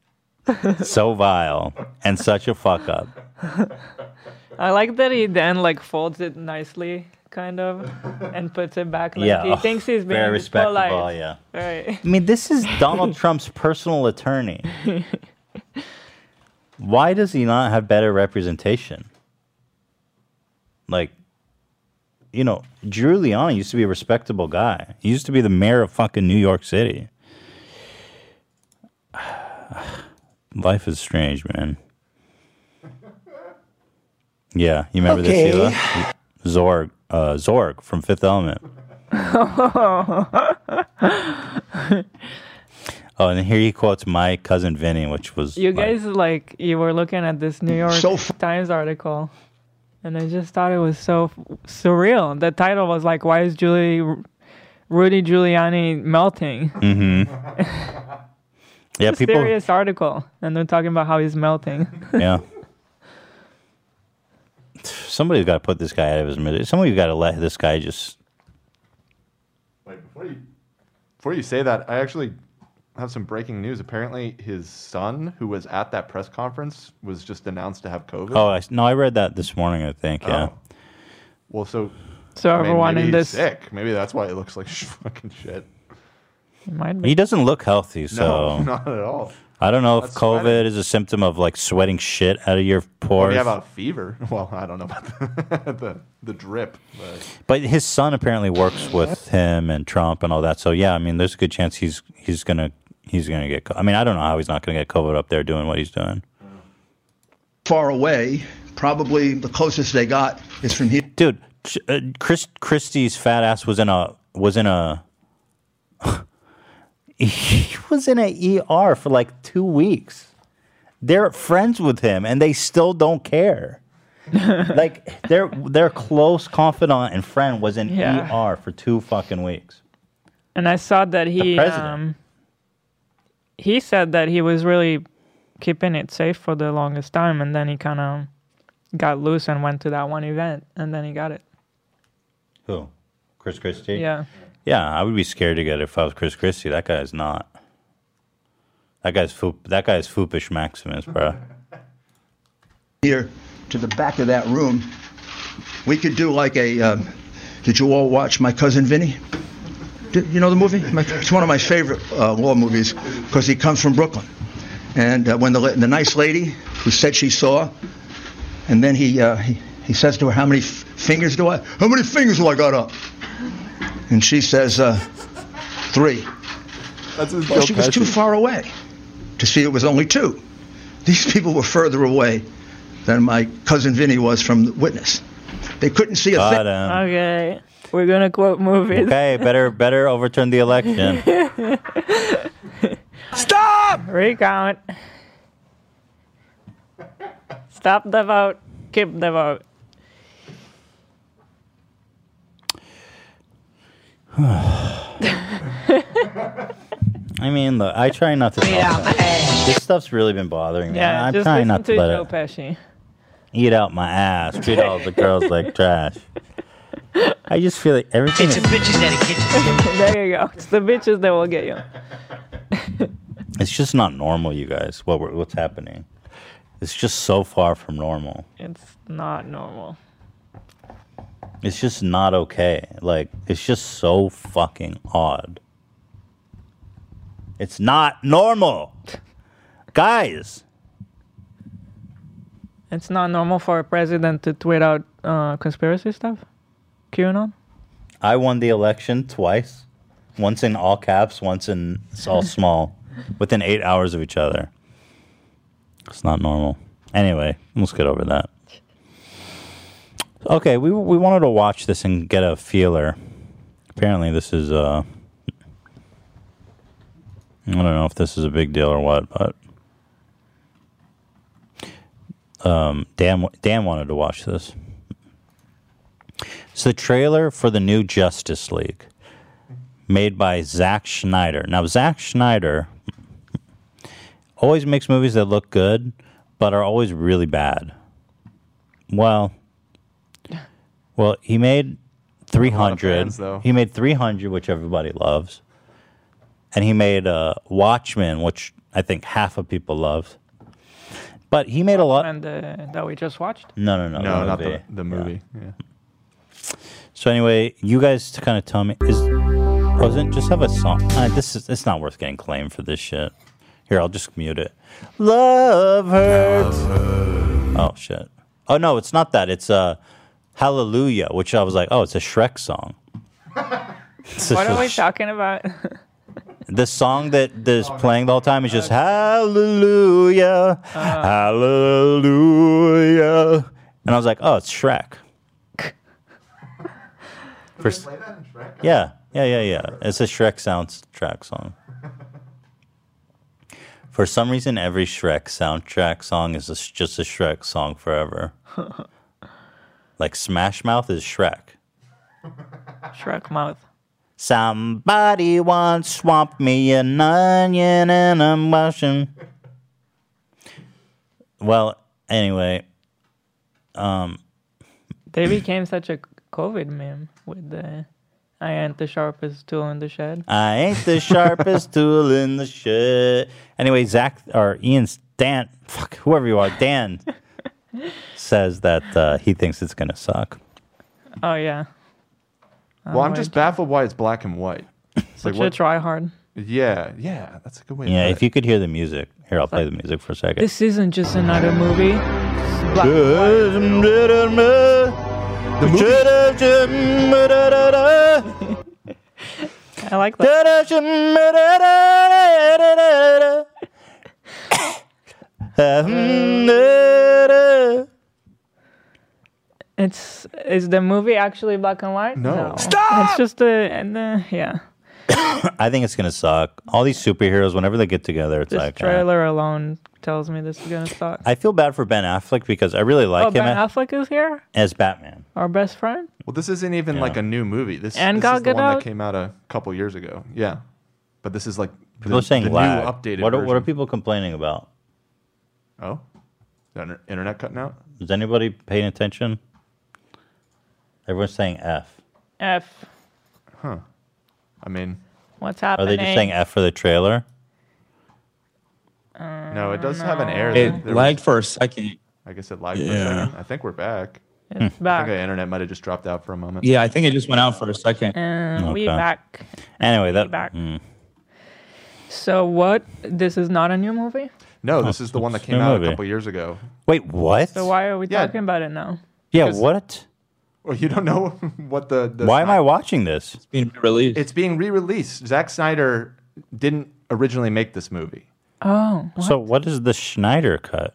S2: so vile and such a fuck up
S3: I like that he then like folds it nicely, kind of, and puts it back. Like,
S2: Yeah,
S3: He thinks he's being
S2: very respectable,
S3: polite.
S2: yeah.
S3: Right.
S2: I mean, this is Donald Trump's personal attorney. Why does he not have better representation? Like, you know, Drew Leon used to be a respectable guy. He used to be the mayor of fucking New York City. Life is strange, man. Yeah, you remember
S7: Okay.
S2: this, Sheila? Zorg, uh, Zorg from Fifth Element. Oh, and here he quotes my cousin Vinny, which was
S3: you
S2: like-
S3: guys like you were looking at this New York
S22: So
S3: Times article, and I just thought it was so f- surreal. The title was like, "Why is Julie, Rudy Giuliani melting?"
S2: Mhm. Yeah,
S3: It's a
S2: people-
S3: Serious article, and they're talking about how he's melting.
S2: yeah. Somebody's got to put this guy out of his misery. Somebody's got to let this guy just.
S11: before you say that, I actually have some breaking news. Apparently, his son, who was at that press conference, was just announced to have COVID.
S2: Oh, I, no, I read that this morning. I think. Yeah.
S11: well, so
S3: So
S11: I mean,
S3: everyone
S11: maybe
S3: in
S11: he's
S3: this
S11: sick. Maybe that's why it looks like sh- fucking shit.
S3: might
S2: He doesn't look healthy,
S11: Oh. No,
S2: so
S11: not at all.
S2: I don't know if
S11: That's Oh,
S2: COVID
S11: sweating.
S2: is a symptom of like sweating shit out of your
S11: Or
S2: pores.
S11: you have a fever. Well, I don't know about the the, the drip.
S3: Oh
S11: But.
S2: But his son apparently works with him and Trump and all that. So yeah, I mean, there's a good chance he's he's gonna he's gonna get. co- I mean, I don't know how he's not gonna get COVID up there doing what he's doing.
S19: far away. Probably the closest they got is from here.
S2: Dude, Ch- uh, Chris Christie's fat ass was in a was in a he was in a ER for like two weeks. They're friends with him, and they still don't care. like their their close confidant and friend was in
S3: Yeah.
S2: ER for two fucking weeks.
S3: And I saw that he
S2: president.
S3: um, he said that he was really keeping it safe for the longest time, and then he kind of got loose and went to that one event, and then he got it.
S2: Who? Chris Christie.
S3: Yeah.
S2: Yeah, I would be scared to get it if I was Chris Christie. That guy's not. That guy's foop. That guy's foopish Maximus, bro.
S19: here to the back of that room. uh, We could do like a. Um, did you all watch My Cousin Vinny? Do You know the movie? My- It's one of my favorite uh, law movies because he comes from Brooklyn. And uh, when the, la- the nice lady who said she saw, and then he, uh, he, he says to her, How many f- fingers do I? How many fingers do I got up? And she says, uh, Three.
S11: That's his
S19: Well,
S11: Joe
S19: she was too
S11: Pesci.
S19: far away to see it was only two. These people were further away than my cousin Vinny was from the witness. They couldn't see a thing.
S2: But, um,
S3: Okay, we're gonna quote movies.
S2: okay, better better overturn the election.
S3: Stop! Recount. Stop the vote. Keep the vote.
S2: I mean, look, I try not to.
S3: Yeah,
S2: talk about it. This stuff's really been bothering me.
S3: Yeah,
S2: I'm
S3: just
S2: trying
S3: listen
S2: not to
S3: to
S2: let
S3: Joe
S2: it
S3: Pesci.
S2: eat out my ass. Treat all the girls like trash. I just feel like everything.
S3: It's a bitches there you go. It's the bitches that will get you.
S2: It's just not normal, you guys. What we're, what's happening? It's just so far from normal.
S3: It's not normal.
S2: It's just not okay. Like it's just so fucking odd. It's not normal, guys.
S3: It's not normal for a president to tweet out uh, conspiracy stuff. QAnon.
S2: I won the election twice, once in all caps, once in s- all small, within eight hours of each other. It's not normal. Anyway, let's get over that. Okay, we we wanted to watch this and get a feeler. Apparently, this is uh, I don't know if this is a big deal or what, but um, Dan Dan wanted to watch this. It's the trailer for the new Justice League, made by Zack Schneider. Now, Zack Schneider always makes movies that look good, but are always really bad. Well, well, he made three hundred.
S11: fans, though.
S2: He made three hundred, which everybody loves, and he made uh, Watchmen, which I think half of people loved. But he made a lot.
S3: And uh, that we just watched.
S2: No, no, no,
S11: No,
S2: the
S11: not
S2: movie.
S11: the, the movie. Yeah.
S2: So anyway, you guys to kind of tell me is wasn't just have a song. Uh, this is it's not worth getting claimed for this shit. Here, I'll just mute it. Love hurts. Oh shit. Oh no, it's not that. It's uh Hallelujah, which I was like, oh, it's a Shrek song. It's
S3: What
S2: just
S3: are
S2: a
S3: we
S2: Sh-
S3: talking about?
S2: the song that that is playing the whole time is just Hallelujah, Hallelujah, and I was like, oh, it's Shrek. For s- Yeah, yeah, yeah, yeah. It's a Shrek soundtrack song. For some reason, every Shrek soundtrack song is a s just a Shrek song forever. Like Smash Mouth is Shrek.
S3: Shrek mouth.
S2: Somebody once swamped me an onion and a mushroom. Well, anyway, um,
S3: They became such a COVID meme with the I ain't the sharpest tool in the shed.
S2: I ain't the sharpest tool in the shed. Anyway, Zach or Ian's Dan, fuck whoever you are, Dan says that uh, he thinks it's gonna suck.
S3: Oh yeah.
S11: Well, I'm just baffled why it's black and white. It's
S3: such a try hard.
S11: Yeah, yeah, that's a good way.
S2: Yeah,
S11: to
S2: if you could hear the music, here I'll play the music for a second.
S3: This isn't just another movie. It's black and white. I like
S2: that. Mm-hmm.
S3: It's is the movie actually black and white?
S2: No.
S3: Stop. It's just a and uh, yeah.
S2: I think it's gonna suck. All these superheroes, whenever they get together, it's
S3: This
S2: like uh,
S3: trailer alone tells me this is gonna suck.
S2: I feel bad for Ben Affleck because I really like
S3: oh,
S2: him eh?
S3: Ben
S2: a-
S3: Affleck is here,
S2: as Batman.
S3: our best friend.
S11: Well, this isn't even like a new movie. This,
S3: And
S11: this
S3: Gal
S11: is the one
S3: Gadot?
S11: that came out a couple years ago. Yeah, but this is like the,
S2: People are saying
S11: the new
S2: lag.
S11: updated
S2: what, are,
S11: version.
S2: what are people complaining about?
S11: Oh, the inter- internet cutting out.
S2: Is anybody paying attention? Everyone's saying F.
S3: F.
S11: Huh. I mean,
S3: What's
S2: Are they
S3: happening?
S2: just saying F for the trailer?
S11: no, it does have an error.
S3: um,
S5: It lagged for a second.
S11: I guess it lagged for a second. I think we're back.
S3: It's
S11: I
S3: back.
S11: think the internet might have just dropped out for a moment.
S5: Hmm. Yeah, I think it just went out for a second.
S3: And we back.
S2: Anyway, that. hmm.
S3: back. So what? This is not a new movie.
S11: No, this is the one that
S2: it's
S11: came
S2: new
S11: out
S2: movie.
S11: a couple years ago.
S2: Wait, what?
S3: So why are we
S11: Yeah.
S3: talking about it now?
S2: Yeah,
S11: Because-
S2: what?
S11: Well, you don't know what the. the
S2: Why am I watching this? It's
S5: being released.
S11: It's being re-released. Zack Snyder didn't originally make this movie.
S3: Oh.
S2: So what is the Schneider cut?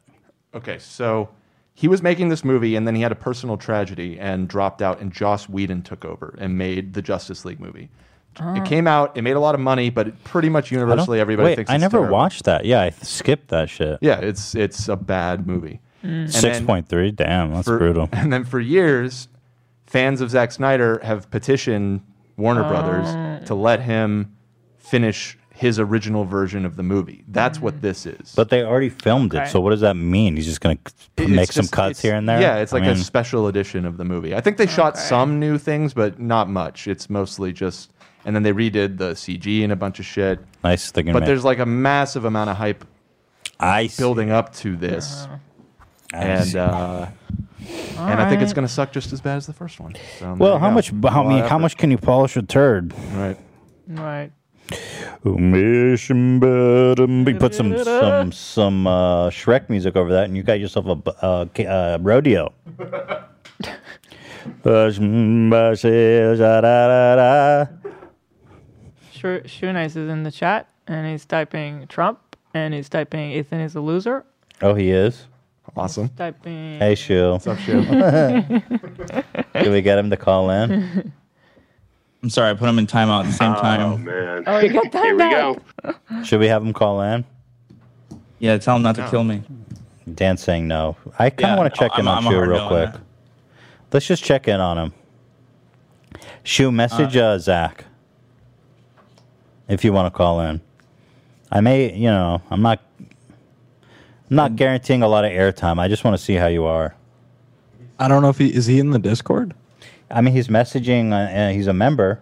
S11: Okay, so he was making this movie, and then he had a personal tragedy and dropped out, and Joss Whedon took over and made the Justice League movie.
S2: Oh.
S3: Ah.
S11: It came out, it made a lot of money, but it pretty much
S2: I don't-
S11: universally everybody
S2: wait,
S11: thinks
S2: I
S11: it's
S2: never
S11: terrible.
S2: watched that. Yeah, I skipped that shit.
S11: Yeah, it's it's a bad movie.
S3: Mm.
S11: And
S2: Six
S11: then-
S2: point three. Damn, that's
S11: for-
S2: brutal.
S11: And then for years, fans of Zack Snyder have petitioned Warner Brothers to let him finish his original version of the movie. That's what this is.
S2: But they already filmed it,
S11: Okay.
S2: so what does that mean? He's just gonna
S11: It-
S2: make
S11: it's
S2: some
S11: just-
S2: cuts
S11: it's-
S2: here and there.
S11: Yeah, it's
S2: I
S11: like a
S2: mean,
S11: special edition of the movie. I think they shot some new things, but not much. It's mostly just, and then they redid the CG and a bunch of shit.
S2: nice. They're gonna
S11: But
S2: make-
S11: there's like a massive amount of hype
S2: I Uh-huh.
S11: building up to this,
S2: I
S11: and
S2: see.
S11: uh, and I think it's
S2: Alright.
S11: going to suck just as bad as the first one. So, there
S2: well,
S11: you
S2: how
S11: go.
S2: much?
S11: A
S2: How,
S11: lot
S2: I mean,
S11: of
S2: how
S11: effort.
S2: much can you polish a turd?
S11: Right.
S3: Right.
S2: Mission bottom. We put some some some uh, Shrek music over that, and you got yourself a bu- uh, ca- uh, rodeo.
S3: Sure, Shoe Nice is in the chat and he's typing Trump and he's typing Ethan is a loser.
S2: Oh, he is.
S11: Awesome.
S3: Typing.
S2: Hey, Shu. What's
S11: up,
S3: Shu?
S2: Can we get him to call in?
S5: I'm sorry, I put him in timeout at the same time.
S7: man.
S3: Oh, you got
S7: Here we go.
S2: Should we have him call in?
S5: Yeah, tell him not to
S2: No.
S5: kill me.
S2: Dan's saying no. I kind of
S5: Yeah,
S2: want to check
S5: no,
S2: in
S5: I'm-
S2: on
S5: I'm a
S2: Shu
S5: hard
S2: real
S5: no on
S2: quick. Let's just check in on him. Shu, message uh, Zach if you want to call in. I may, you know, I'm not, I'm not guaranteeing a lot of airtime. I just want to see how you are.
S12: I don't know if he is he in the Discord.
S2: I mean, he's messaging. Uh, uh, he's a member.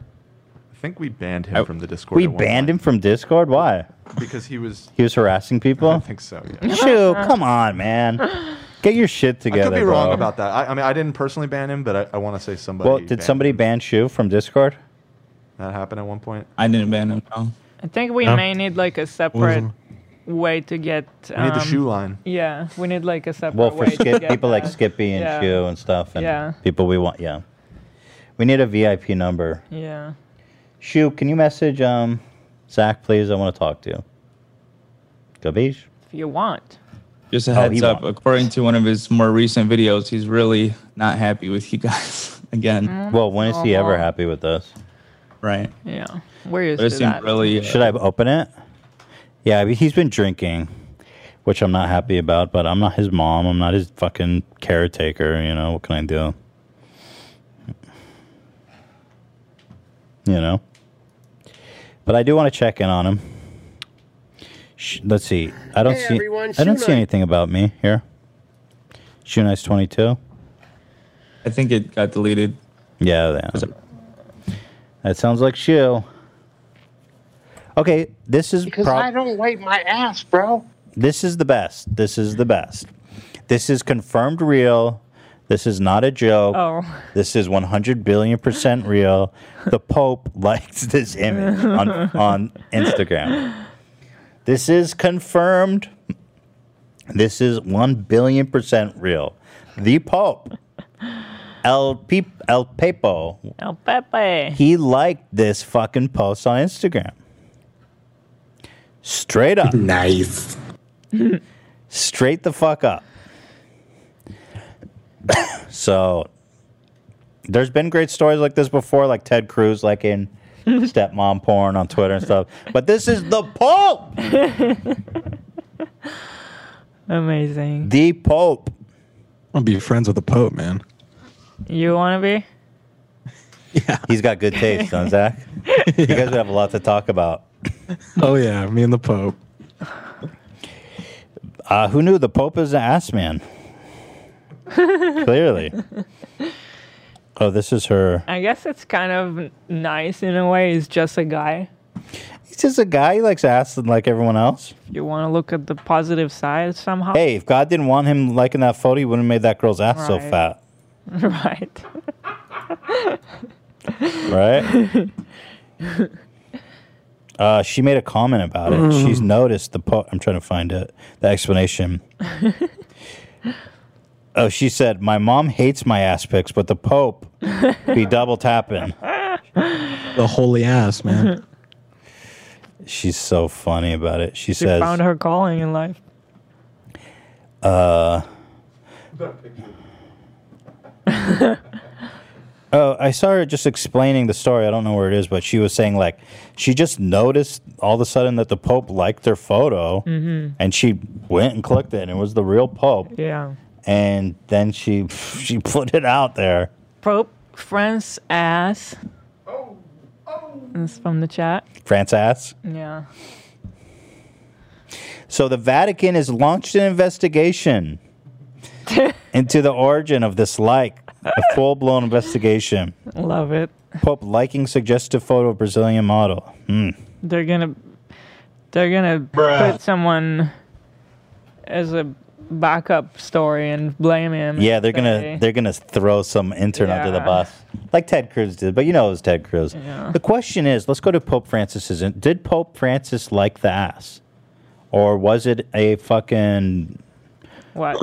S11: I think we banned him from the Discord.
S2: Oh, We
S11: at one
S2: banned him from Discord. Why?
S11: point because he was.
S2: He was harassing people.
S11: I think so. Yeah.
S2: Shoo, come on, man. Get your shit
S11: I
S2: together.
S11: could be wrong
S2: bro.
S11: about that. I, I mean, I didn't personally ban him, but I, I want to say somebody.
S2: Well, did
S11: banned
S2: somebody ban Shu from Discord?
S11: That happened at one point.
S5: I didn't ban him.
S3: I think we
S2: Huh?
S3: may need like a separate way to get.
S2: We
S3: Um,
S2: need the shoe line.
S3: Yeah, we need like a separate
S2: Well, for
S3: way to
S2: skip,
S3: get
S2: people like
S3: that.
S2: Skippy and
S3: yeah.
S2: Shu and stuff, and
S3: Yeah.
S2: people we want. Yeah, we need a VIP number.
S3: Yeah.
S2: Shu, can you message um, Zach, please? I want to talk to you. Gabish.
S3: If you want.
S5: Just a
S2: Oh, he
S5: heads up, according to one of his more recent videos, he's really not happy with you guys
S3: Mm.
S5: again.
S3: Mm-hmm.
S2: Well, when is
S3: Uh-huh.
S2: he ever
S5: normal.
S2: happy with us?
S5: Right.
S3: Yeah. Where is
S5: But it seemed
S3: that?
S5: really. uh,
S2: Should I open it? Yeah, I mean, he's been drinking, which I'm not happy about. But I'm not his mom. I'm not his fucking caretaker. You know what can I do? You know. But I do want to check in on him. Sh- Let's see. I don't
S7: Hey,
S2: see.
S7: everyone,
S2: I don't
S7: Shoe
S2: see
S7: Knight.
S2: anything about me here. Shoe Nice twenty two.
S5: I think it got deleted.
S2: Yeah, that, that sounds like Shoe. Okay, this is
S6: Because
S2: prob-
S6: I don't wipe my ass, bro.
S2: This is the best. This is the best. This is confirmed real. This is not a joke.
S6: Oh.
S2: This is 100 billion percent real. The Pope likes this image on, on Instagram. This is confirmed. This is 1 billion percent real. The Pope, El, Pe- El Pepo,
S3: El Pepe.
S2: he liked this fucking post on Instagram. Straight up. Nice. Straight the fuck up. so there's been great stories like this before, like Ted Cruz, like in stepmom porn on Twitter and stuff. But this is the Pope.
S3: Amazing.
S2: The Pope.
S12: I'll be friends with the Pope, man.
S3: You want to be?
S2: He's got good taste, huh, Zach? You guys would have a lot to talk about.
S12: Oh yeah, me and the Pope.
S2: Uh, who knew the Pope is an ass man? Clearly. Oh, this is her.
S3: I guess it's kind of n- nice in a way. He's just a guy.
S2: He's just a guy. He likes ass like everyone else.
S3: If you want to look at the positive side somehow.
S2: Hey, if God didn't want him liking that photo, he wouldn't have made that girl's ass so
S3: Right.
S2: fat.
S3: Right.
S2: right? Uh, she made a comment about it.
S12: Mm-hmm.
S2: She's noticed the po- I'm trying to find it. The explanation. oh, she said, "My mom hates my ass pics, but the Pope be double tapping."
S12: The holy ass, man.
S2: She's so funny about it. She,
S3: She
S2: says,
S3: found her calling in life.
S2: Uh, oh, I saw her just explaining the story. I don't know where it is, but she was saying like she just noticed all of a sudden that the Pope liked their photo,
S3: Mhm.
S2: and she went and clicked it, and it was the real Pope.
S3: Yeah.
S2: And then she she put it out there.
S3: Pope France ass. That's from the chat.
S2: France ass.
S3: Yeah.
S2: So the Vatican has launched an investigation into the origin of this like, a full blown investigation.
S3: Love it.
S2: Pope liking suggestive photo of Brazilian model. Hmm.
S3: They're gonna they're gonna put someone as a backup story and blame him.
S2: Yeah,
S3: and
S2: they're gonna
S3: say-
S2: they're gonna throw some intern under the
S3: Yeah.
S2: bus, like Ted Cruz did. But you know it was Ted Cruz.
S3: Yeah.
S2: The question is, let's go to Pope Francis's. in- Did Pope Francis like the ass, or was it a fucking?
S3: what?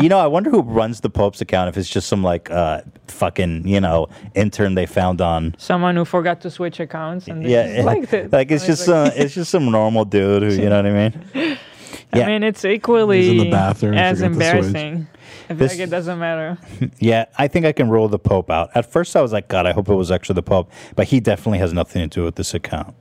S2: You know, I wonder who runs the Pope's account. If it's just some like uh, fucking you know intern they found on.
S3: Someone who forgot to switch accounts and they
S2: Yeah,
S3: just liked it.
S2: like it's just some, it's just some normal dude who you know what I mean.
S3: I
S2: yeah.
S3: mean, it's equally
S2: bathroom,
S3: as
S2: forgot to switch.
S3: embarrassing. I feel
S2: This-
S3: like it doesn't matter.
S2: Yeah, I think I can roll the Pope out. At first, I was like, God, I hope it was actually the Pope, but he definitely has nothing to do with this account.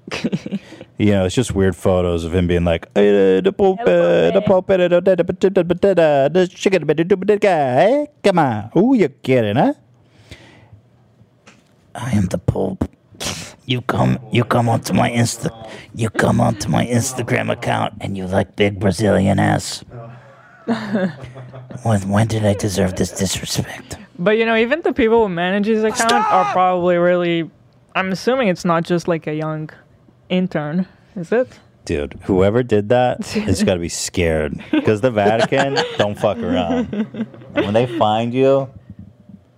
S2: you know, it's just weird photos of him being like, "Eh, the Pope, eh, the Pope, eh, da, da, da, da, da, da, da, the chicken, da, da, da, da, guy, come on, ooh, you're kidding, huh? I am the Pope. You come, you come onto my Insta, you come onto my Instagram account, and you like big Brazilian ass. When, when did I deserve this disrespect?
S3: But you know, even the people who manage his account are probably really. I'm assuming it's not just like a young intern, is it?
S2: Dude, whoever did that has got to be scared because the Vatican don't fuck around. And when they find you,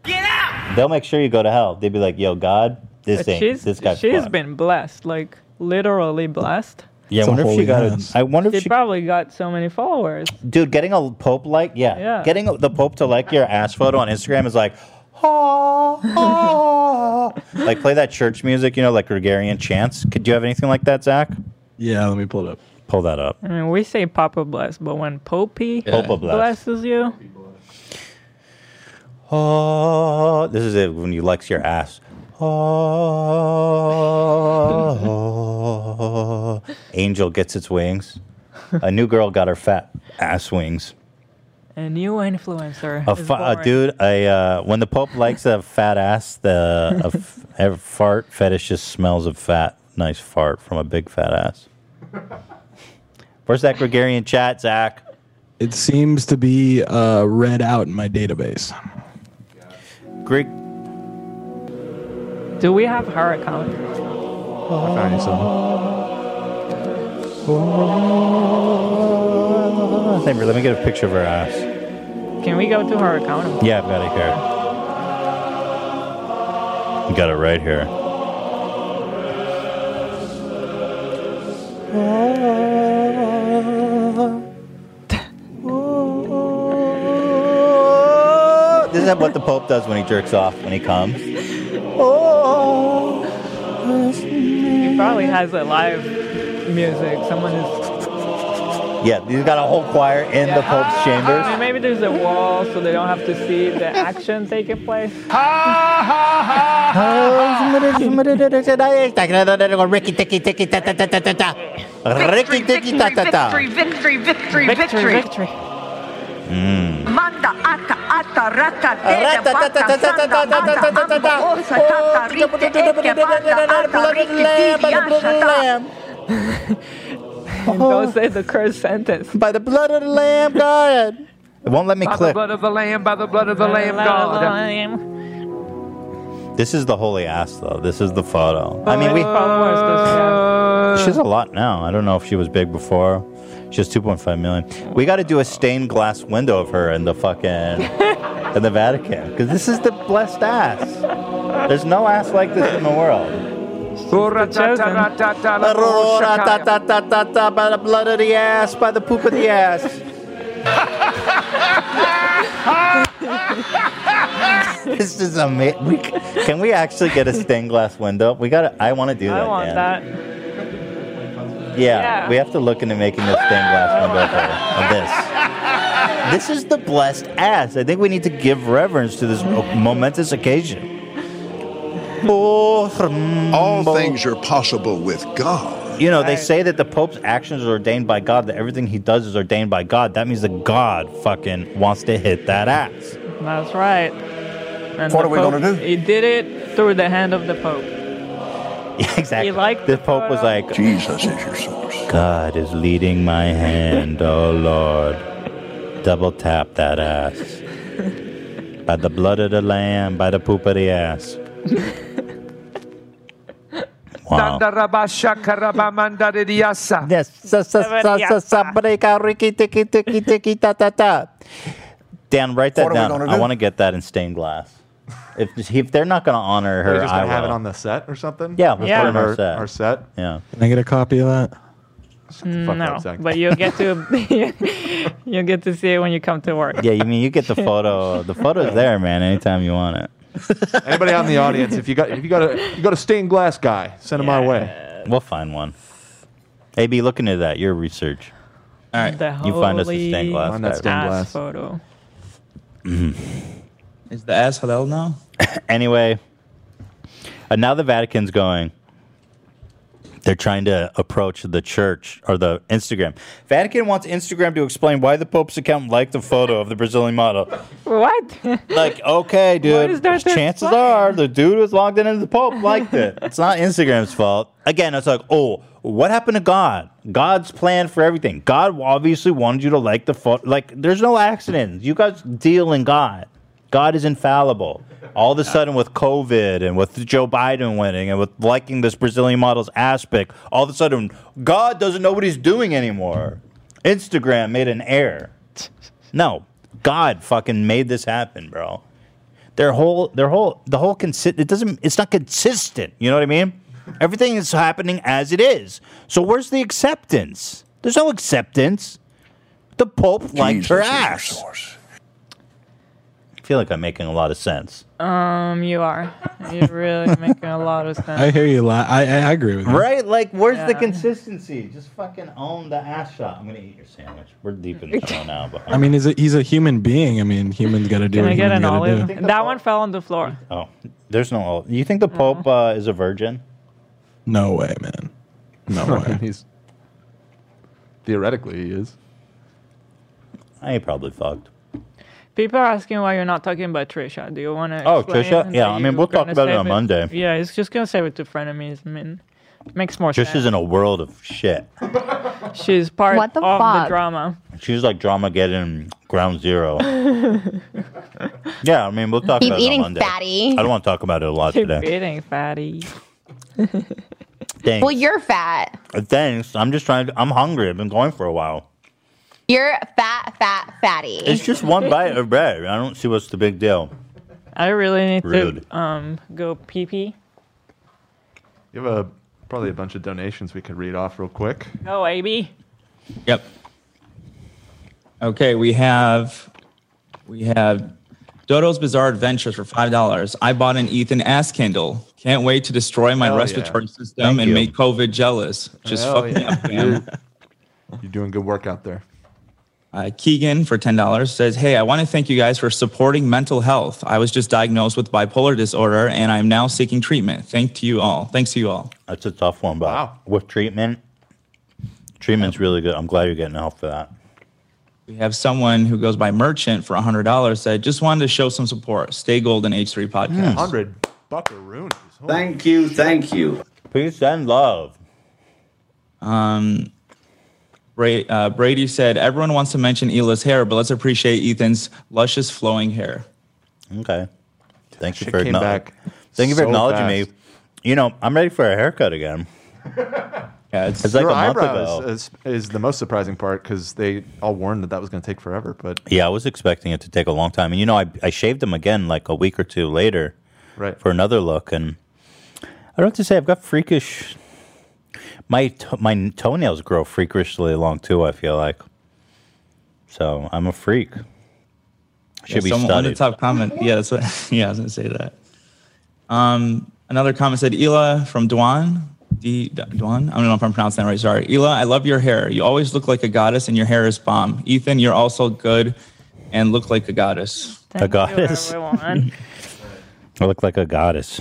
S2: get out. They'll make sure you go to hell. They'd be like, "Yo, God, this
S3: But
S2: ain't
S3: she's
S2: this guy."
S3: she's
S2: fucked."
S3: been blessed, like literally blessed.
S2: yeah, I
S3: It's a
S2: wonder if
S3: holy
S2: she got.
S3: hands.
S2: A, I wonder
S3: She
S2: if she,
S3: probably got so many followers.
S2: dude, getting a pope like, yeah,
S3: Yeah.
S2: getting the pope to like your ass photo on Instagram is like, like play that church music, you know, like Gregorian chants. Could you have anything like that, Zach? Yeah, let me pull it up. Pull that up.
S3: I mean, we say Papa bless, but when Popey
S2: Yeah. Popa bless.
S3: blesses you,
S2: Oh, this is it when you lex your ass. Oh, angel gets its wings. A new girl got her fat ass wings.
S3: a new influencer.
S2: A,
S3: is
S2: fu- a
S3: born.
S2: dude, a uh, when the Pope likes a fat ass, the a, f- a fart fetish just smells of fat. Nice fart from a big fat ass. Where's that Gregorian chat, Zach?
S12: It seems to be uh, read out in my database.
S2: Greg,
S3: Do we have her account?
S2: Amber, let me get a picture of her ass.
S3: Can we go to her account?
S2: Yeah, I've got it here. You got it right here. This isn't what the Pope does when he jerks off when he comes.
S3: He probably has a live music. Someone is.
S2: Yeah, he's got a whole choir in the Pope's
S3: I mean,
S2: chambers.
S3: maybe there's a wall so they don't have to see the action taking place.
S2: Ricky ticky ticky ta ta ta ta ta ta. Ricky ticky ta ta
S9: Victory,
S2: ta.
S9: victory, victory, victory, victory.
S2: Mm.
S9: Manda ata ata rata
S2: Rata,
S9: deda
S2: ta, ta, ta,
S9: bata
S2: ta, ta,
S9: sanda
S2: ta, ta, ta, ta,
S9: manda ambo osa tata rite eke banda ata
S2: ta, ta.
S9: rite didi ashata.
S3: And don't say the curse sentence.
S2: By the blood of the Lamb, God. It won't let me
S9: By the
S2: click.
S9: blood of the lamb, by the blood of the lamb, God.
S2: This is the holy ass, though. This is the photo. I mean, we.
S3: Followers does she have?
S2: She has a lot now. I don't know if she was big before. She has 2.5 million. We got to do a stained glass window of her in the fucking in the Vatican because this is the blessed ass. There's no ass like this in the world. By the blood of the ass, by the poop of the ass. this is amazing. We, c- can we actually get a stained glass window? We got. to I want to do that.
S3: I want
S2: Dan.
S3: that.
S2: Yeah,
S3: Yeah.
S2: we have to look into making this stained glass window for, of this. This is the blessed ass. I think we need to give reverence to this mo- momentous occasion. All
S14: things are possible with God.
S2: You know, they say that the Pope's actions are ordained by God, that everything he does is ordained by God. That means that God fucking wants to hit that ass.
S3: That's right. And
S2: What
S3: the
S2: are we
S3: Pope-
S2: gonna do?
S3: He did it through the hand of the Pope.
S2: exactly.
S3: He liked
S2: the Pope was like,
S14: Jesus is your source.
S2: God is leading my hand, oh Lord. Double tap that ass. By the blood of the lamb, by the poop of the ass. Wow.
S9: Yes,
S2: sa- sa- sa- sa- sa- breaka, riki, tiki, tiki, tiki, ta, ta, ta. Dan, write that
S11: What are we
S2: down.
S11: gonna
S2: I
S11: do?
S2: want to get that in stained glass. If if they're not going to honor
S11: Are
S2: her,
S11: we just
S2: I
S11: gonna have
S2: will.
S11: it on the set or something?
S2: Yeah, we'll
S3: Yeah.
S2: put it on
S3: Our-
S2: our set.
S11: our set.
S2: Yeah.
S12: Can I get a copy of that?
S3: No,
S2: up, Zach.
S3: but you get to you get to see it when you come to work.
S2: Yeah, you mean you get the photo. The photo's there, man. Anytime you want it.
S11: Anybody out in the audience, if you got if you got a you got a stained glass guy, send him my way.
S2: We'll find one. AB, look into that. Your research.
S5: All
S3: right. The
S2: You find us a stained
S3: holy
S2: glass.
S3: Find
S2: guy.
S3: that stained glass. ass photo.
S5: Is the ass halal now?
S2: anyway, and now the Vatican's going. They're trying to approach the church or the Instagram. Vatican wants Instagram to explain why the Pope's account liked a photo of the Brazilian model.
S3: What?
S2: Like, okay,
S3: What is
S2: dude,
S3: there to
S2: chances are the dude was logged in as the Pope liked it. It's not Instagram's fault. Again, it's like, oh, what happened to God? God's plan for everything. God obviously wanted you to like the photo. Like, there's no accidents. You guys deal in God. God is infallible. All of a sudden, with COVID and with Joe Biden winning and with liking this Brazilian model's aspect, all of a sudden, God doesn't know what he's doing anymore. Instagram made an error. No, God fucking made this happen, bro. Their whole, their whole, the whole consi- It doesn't. It's not consistent. You know what I mean? Everything is happening as it is. So where's the acceptance? There's no acceptance. The Pope liked her
S14: Jesus is your
S2: ass. I feel like I'm making a lot of sense.
S3: Um, you are. You're really making a lot of sense.
S12: I hear you. La- I, I I agree with you.
S2: Right? Like, where's the
S3: Yeah.
S2: consistency? Just fucking own the ass shot. I'm gonna eat your sandwich. We're deep in the show now, but
S12: I mean, he's a, he's a human being. I mean, humans got to do
S3: Can
S12: what
S3: I get
S12: humans
S3: an
S12: gotta
S3: olive?
S12: do.
S3: That one fell on the floor. Uh-huh.
S2: oh, there's no. olive. You think the Pope uh, is a virgin?
S12: No way, man. No way.
S11: he's theoretically he is.
S2: I ain't probably fucked.
S3: People are asking why you're not talking about Trisha. Do you want to?
S2: Oh, Trisha? Yeah, I mean, we'll talk about it on Monday.
S3: Yeah, it's just gonna save it to frenemies. I mean, it makes more
S2: Trish is
S3: sense.
S2: in a world of shit.
S3: She's part
S9: What the
S3: of
S9: fuck?
S3: the drama.
S2: She's like drama getting ground zero. yeah, I mean, we'll talk
S9: Keep
S2: about it on
S9: eating,
S2: Monday.
S9: fatty.
S2: I don't want to talk about it a lot
S3: Keep
S2: today.
S3: eating, fatty.
S2: Thanks.
S9: Well, you're fat.
S2: Thanks. I'm just trying to, I'm hungry. I've been going for a while.
S9: You're fat, fat, fatty.
S2: It's just one bite of bread. I don't see what's the big deal.
S3: I really need
S2: Rude.
S3: to um go pee pee.
S11: You have a probably a bunch of donations we could read off real quick.
S3: Go, AB.
S5: Yep. Okay, we have we have Dodo's Bizarre Adventures for five dollars. I bought an Ethan ass Kindle. Can't wait to destroy my
S11: Hell yeah.
S5: respiratory system
S11: Thank
S5: and
S11: you.
S5: make COVID jealous. Just
S11: Hell
S5: fuck me
S11: yeah.
S5: up, man.
S11: You're doing good work out there.
S5: Uh, Keegan for ten dollars says, "Hey, I want to thank you guys for supporting mental health. I was just diagnosed with bipolar disorder, and I'm now seeking treatment. Thank to you all. Thanks to you all.
S2: That's a tough one, but with treatment, treatment's really good. I'm glad you're getting help for that.
S5: We have someone who goes by Merchant for hundred dollars said, just wanted to show some support. Stay golden, H3 podcast.
S11: Hundred buckaroonies. Holy
S5: Thank you, thank you.
S2: Peace and love.
S5: Um, Bra- uh, Brady said, everyone wants to mention Ela's hair, but let's appreciate Ethan's luscious flowing hair.
S2: Okay. Thank you
S5: Shit
S2: for
S5: came
S2: acknow-
S5: back
S2: Thank you for
S5: so
S2: acknowledging me. You know, I'm ready for a haircut again.
S5: Yeah,
S11: it's,
S5: it's like
S11: your
S5: a month
S11: eyebrows
S5: ago.
S11: Is, is the most surprising part because they all warned that that was going to take forever, but
S2: Yeah, I was expecting it to take a long time. And you know, I, I shaved them again like a week or two later
S11: right.
S2: for another look. And I don't have to say, I've got freakish. My to- my toenails grow freakishly long too, I feel like. So I'm a freak. Should be
S5: someone- One of the
S2: studied.
S5: top comment. Yeah, that's what. Yeah, I was gonna say that. Um, another comment said Ela from Duan. D Duan. I don't know if I'm pronouncing that right. Sorry, Ela. I love your hair. You always look like a goddess, and your hair is bomb. Ethan, you're also good, and look like a goddess.
S3: Thank you, everyone.
S2: I look like a goddess.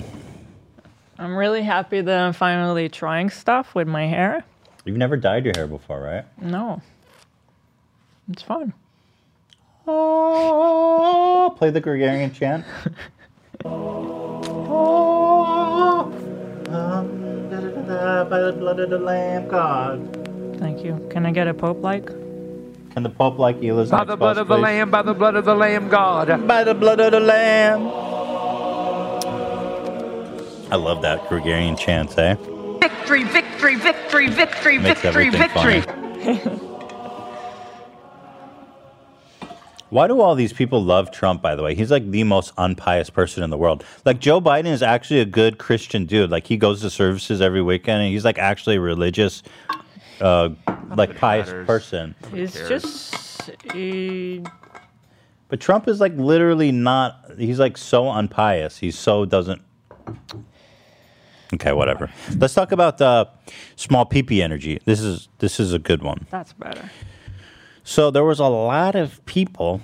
S3: I'm really happy that I'm finally trying stuff with my hair.
S2: You've never dyed your hair before, right?
S3: No, it's fun.
S2: Oh, play the Gregorian chant. By the blood of the Lamb, God.
S3: Thank you. Can I get a Pope like?
S2: Can the Pope like Ela's
S3: By
S2: next
S3: the blood
S2: boss,
S3: of the
S2: please?
S3: Lamb,
S6: by the blood of the Lamb, God.
S2: By the blood of the Lamb. I love that Gregorian chant, eh?
S9: Victory, victory, victory, victory,
S2: Makes
S9: victory,
S2: everything
S9: victory.
S2: Why do all these people love Trump, by the way? He's like the most unpious person in the world. Like, Joe Biden is actually a good Christian dude. Like, he goes to services every weekend and he's like actually a religious, uh, like, pious person.
S3: It's just. eh,
S2: But Trump is like literally not. He's like so unpious. He so doesn't. Okay, whatever. Let's talk about uh, small PP energy. This is this is a good one.
S3: that's better.
S2: So there was a lot of people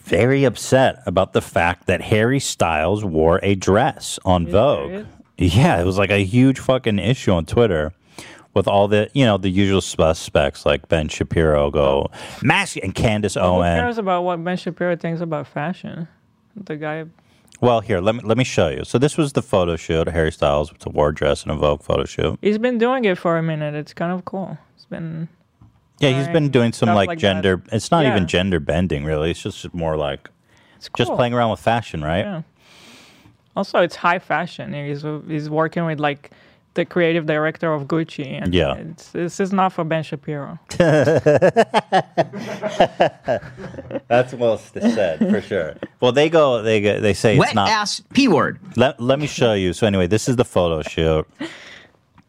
S2: very upset about the fact that Harry Styles wore a dress on Vogue. Yeah, it was like a huge fucking issue on Twitter with all the you know the usual suspects like Ben Shapiro go mask and Candace
S3: Who
S2: Owen.
S3: cares about what Ben Shapiro thinks about fashion? The guy.
S2: Well, here let me let me show you. So this was the photo shoot. Harry Styles with a war dress and a Vogue photo shoot.
S3: He's been doing it for a minute. It's kind of cool. It's been.
S2: Yeah, he's been
S3: Right.
S2: doing some
S3: Stuff
S2: like,
S3: like that.
S2: gender. It's not
S3: Yeah.
S2: even gender bending really. It's just more like just
S3: cool.
S2: playing around with fashion, right?
S3: Yeah. Also, it's high fashion. He's he's working with like the creative director of Gucci. And
S2: Yeah.
S3: It's, this is not for Ben Shapiro.
S2: That's well said for sure. Well, they go. They go, they say it's
S10: Wet
S2: not
S10: ass p word.
S2: Let Let me show you. So anyway, this is the photo shoot.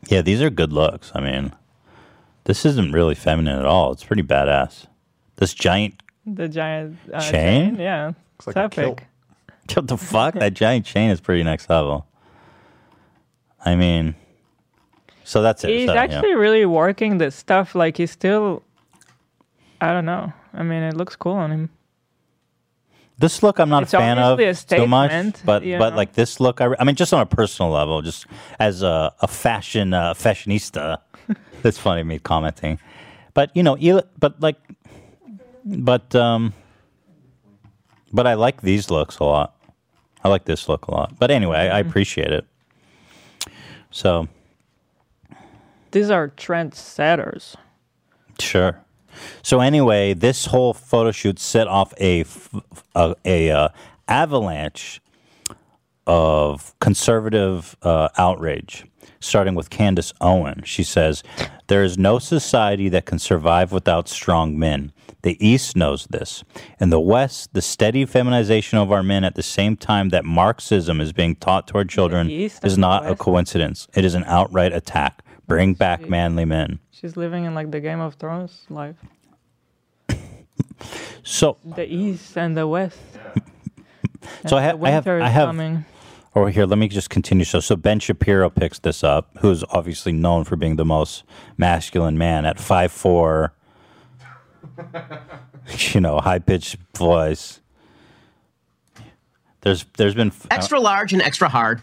S2: Yeah, these are good looks. I mean, this isn't really feminine at all. It's pretty badass. This giant
S3: The giant uh,
S2: Chain?
S3: Yeah. It's
S11: like a kilt.
S3: epic.
S2: What the fuck? That giant chain is pretty next level. I mean, so that's it.
S3: He's
S2: So, yeah.
S3: actually really working this stuff. Like he's still. I don't know. I mean, it looks cool on him.
S2: This look I'm not
S3: It's
S2: a fan of
S3: obviously a
S2: too much,
S3: statement,
S2: but
S3: you
S2: but
S3: know.
S2: like this look, I, re- I mean, just on a personal level, just as a, a fashion uh, fashionista, that's funny me commenting. But you know, Eli- but like, but um, but I like these looks a lot. I like this look a lot. But anyway, I, I
S3: Mm-hmm.
S2: appreciate it. So
S3: These are trendsetters.
S2: Sure. So anyway, this whole photo shoot set off a f- a, a uh, avalanche of conservative uh, outrage, starting with Candace Owen. She says, "There is no society that can survive without strong men. The East knows this. In the West, the steady feminization of our men at the same time that Marxism is being taught to our children
S3: East
S2: is
S3: and the
S2: not a
S3: West.
S2: coincidence. It is an outright attack. Bring back manly men."
S3: She's living in like the Game of Thrones life.
S2: So
S3: The East and the West.
S2: So I,
S3: And
S2: ha-
S3: the
S2: I have,
S3: winter
S2: I
S3: is
S2: have,
S3: coming.
S2: over Oh, here, let me just continue. So, so Ben Shapiro picks this up, who's obviously known for being the most masculine man at five four, you know, high pitched voice. There's, there's been uh,
S10: Extra large and extra hard.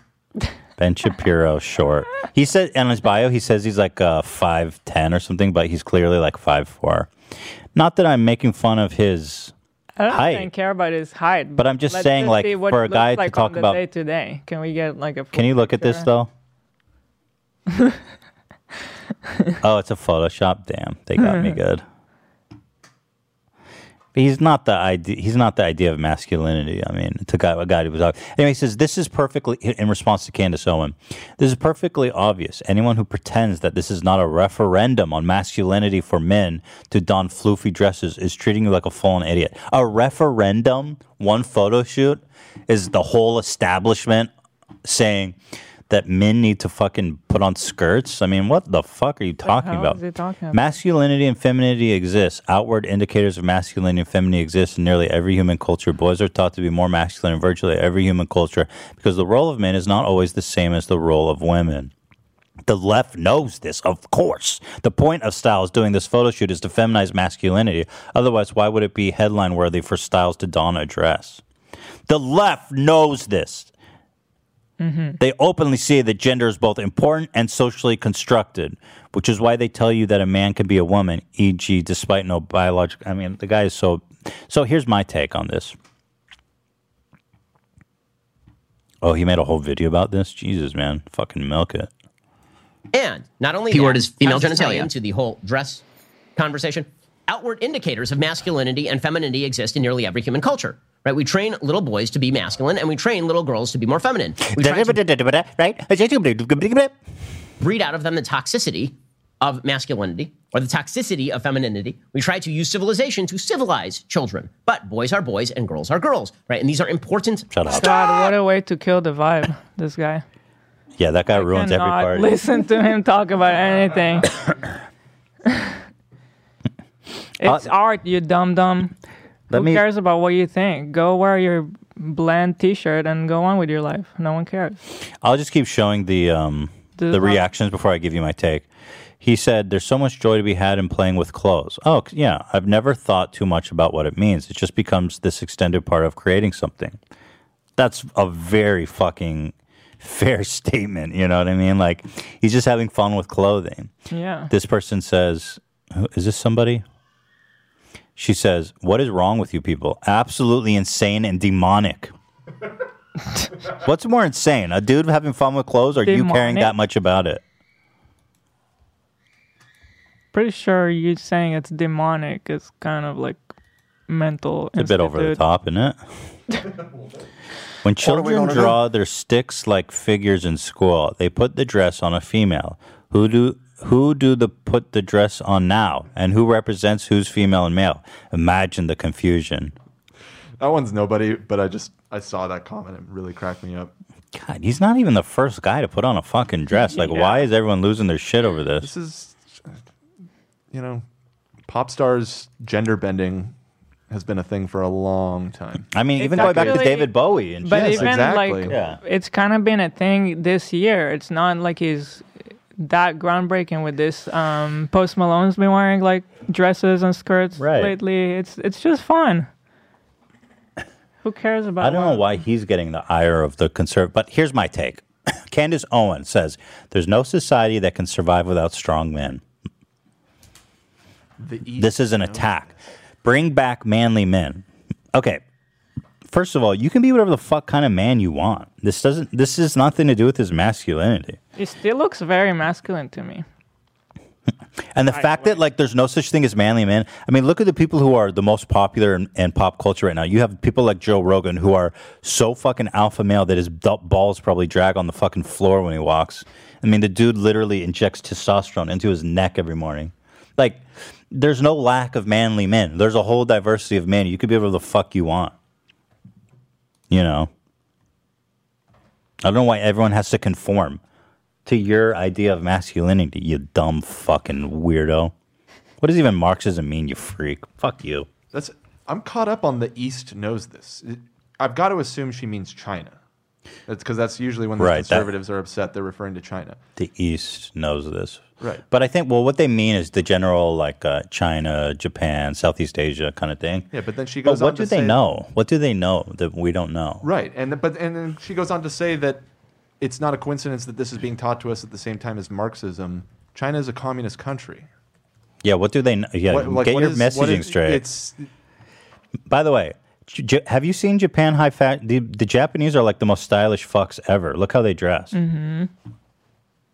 S2: Ben Shapiro short. He said in his bio, he says he's like uh, five ten or something, but he's clearly like five four. Not that I'm making fun of his
S3: I don't
S2: height.
S3: think care about his height.
S2: But I'm just saying,
S3: just
S2: like,
S3: see what
S2: for
S3: it
S2: a
S3: looks
S2: guy to
S3: like
S2: talk
S3: on the
S2: about-
S3: day today, can we get like a?
S2: Can you look at this though? oh, it's a Photoshop. Damn, they got me good. But he's not the idea. He's not the idea of masculinity. I mean, it's a guy, a guy who was out. Anyway, he says this is perfectly in response to Candace Owen. This is perfectly obvious. Anyone who pretends that this is not a referendum on masculinity for men to don floofy dresses is treating you like a fallen idiot. A referendum, one photo shoot, is the whole establishment saying that men need to fucking put on skirts. I mean, what the fuck are you talking
S3: hell
S2: about?
S3: is he talking about?
S2: Masculinity and femininity exist. Outward indicators of masculinity and femininity exist in nearly every human culture. Boys are taught to be more masculine in virtually every human culture because the role of men is not always the same as the role of women. The left knows this, of course. The point of Styles doing this photo shoot is to feminize masculinity. Otherwise, why would it be headline worthy for Styles to don a dress? The left knows this.
S9: Mm-hmm.
S2: They openly see that gender is both important and socially constructed, which is why they tell you that a man can be a woman, e.g., despite no biological. I mean, the guy is so. So here's my take on this. Oh, he made a whole video about this? Jesus, man. Fucking milk it.
S10: And not only
S2: P
S10: that,
S2: word is female
S10: how does this tie
S2: genitalia.
S10: into the whole dress conversation. Outward indicators of masculinity and femininity exist in nearly every human culture. Right? We train little boys to be masculine and we train little girls to be more feminine. We try to
S2: right?
S10: breed out of them the toxicity of masculinity or the toxicity of femininity. We try to use civilization to civilize children. But boys are boys and girls are girls, right? And these are important Shut
S3: God, what a way to kill the vibe. This guy.
S2: Yeah, that guy ruins every
S3: Cannot
S2: part.
S3: Listen to him talk about anything. it's art, you dumb dumb.
S2: Uh, Let
S3: Who
S2: me-
S3: cares about what you think? Go wear your bland T-shirt and go on with your life. No one cares.
S2: I'll just keep showing the um,
S3: Does
S2: the
S3: not-
S2: reactions before I give you my take. He said, "There's so much joy to be had in playing with clothes." Oh, c- yeah. I've never thought too much about what it means. It just becomes this extended part of creating something. That's a very fucking fair statement. You know what I mean? Like he's just having fun with clothing.
S3: Yeah.
S2: This person says, who- "Is this somebody?" She says, "What is wrong with you people? Absolutely insane and demonic." What's more insane, a dude having fun with clothes, or you caring
S3: Demonic?
S2: that much about it?
S3: Pretty sure you saying it's demonic is kind of like mental.
S2: It's a bit over the
S3: institute.
S2: top, isn't it? when
S3: What are we
S2: children
S3: gonna do?
S2: draw their sticks like figures in school, they put the dress on a female. Who do who do the put the dress on now, and who represents who's female and male? Imagine the confusion.
S11: That one's nobody, but I just I saw that comment. It really cracked me up.
S2: God, he's not even the first guy to put on a fucking dress. Like,
S11: Yeah.
S2: why is everyone losing their shit over this?
S11: This is, you know, pop stars gender bending has been a thing for a long time.
S2: I mean, even going back to
S3: Exactly.
S2: David Bowie and
S3: but
S11: Yes,
S3: even
S11: exactly.
S3: like
S11: Yeah.
S3: it's kind of been a thing this year it's not like he's that groundbreaking with this um post malone's been wearing like dresses and skirts
S2: Right.
S3: lately it's it's just fun who cares about
S2: I don't know why he's getting the ire of the conservative. But here's my take. Candace Owen says, "There's no society that can survive without strong men." This is an attack. Bring back manly men. Okay. First of all, you can be whatever the fuck kind of man you want. This doesn't. This has nothing to do with his masculinity.
S3: it still looks very masculine to me
S2: And the fact that like there's no such thing as manly men. I mean, look at the people who are the most popular in, in pop culture right now. You have people like Joe Rogan who are so fucking alpha male that his d- balls probably drag on the fucking floor when he walks. I mean, the dude literally injects testosterone into his neck every morning. Like, there's no lack of manly men. There's a whole diversity of men. You could be whatever the fuck you want. You know. I don't know why everyone has to conform to your idea of masculinity, you dumb fucking weirdo. What does even Marxism mean, you freak? Fuck you.
S11: That's I'm caught up on the East knows this. It- I've got to assume she means China. That's because that's usually when the
S2: Right, that-
S11: conservatives are upset. They're referring to China.
S2: The East knows this.
S11: Right.
S2: But I think, well, what they mean is the general, like uh, China, Japan, Southeast Asia kind of thing.
S11: Yeah, but then she goes
S2: But what
S11: on
S2: do
S11: to
S2: they
S11: say-
S2: know? What do they know that we don't know?
S11: Right, and the- but and then she goes on to say that it's not a coincidence that this is being taught to us at the same time as Marxism. China is a communist country.
S2: Yeah, what do they know? Yeah,
S11: What- like,
S2: get
S11: what
S2: your
S11: is- what
S2: messaging
S11: is-
S2: straight.
S11: It's
S2: By the way, J- J- have you seen Japan high fat? The, the Japanese are like the most stylish fucks ever. Look how they dress.
S9: Mm-hmm.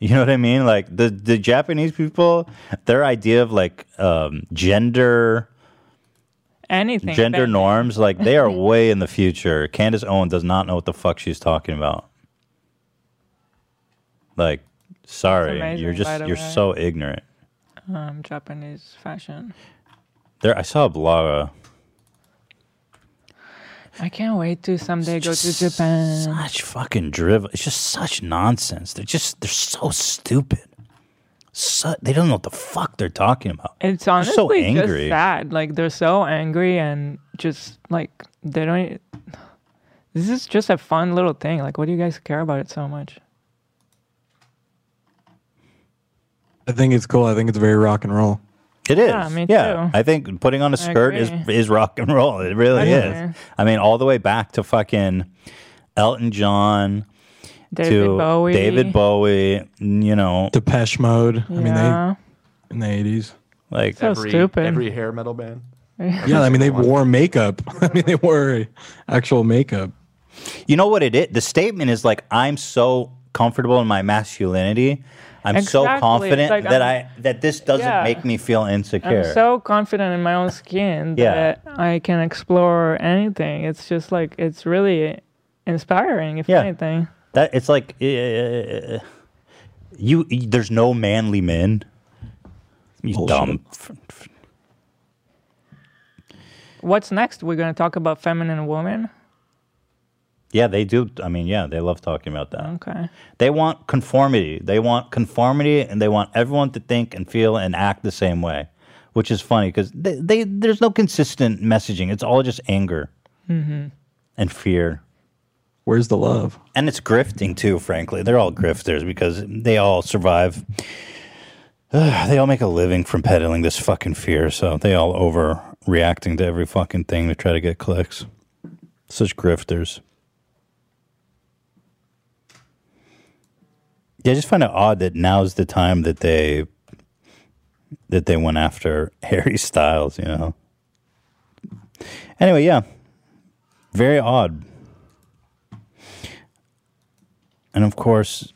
S2: You know what I mean? Like the the Japanese people, their idea of like um, gender
S3: anything.
S2: Gender
S3: back-
S2: norms, like they are way in the future. Candace Owen does not know what the fuck she's talking about. Like, sorry,
S3: amazing,
S2: you're
S3: by the
S2: just you're
S3: way.
S2: so ignorant.
S3: um, Japanese fashion.
S2: There, I saw a blogger.
S3: I can't wait to someday go to Japan.
S2: Such fucking drivel. It's just such nonsense. They're just they're so stupid. So, they don't know what the fuck they're talking about.
S3: It's
S2: They're
S3: honestly
S2: so
S3: just
S2: angry.
S3: sad. Like they're so angry and just like they don't. e-, This is just a fun little thing. Like, what do you guys care about it so much?
S12: I think it's cool. I think it's very rock and roll.
S2: It is.
S3: Yeah,
S2: Yeah,
S3: me too.
S2: I think putting on a
S3: I
S2: skirt is
S3: agree.
S2: is rock and roll. It really
S3: I agree.
S2: is. I mean, all the way back to fucking Elton John,
S3: David
S2: to
S3: Bowie.
S2: David Bowie. You know,
S12: Depeche Mode. I mean,
S3: Yeah.
S12: they in the eighties.
S2: Like
S3: So Every- stupid.
S11: Every hair metal band.
S12: yeah, I mean, they wore makeup. I mean, they wore actual makeup.
S2: You know what it is? The statement is like, I'm so comfortable in my masculinity. I'm so
S3: Exactly.
S2: confident
S3: It's like,
S2: that
S3: I'm-
S2: i that this doesn't
S3: Yeah.
S2: make me feel insecure.
S3: I'm so confident in my own skin
S2: Yeah.
S3: that I can explore anything. It's just like it's really inspiring, if anything.
S2: that it's like uh, you. There's no manly men. You dumb.
S3: What's next? We're gonna talk about feminine woman.
S2: Yeah, they do. I mean, yeah, they love talking about that.
S3: Okay.
S2: They want conformity. They want conformity, and they want everyone to think and feel and act the same way, which is funny because they, they there's no consistent messaging. It's all just anger Mm-hmm.
S3: hmm
S2: and fear.
S12: Where's the love?
S2: And it's grifting too. Frankly, they're all grifters because they all survive. Ugh, they all make a living from peddling this fucking fear, so they all overreacting to every fucking thing to try to get clicks. Such grifters. Yeah, I just find it odd that now's the time that they that they went after Harry Styles, you know. Anyway, yeah. Very odd. And of course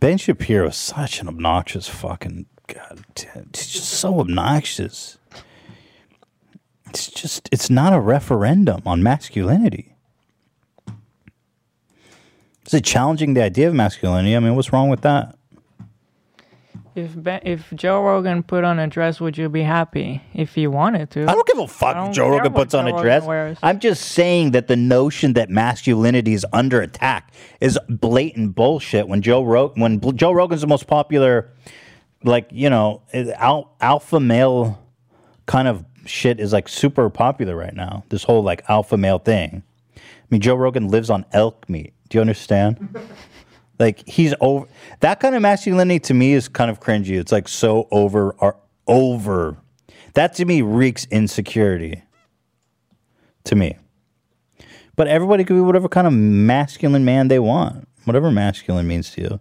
S2: Ben Shapiro is such an obnoxious fucking god. It's just so obnoxious. It's just it's not a referendum on masculinity. Is it challenging the idea of masculinity? I mean, what's wrong with that?
S3: If ben, if Joe Rogan put on a dress, would you be happy if he wanted to? I don't
S2: give a fuck.
S3: if
S2: Joe Rogan puts on a dress. I'm just saying that the notion that masculinity is under attack is blatant bullshit. When Joe Rog- when Bl- Joe Rogan's the most popular, like you know, is al- alpha male kind of shit is like super popular right now. This whole like alpha male thing. I mean, Joe Rogan lives on elk meat. Do you understand? Like he's over that kind of masculinity to me is kind of cringy. It's like so over or over. That to me reeks insecurity. To me. But everybody can be whatever kind of masculine man they want. Whatever masculine means to you.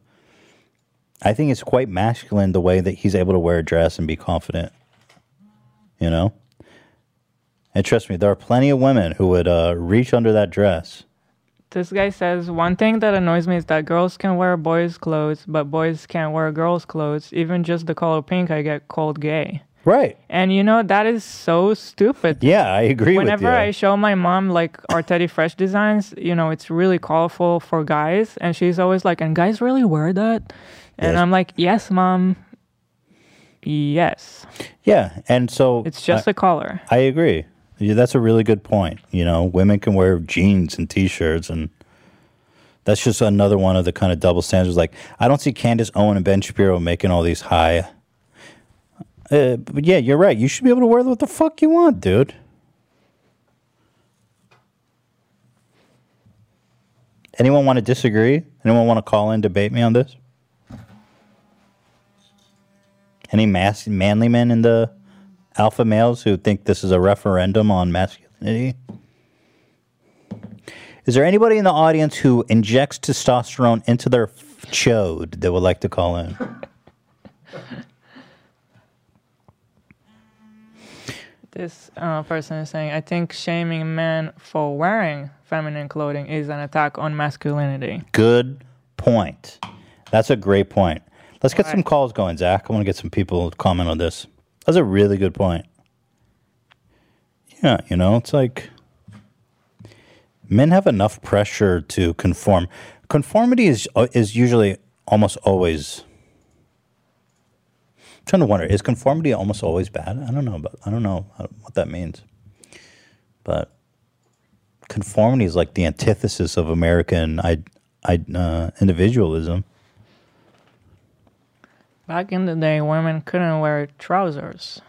S2: I think it's quite masculine the way that he's able to wear a dress and be confident. You know? And trust me, there are plenty of women who would uh, reach under that dress.
S3: This guy says one thing that annoys me is that girls can wear boys' clothes, but boys can't wear girls' clothes. Even just the color pink, I get called gay.
S2: Right.
S3: And you know that is so stupid.
S2: Yeah, I agree with
S3: Whenever
S2: you.
S3: I show my mom like our Teddy Fresh designs, you know, it's really colorful for guys, and she's always like, "And guys really wear that?" And
S2: Yes.
S3: I'm like, "Yes, mom. Yes.
S2: Yeah, and so
S3: It's just
S2: I-
S3: a color."
S2: I agree. Yeah, that's a really good point. You know, women can wear jeans and t-shirts, and that's just another one of the kind of double standards. Like, I don't see Candace Owen and Ben Shapiro making all these high. Uh, but yeah, you're right. You should be able to wear what the fuck you want, dude. Anyone want to disagree? Anyone want to call in, debate me on this? Any mas- manly men in the alpha males who think this is a referendum on masculinity? Is there anybody in the audience who injects testosterone into their f- chode that would like to call in?
S3: This uh, person is saying, I think shaming men for wearing feminine clothing is an attack on masculinity.
S2: Good point. That's a great point. Let's get some calls going, Zach. I want to get some people to comment on this. That's a really good point. Yeah, you know, it's like men have enough pressure to conform. Conformity is uh, is usually almost always. I'm trying to wonder, is conformity almost always bad? I don't know, but I don't know how- what that means. But conformity is like the antithesis of American I, I, uh, individualism.
S3: Back in the day, women couldn't wear trousers.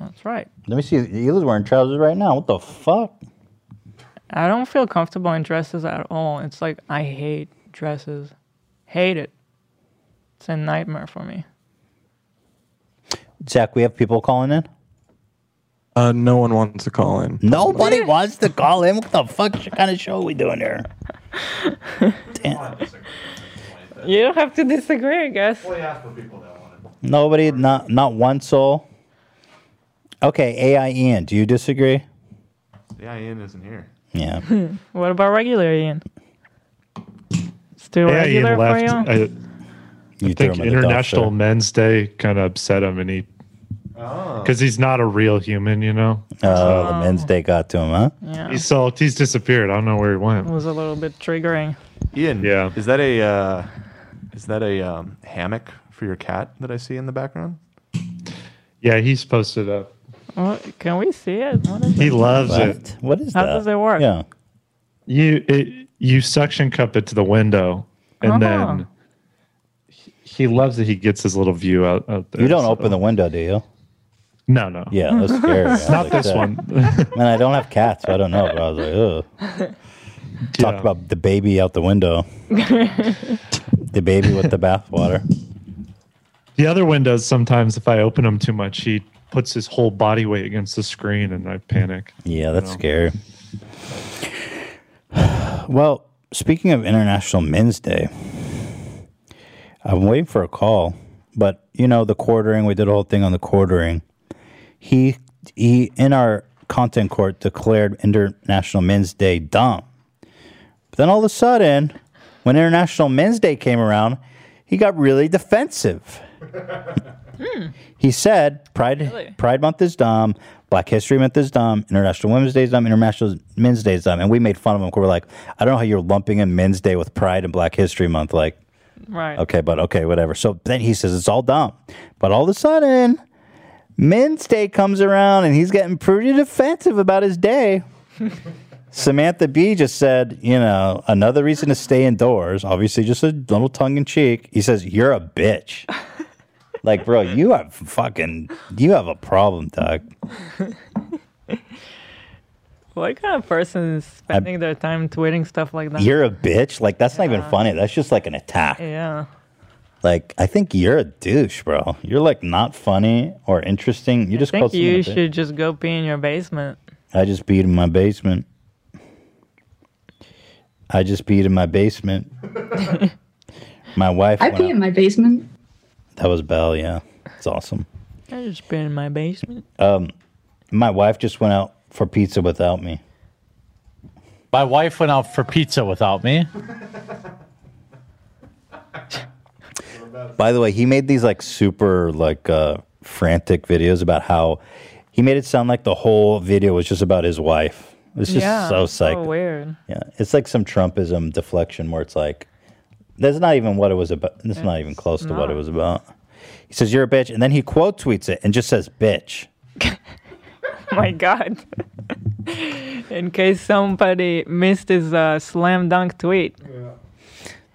S3: That's right.
S2: Let me see. Hila's wearing trousers right now. What the fuck?
S3: I don't feel comfortable in dresses at all. It's like I hate dresses. Hate it. It's a nightmare for me.
S2: Zach, we have people calling in.
S12: Uh, no one wants to call in.
S2: Nobody wants to call in. What the fuck kind of show we doing here?
S3: You don't have to disagree, I guess.
S2: Nobody, not not one soul. Okay, AI Ian, do you disagree?
S11: Yeah, Ian isn't here.
S2: Yeah.
S3: what about regular Ian? It's too
S18: Yeah, Ian
S3: regular for you.
S18: left. I, I
S2: threw him
S18: think
S2: in the dumpster.
S18: International Men's Day kind of upset him, and he because he's not a real human, you know.
S2: Oh, the Men's Day got to him, huh?
S3: Yeah.
S18: He's sulked. He's disappeared. I don't know where he
S3: It
S18: went.
S3: was a little bit triggering.
S11: Ian, yeah, is that a uh, is that a um, hammock for your cat that I see in the background?
S18: Yeah, he's posted up.
S3: What, can we see it? What is
S18: He
S3: it?
S18: loves it.
S2: What is
S3: How does it work?
S18: Yeah. You it, you suction cup it to the window, and
S3: Oh.
S18: then he- he loves that he gets his little view out, out there.
S2: You don't open the window, do you?
S18: No, no.
S2: Yeah, that's scary.
S18: It's not this one.
S2: Man, I don't have cats, so I don't know. But I was like, ugh. Talk about the baby out the window. the baby with the bathwater.
S18: The other windows sometimes, if I open them too much, he puts his whole body weight against the screen, and I panic.
S2: Yeah, that's scary. Well, speaking of International Men's Day, I'm waiting for a call, but you know the quartering. We did a whole thing on the quartering. He he in our content court declared International Men's Day dumb. But then all of a sudden, when International Men's Day came around, he got really defensive. He said Pride
S9: Really?
S2: Pride Month is dumb, Black History Month is dumb, International Women's Day is dumb, International Men's Day is dumb, and we made fun of him. 'cause We're like, I don't know how you're lumping in Men's Day with Pride and Black History Month, like.
S3: Right.
S2: Okay, but okay, whatever. So then he says it's all dumb. But all of a sudden, Men's Day comes around and he's getting pretty defensive about his day. Samantha B just said, you know, another reason to stay indoors, obviously just a little tongue in cheek. He says, You're a bitch. like, bro, you have fucking you have a problem, dog.
S3: What kind of person is spending their time tweeting stuff like that?
S2: You're a bitch. Like that's not even funny. That's just like an attack.
S3: Yeah.
S2: Like, I think you're a douche, bro. You're like not funny or interesting. You just
S3: I
S2: called
S3: think
S2: someone a
S3: you
S2: bitch.
S3: should just go pee in your basement.
S2: I just peed in my basement. I just peed in my basement. my wife.
S8: I
S2: went
S8: pee
S2: out-
S8: in my basement.
S2: That was Belle. Yeah, it's awesome.
S3: I just pee in my basement.
S2: Um, my wife just went out for pizza without me.
S13: My wife went out for pizza without me.
S2: By the way, he made these like super like uh, frantic videos about how he made it sound like the whole video was just about his wife. It's just
S3: yeah,
S2: so
S3: so
S2: psycho.
S3: weird.
S2: Yeah, it's like some Trumpism deflection where it's like, that's not even what it was about. That's not even close to what it
S3: not.
S2: was about. He says, You're a bitch. And then he quote tweets it and just says, Bitch.
S3: my god. in case somebody missed his uh, slam dunk tweet.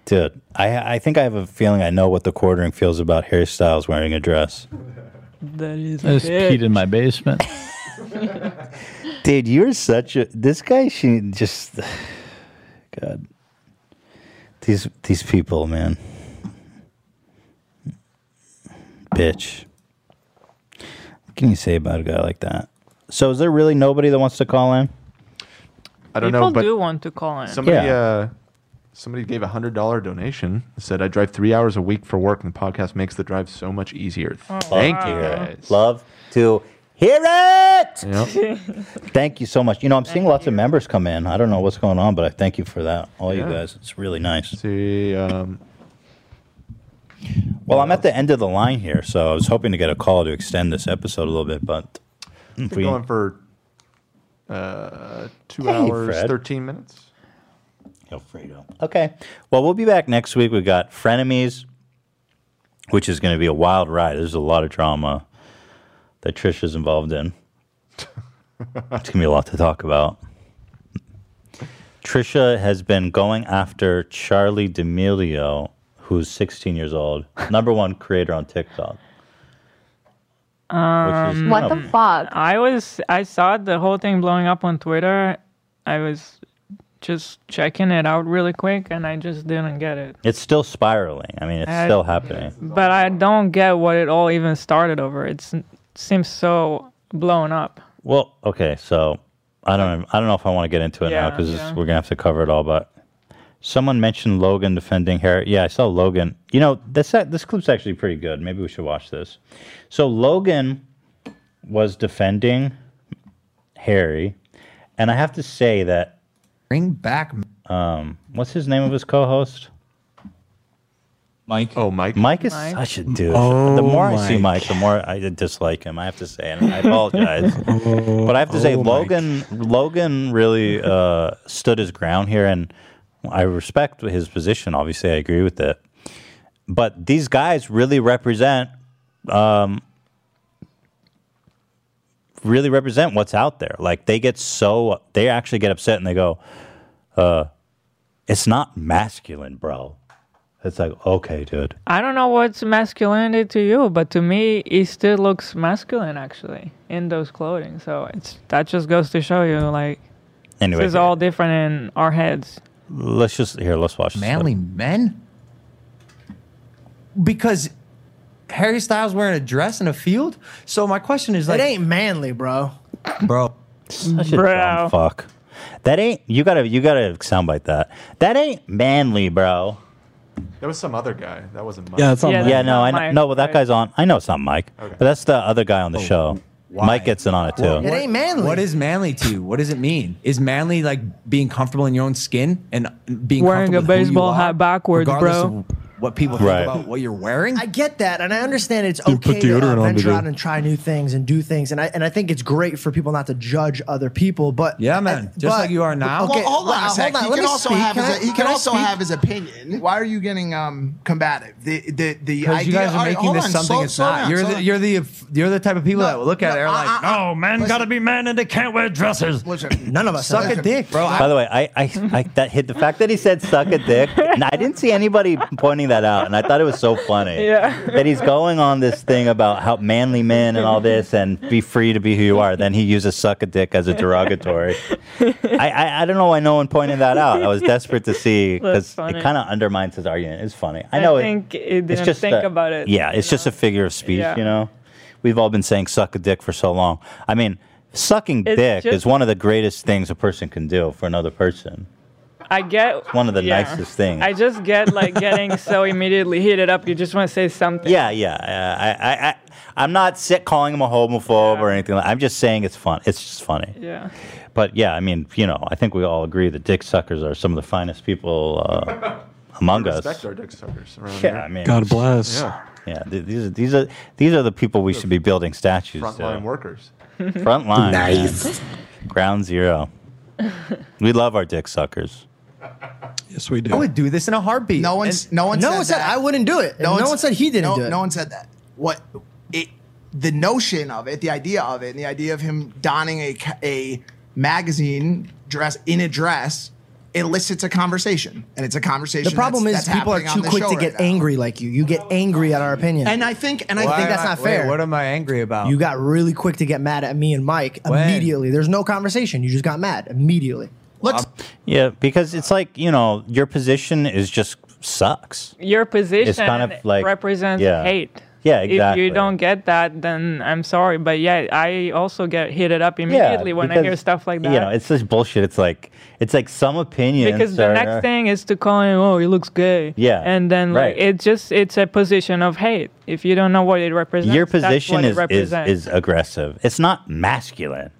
S2: Dude, I, I think I have a feeling I know what the quartering feels about Harry Styles wearing a dress.
S3: That
S13: I
S3: is
S13: just peed in my basement.
S2: Dude, you're such a. This guy, she just. God. These, these people, man. Bitch. What can you say about a guy like that? So, is there really nobody that wants to call in?
S11: I don't know,
S3: People
S11: but
S3: do want to call in.
S11: somebody uh, somebody gave a hundred dollar donation. Said I drive three hours a week for work, and the podcast makes the drive so much easier.
S3: Oh,
S11: Thank you. Guys.
S2: Love to hear it.
S11: Yep.
S2: thank you so much. You know, I'm seeing lots of members come in. I don't know what's going on, but I thank you for that, all you
S11: Yeah.
S2: um, guys. It's really nice.
S11: See, um,
S2: Well, I'm at the end of the line here, so I was hoping to get a call to extend this episode a little bit, but
S11: We're
S2: if we-
S11: going for uh, two
S2: Hey,
S11: hours,
S2: Fred.
S11: 13 minutes.
S2: Alfredo. okay. Well, we'll be back next week. We've got Frenemies, which is going to be a wild ride. There's a lot of drama that Trisha's involved in. it's going to be a lot to talk about. Trisha has been going after Charlie D'Amelio, who's 16 years old, number one creator on TikTok. is
S3: Um,
S2: What kind the of-
S3: fuck? I was I saw the whole thing blowing up on Twitter. I was just checking it out really quick, and I just didn't get it.
S2: It's still spiraling. I mean, it's
S3: I-
S2: still happening.
S3: But I don't get what it all even started over. It seems so blown up.
S2: Well, okay, so I don't I don't know if I want to get into it now
S3: Yeah,
S2: because
S3: yeah.
S2: we're gonna have to cover it all. But someone mentioned Logan defending Harry. Yeah, I saw Logan. You know this this clip's actually pretty good. Maybe we should watch this. So Logan was defending Harry, and I have to say that bring back um what's his name of his co-host.
S5: Mike.
S11: Oh, Mike.
S2: Mike is
S5: Mike.
S2: such a dude.
S5: Oh,
S2: the more I see
S5: Mike.
S2: Mike, the more I dislike him. I have to say, and I apologize,
S1: Hmm.
S2: but I have to say,
S5: Oh, Mike.
S2: Logan, Logan really uh, stood his ground here, and I respect his position. Obviously, I agree with it, but these guys really represent, um, really represent what's out there. Like they get so they actually get upset and they go, uh, "It's not masculine, bro." It's like, okay, dude.
S3: I don't know what's masculinity to you, but to me, he still looks masculine actually in those clothing. So it's that just goes to show you, like,
S2: Anyway,
S3: this is all different in our heads.
S2: Let's just here. Let's watch. this
S8: Manly
S2: clip.
S8: men? Because Harry Styles wearing a dress in a field? So my question is like.
S16: It ain't manly, bro.
S2: bro. Such a
S16: Bro.
S2: dumb fuck. That ain't you gotta you gotta soundbite that. That ain't manly, bro.
S11: That was some other guy. That wasn't Mike.
S2: Yeah, yeah, no, I know, no, but that guy's on. I know it's not Mike,
S11: Okay.
S2: but that's the other guy on the show. Mike gets in on it too.
S8: What- What is manly to you? What does it mean? Is manly like being comfortable in your own skin and being
S3: Wearing
S8: comfortable
S3: a
S8: with who you
S3: baseball
S8: are,
S3: hat backwards,
S8: regardless
S3: bro.
S8: of what people think
S2: Right.
S8: about what you're wearing?
S16: I get that, and I understand it's
S8: Dude, put
S16: okay to
S8: deodorant
S16: uh,
S8: on,
S16: venture
S8: dude.
S16: out and try new things and do things, and I and I think it's great for people not to judge other people. But
S8: Yeah, man.
S16: I-
S8: Just
S16: but-
S8: like you are now.
S16: Okay,
S8: Well, hold on a
S16: wow,
S8: sec.
S16: hold on.
S8: He
S16: Let
S8: can
S16: me
S8: also
S16: speak.
S8: have
S16: Can
S8: his-
S16: I-
S8: he can
S16: I
S8: also
S16: speak?
S23: have his opinion. Why are you getting um combative? The the the
S8: Because
S23: idea.
S8: you guys
S23: all
S8: are
S23: right,
S8: making
S23: hold
S8: this
S23: on,
S8: something
S23: slow-
S8: it's
S23: slow
S8: not.
S23: down,
S8: you're
S23: slow
S8: the,
S23: down.
S8: you're the you're the type of people that look at it and are like,
S23: I- I-
S8: no, men gotta be men and they can't wear dresses.
S16: None of
S8: suck a dick, bro.
S2: By the way, I, I, I that hit the fact that he said "suck a dick." And I didn't see anybody pointing that out, and I thought it was so funny
S9: Yeah.
S2: that he's going on this thing about how manly men and all this, and be free to be who you are. Then he uses "suck a dick" as a derogatory. I, I, I don't know why no one pointed that out. I was desperate to see
S3: That's
S2: because
S3: funny.
S2: it kind of undermines his argument. It's funny. I
S3: I
S2: know.
S3: think it
S2: it's
S3: didn't
S2: just
S3: think
S2: a-
S3: about it,
S2: Yeah, it's just a figure of speech.
S3: Yeah.
S2: You know, we've all been saying "suck a dick" for so long. I mean. Sucking
S3: It's
S2: dick
S3: just-
S2: is one of the greatest things a person can do for another person.
S3: I get
S2: one of the
S3: yeah.
S2: nicest things.
S3: I just get like getting so immediately heated up. You just want to say something.
S2: yeah, yeah. uh, I, I, I, I'm not sick calling him a homophobe or anything. Like, I'm just saying it's fun. It's just funny.
S3: Yeah.
S2: But yeah, I mean, you know, I think we all agree that dick suckers are some of the finest people uh, among
S11: We
S2: us.
S11: Respect our dick suckers. around
S2: Yeah,
S11: here.
S2: I mean,
S12: God bless.
S11: Yeah.
S2: Yeah, th- these are these are these are the people we should be building statues
S11: Frontline
S2: to.
S11: workers.
S2: Front line. man.
S12: Nice.
S2: Ground zero. We love our dick suckers.
S12: Yes, we
S8: I would do this in a heartbeat.
S23: No one's no one.
S8: no
S23: said
S8: one said
S23: that.
S8: I wouldn't do it.
S23: one's-
S8: No one said he didn't
S23: no,
S8: do it.
S23: No one said that. What it the notion of it, the idea of it, and the idea of him donning a ca- a magazine dress in a dress elicits a conversation, and it's a conversation.
S16: The problem
S23: that's,
S16: is
S23: that's
S16: people are
S23: happening on
S16: too
S23: the
S16: quick
S23: show
S16: to
S23: right
S16: get
S23: now.
S16: angry like you. You get angry at our opinion.
S23: And I think, and I
S16: Why
S23: think that's
S16: am I-
S23: not
S16: wait,
S23: fair.
S16: what
S8: am I angry about?
S16: You got really quick to get mad at me and Mike
S8: When?
S16: immediately. There's no conversation. You just got mad immediately.
S23: Let's
S2: Um, Yeah, because it's like you know, your position is just sucks.
S3: Your position
S2: kind of like-
S3: represents
S2: yeah.
S3: hate.
S2: Yeah,
S3: If
S2: exactly.
S3: you don't get that, then I'm sorry. But yeah, I also get heated up immediately when I hear
S2: because,
S3: stuff like that.
S2: You know, it's just bullshit. It's like it's like some opinion.
S3: because the next thing is to call him, oh, he looks gay.
S2: Yeah,
S3: And then like
S2: right.
S3: it's just it's a position of hate. If you don't know what it represents,
S2: your
S3: that's what
S2: position
S3: it
S2: is, is
S3: represents.
S2: is aggressive. It's not masculine.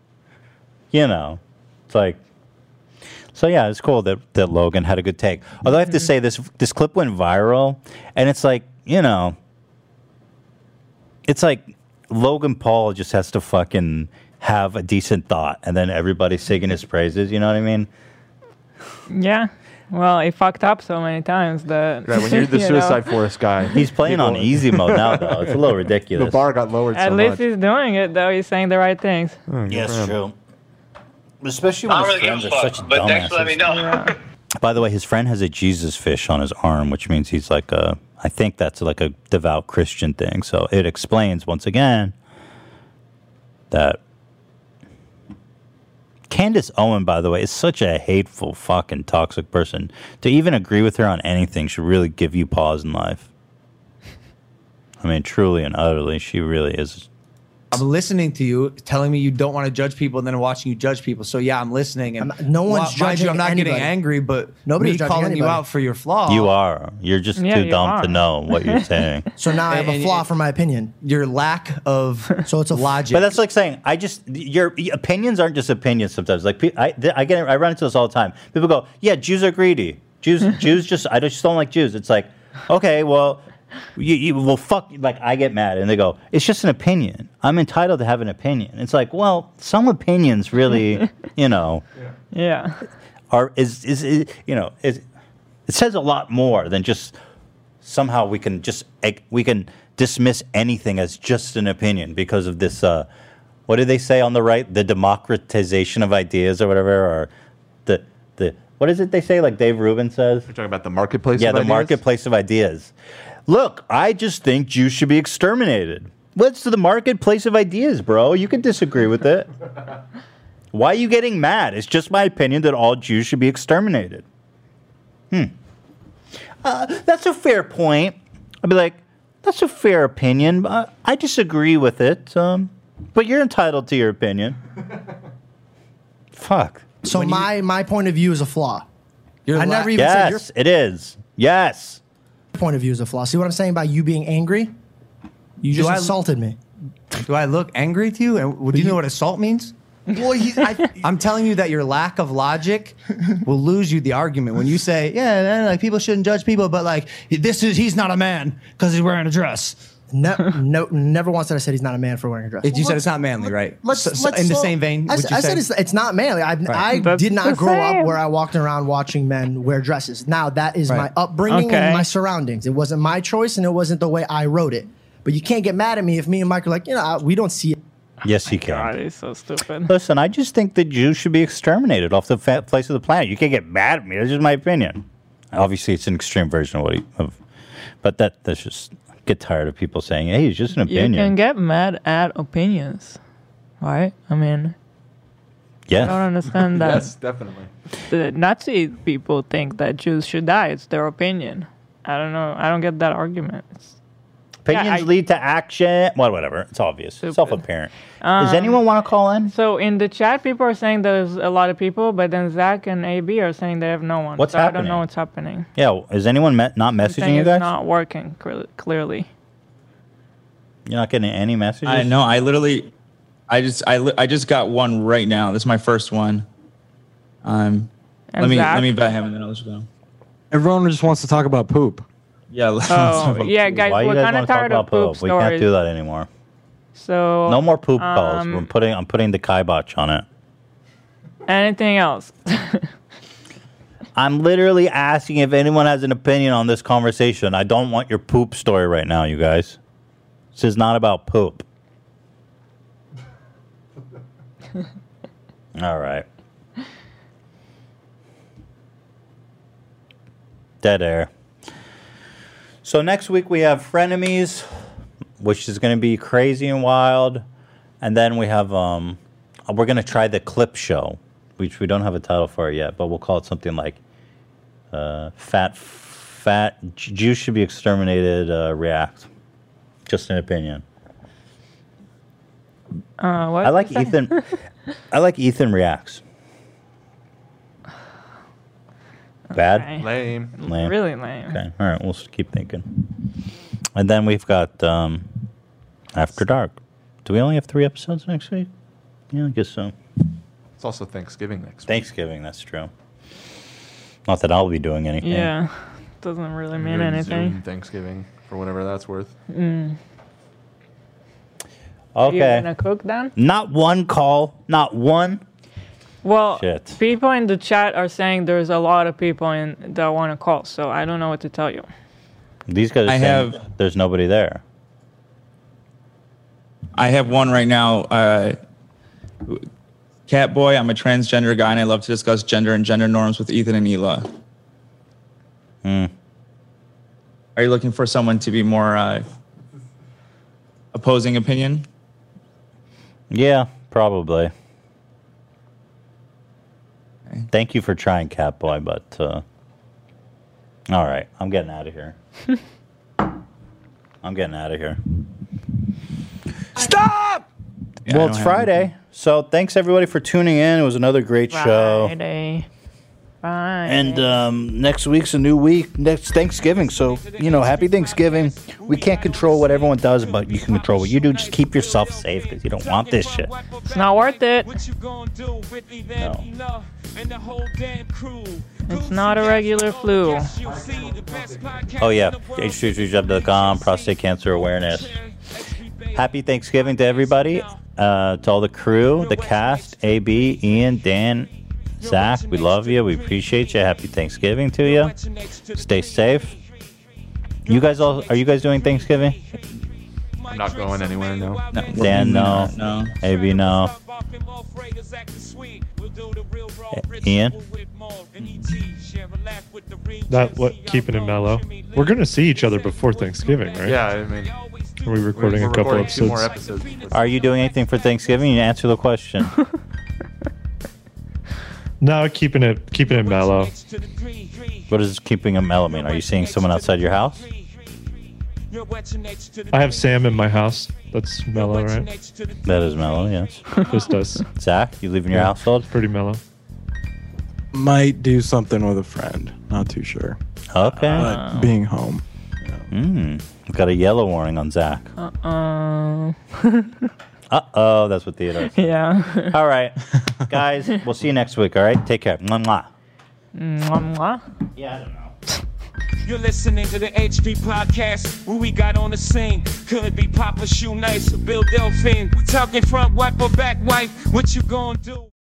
S2: You know, it's like so. Yeah, it's cool that that Logan had a good take. Although I have to say this this clip went viral, and it's like you know it's like Logan Paul just has to fucking have a decent thought, and then everybody's singing his praises. You know what I mean?
S3: Yeah. Well, he fucked up so many times that.
S11: Right, when you're the
S3: you know.
S11: Suicide Forest guy,
S2: He's playing on
S11: people-
S2: easy mode now, though. It's a little ridiculous.
S11: The bar got lowered
S3: At
S11: so
S3: least
S11: much. Hmm,
S3: he's doing it though. He's saying the right things.
S2: Yes, true. Especially
S1: I don't really give a fuck, but thanks for letting me know.
S2: By the way, his friend has a Jesus fish on his arm, which means he's like a. I think that's like a devout Christian thing. So it explains once again that Candace Owen, by the way, is such a hateful, fucking toxic person. To even agree with her on anything should really give you pause in life. I mean, truly and utterly, she really is.
S8: I'm listening to you, telling me you don't want to judge people, and then watching you judge people. So yeah, I'm listening, and
S16: no one's
S8: Well, mind you,
S16: judging
S8: I'm not getting
S16: anybody.
S8: angry, but
S16: Nobody's
S8: me
S16: judging
S8: calling you
S16: anybody.
S8: out for your flaw.
S2: You are. You're just
S8: Yeah,
S2: too
S8: you
S2: dumb
S8: are.
S2: to know what you're saying.
S16: So now I have a
S8: And-
S16: flaw for my opinion.
S8: Your lack of
S16: so it's a
S8: logic.
S2: But that's like saying I just your opinions aren't just opinions. Sometimes, like pe- I, th- I get, I run into this all the time. People go, "Yeah, Jews are greedy. Jews, Jews just, I just don't like Jews." It's like, okay, well, you, you well, fuck. Like I get mad, and they go, "It's just an opinion. I'm entitled to have an opinion." It's like, well, some opinions really, you know,
S3: Yeah.
S2: are is is, is you know is it says a lot more than just somehow we can just eh, we can dismiss anything as just an opinion because of this uh, what do they say on the right the democratization of ideas or whatever or the the what is it they say like Dave Rubin says you're
S11: talking about the marketplace
S2: yeah
S11: of
S2: the
S11: ideas?
S2: marketplace of ideas look I just think Jews should be exterminated what's the marketplace of ideas bro you can disagree with it why are you getting mad it's just my opinion that all Jews should be exterminated uh, that's a fair point. I'd be like, that's a fair opinion. Uh, I disagree with it, um, but you're entitled to your opinion. Fuck.
S16: So my my point of view is a flaw.
S2: Your
S16: I
S2: la-
S16: never even said your
S2: Yes, it is. Yes.
S16: point of view is a flaw. See what I'm saying by you being angry? You
S8: Do
S16: just
S8: I-
S16: insulted me.
S8: Do I look angry to you? And would you know what assault means?
S16: Well, I,
S8: I'm telling you that your lack of logic will lose you the argument when you say, "Yeah, man, like people shouldn't judge people, but like this is he's not a man because he's wearing a dress."
S16: No, no, never once that I said he's not a man for wearing a dress.
S8: It- you said it's not manly, right?
S16: Let's,
S8: So- so
S16: let's
S8: in the
S16: slow-
S8: same vein.
S16: I,
S8: would
S16: s-
S8: you
S16: I
S8: say-
S16: said it's, it's not manly. I, I
S8: That's
S16: did not
S8: the
S16: grow
S8: same.
S16: up where I walked around watching men wear dresses. Now that is
S8: Right.
S16: my upbringing
S8: Okay.
S16: and my surroundings. It wasn't my choice, and it wasn't the way I wrote it. But you can't get mad at me if me and Mike are like, you know, I, we don't see it.
S2: Yes, you can.
S3: God, he's so stupid.
S2: Listen, I just think the Jews should be exterminated off the fa- face of the planet. You can't get mad at me. That's just my opinion. Obviously, it's an extreme version of what he. Of, but that that's just I get tired of people saying, "Hey, it's just an
S3: You can
S2: opinion."
S3: get mad at opinions, right? I mean, I don't
S2: Yeah.
S3: understand that.
S11: yes, definitely.
S3: The Nazi people think that Jews should die. It's their opinion. I don't know. I don't get that argument. It's-
S2: Opinions
S3: Yeah, I-
S2: lead to action. Well, whatever. It's obvious. Self-apparent.
S3: Um,
S2: Does anyone want to call in?
S3: So in the chat, people are saying there's a lot of people, but then Zach and AB are saying they have no one.
S2: What's
S3: so I don't
S2: happening?
S3: know what's happening.
S2: Yeah, w- is anyone me- not
S3: The thing
S2: messaging you
S3: is
S2: guys?
S3: not working cl- clearly.
S2: You're not getting any messages.
S5: I know. I literally, I just, I, li- I just got one right now. This is my first one. Um,
S3: And
S5: let me,
S3: Zach?
S5: let me bet him, and then I'll just go.
S12: Everyone just wants to talk about poop.
S5: Yeah. let's-
S3: Oh, yeah, guys,
S2: Why
S3: we're
S2: you guys
S3: kind
S2: wanna
S3: of
S2: talk
S3: tired
S2: about
S3: of poop
S2: poop? We can't
S3: stories.
S2: do that anymore.
S3: So
S2: no more poop calls.
S3: um,
S2: We're putting. I'm putting the kibosh on it.
S3: Anything else?
S2: I'm literally asking if anyone has an opinion on this conversation. I don't want your poop story right now, you guys. This is not about poop. All right. Dead air. So next week we have frenemies, which is going to be crazy and wild, and then we have um, we're going to try the clip show, which we don't have a title for yet, but we'll call it something like uh, "Fat Fat J- Jews Should Be Exterminated." Uh, react. Just an opinion.
S3: Uh, what
S2: I like
S3: was that?
S2: Ethan. I like Ethan reacts. Bad.
S11: Lame.
S2: Lame.
S3: Really lame.
S2: Okay. All right. We'll s- keep thinking. And then we've got um, After Dark. Do we only have three episodes next week? Yeah, I guess so.
S11: It's also Thanksgiving next.
S2: Thanksgiving. That's true. Not that I'll be doing anything.
S3: Yeah, doesn't really mean
S11: Your
S3: anything.
S11: Zoom Thanksgiving for whatever that's worth.
S3: Mm. Are you
S2: Okay.
S3: gonna cook then?
S2: Not one call. Not one.
S3: Well,
S2: Shit.
S3: people in the chat are saying there's a lot of people in that want to call, so I don't know what to tell you.
S2: These guys. Are
S5: I
S2: saying There's nobody there.
S5: I have one right now. Uh, Catboy, I'm a transgender guy and I love to discuss gender and gender norms with Ethan and Ela.
S2: Hmm.
S5: Are you looking for someone to be more uh, opposing opinion?
S2: Yeah, probably. Thank you for trying, Catboy, but uh, all right, I'm getting out of here. I'm getting out of here. Stop!
S5: Yeah, I
S2: well,
S5: don't
S2: it's
S5: have
S2: Friday, so thanks everybody for tuning in. It was another great show,
S3: Friday. Bye.
S2: and um, next week's a new week. Next Thanksgiving, so you know, happy Thanksgiving. We can't control what everyone does, but you can control what you do. Just keep yourself safe because you don't want this shit.
S3: it's not worth it.
S2: No.
S3: It's not a regular flu.
S2: Oh yeah, h3job.com, prostate cancer awareness. Happy Thanksgiving to everybody, uh, to all the crew, the cast, AB, Ian, Dan, Zach. We love you. We appreciate you. Happy Thanksgiving to you. Stay safe. You guys all are you guys doing Thanksgiving?
S11: I'm not going anywhere, no.
S2: Dan, no.
S5: No.
S2: AB, no. Eh, Ian.
S18: Not what keeping it mellow. We're gonna see each other before Thanksgiving, right?
S11: Yeah, I mean,
S18: Are we recording
S11: we're
S18: a couple
S11: recording two
S18: episodes?
S11: more episodes.
S2: Are you doing anything for Thanksgiving? You answer the question.
S18: No, keeping it keeping it mellow.
S2: What is keeping a mellow mean? Are you seeing someone outside your house?
S18: I have Sam in my house. That's mellow, right?
S2: That is mellow, yes.
S18: Just us.
S2: Zach, you live in your
S18: Yeah,
S2: household?
S18: Pretty mellow.
S12: Might do something with a friend. Not too sure.
S2: Okay.
S12: But being home.
S2: Mm, got a yellow warning on Zach.
S3: Uh-uh.
S2: Uh oh, that's what theater. is.
S3: yeah.
S2: All right, guys, we'll see you next week. All right, take care. Mwah, mwah.
S3: Mwah, mwah.
S2: Yeah, I don't know.
S1: You're listening to the HB podcast. What we got on the scene could be Papa Shoe Nice or Bill Delphine. Talking front wiper back wife. What you gonna do?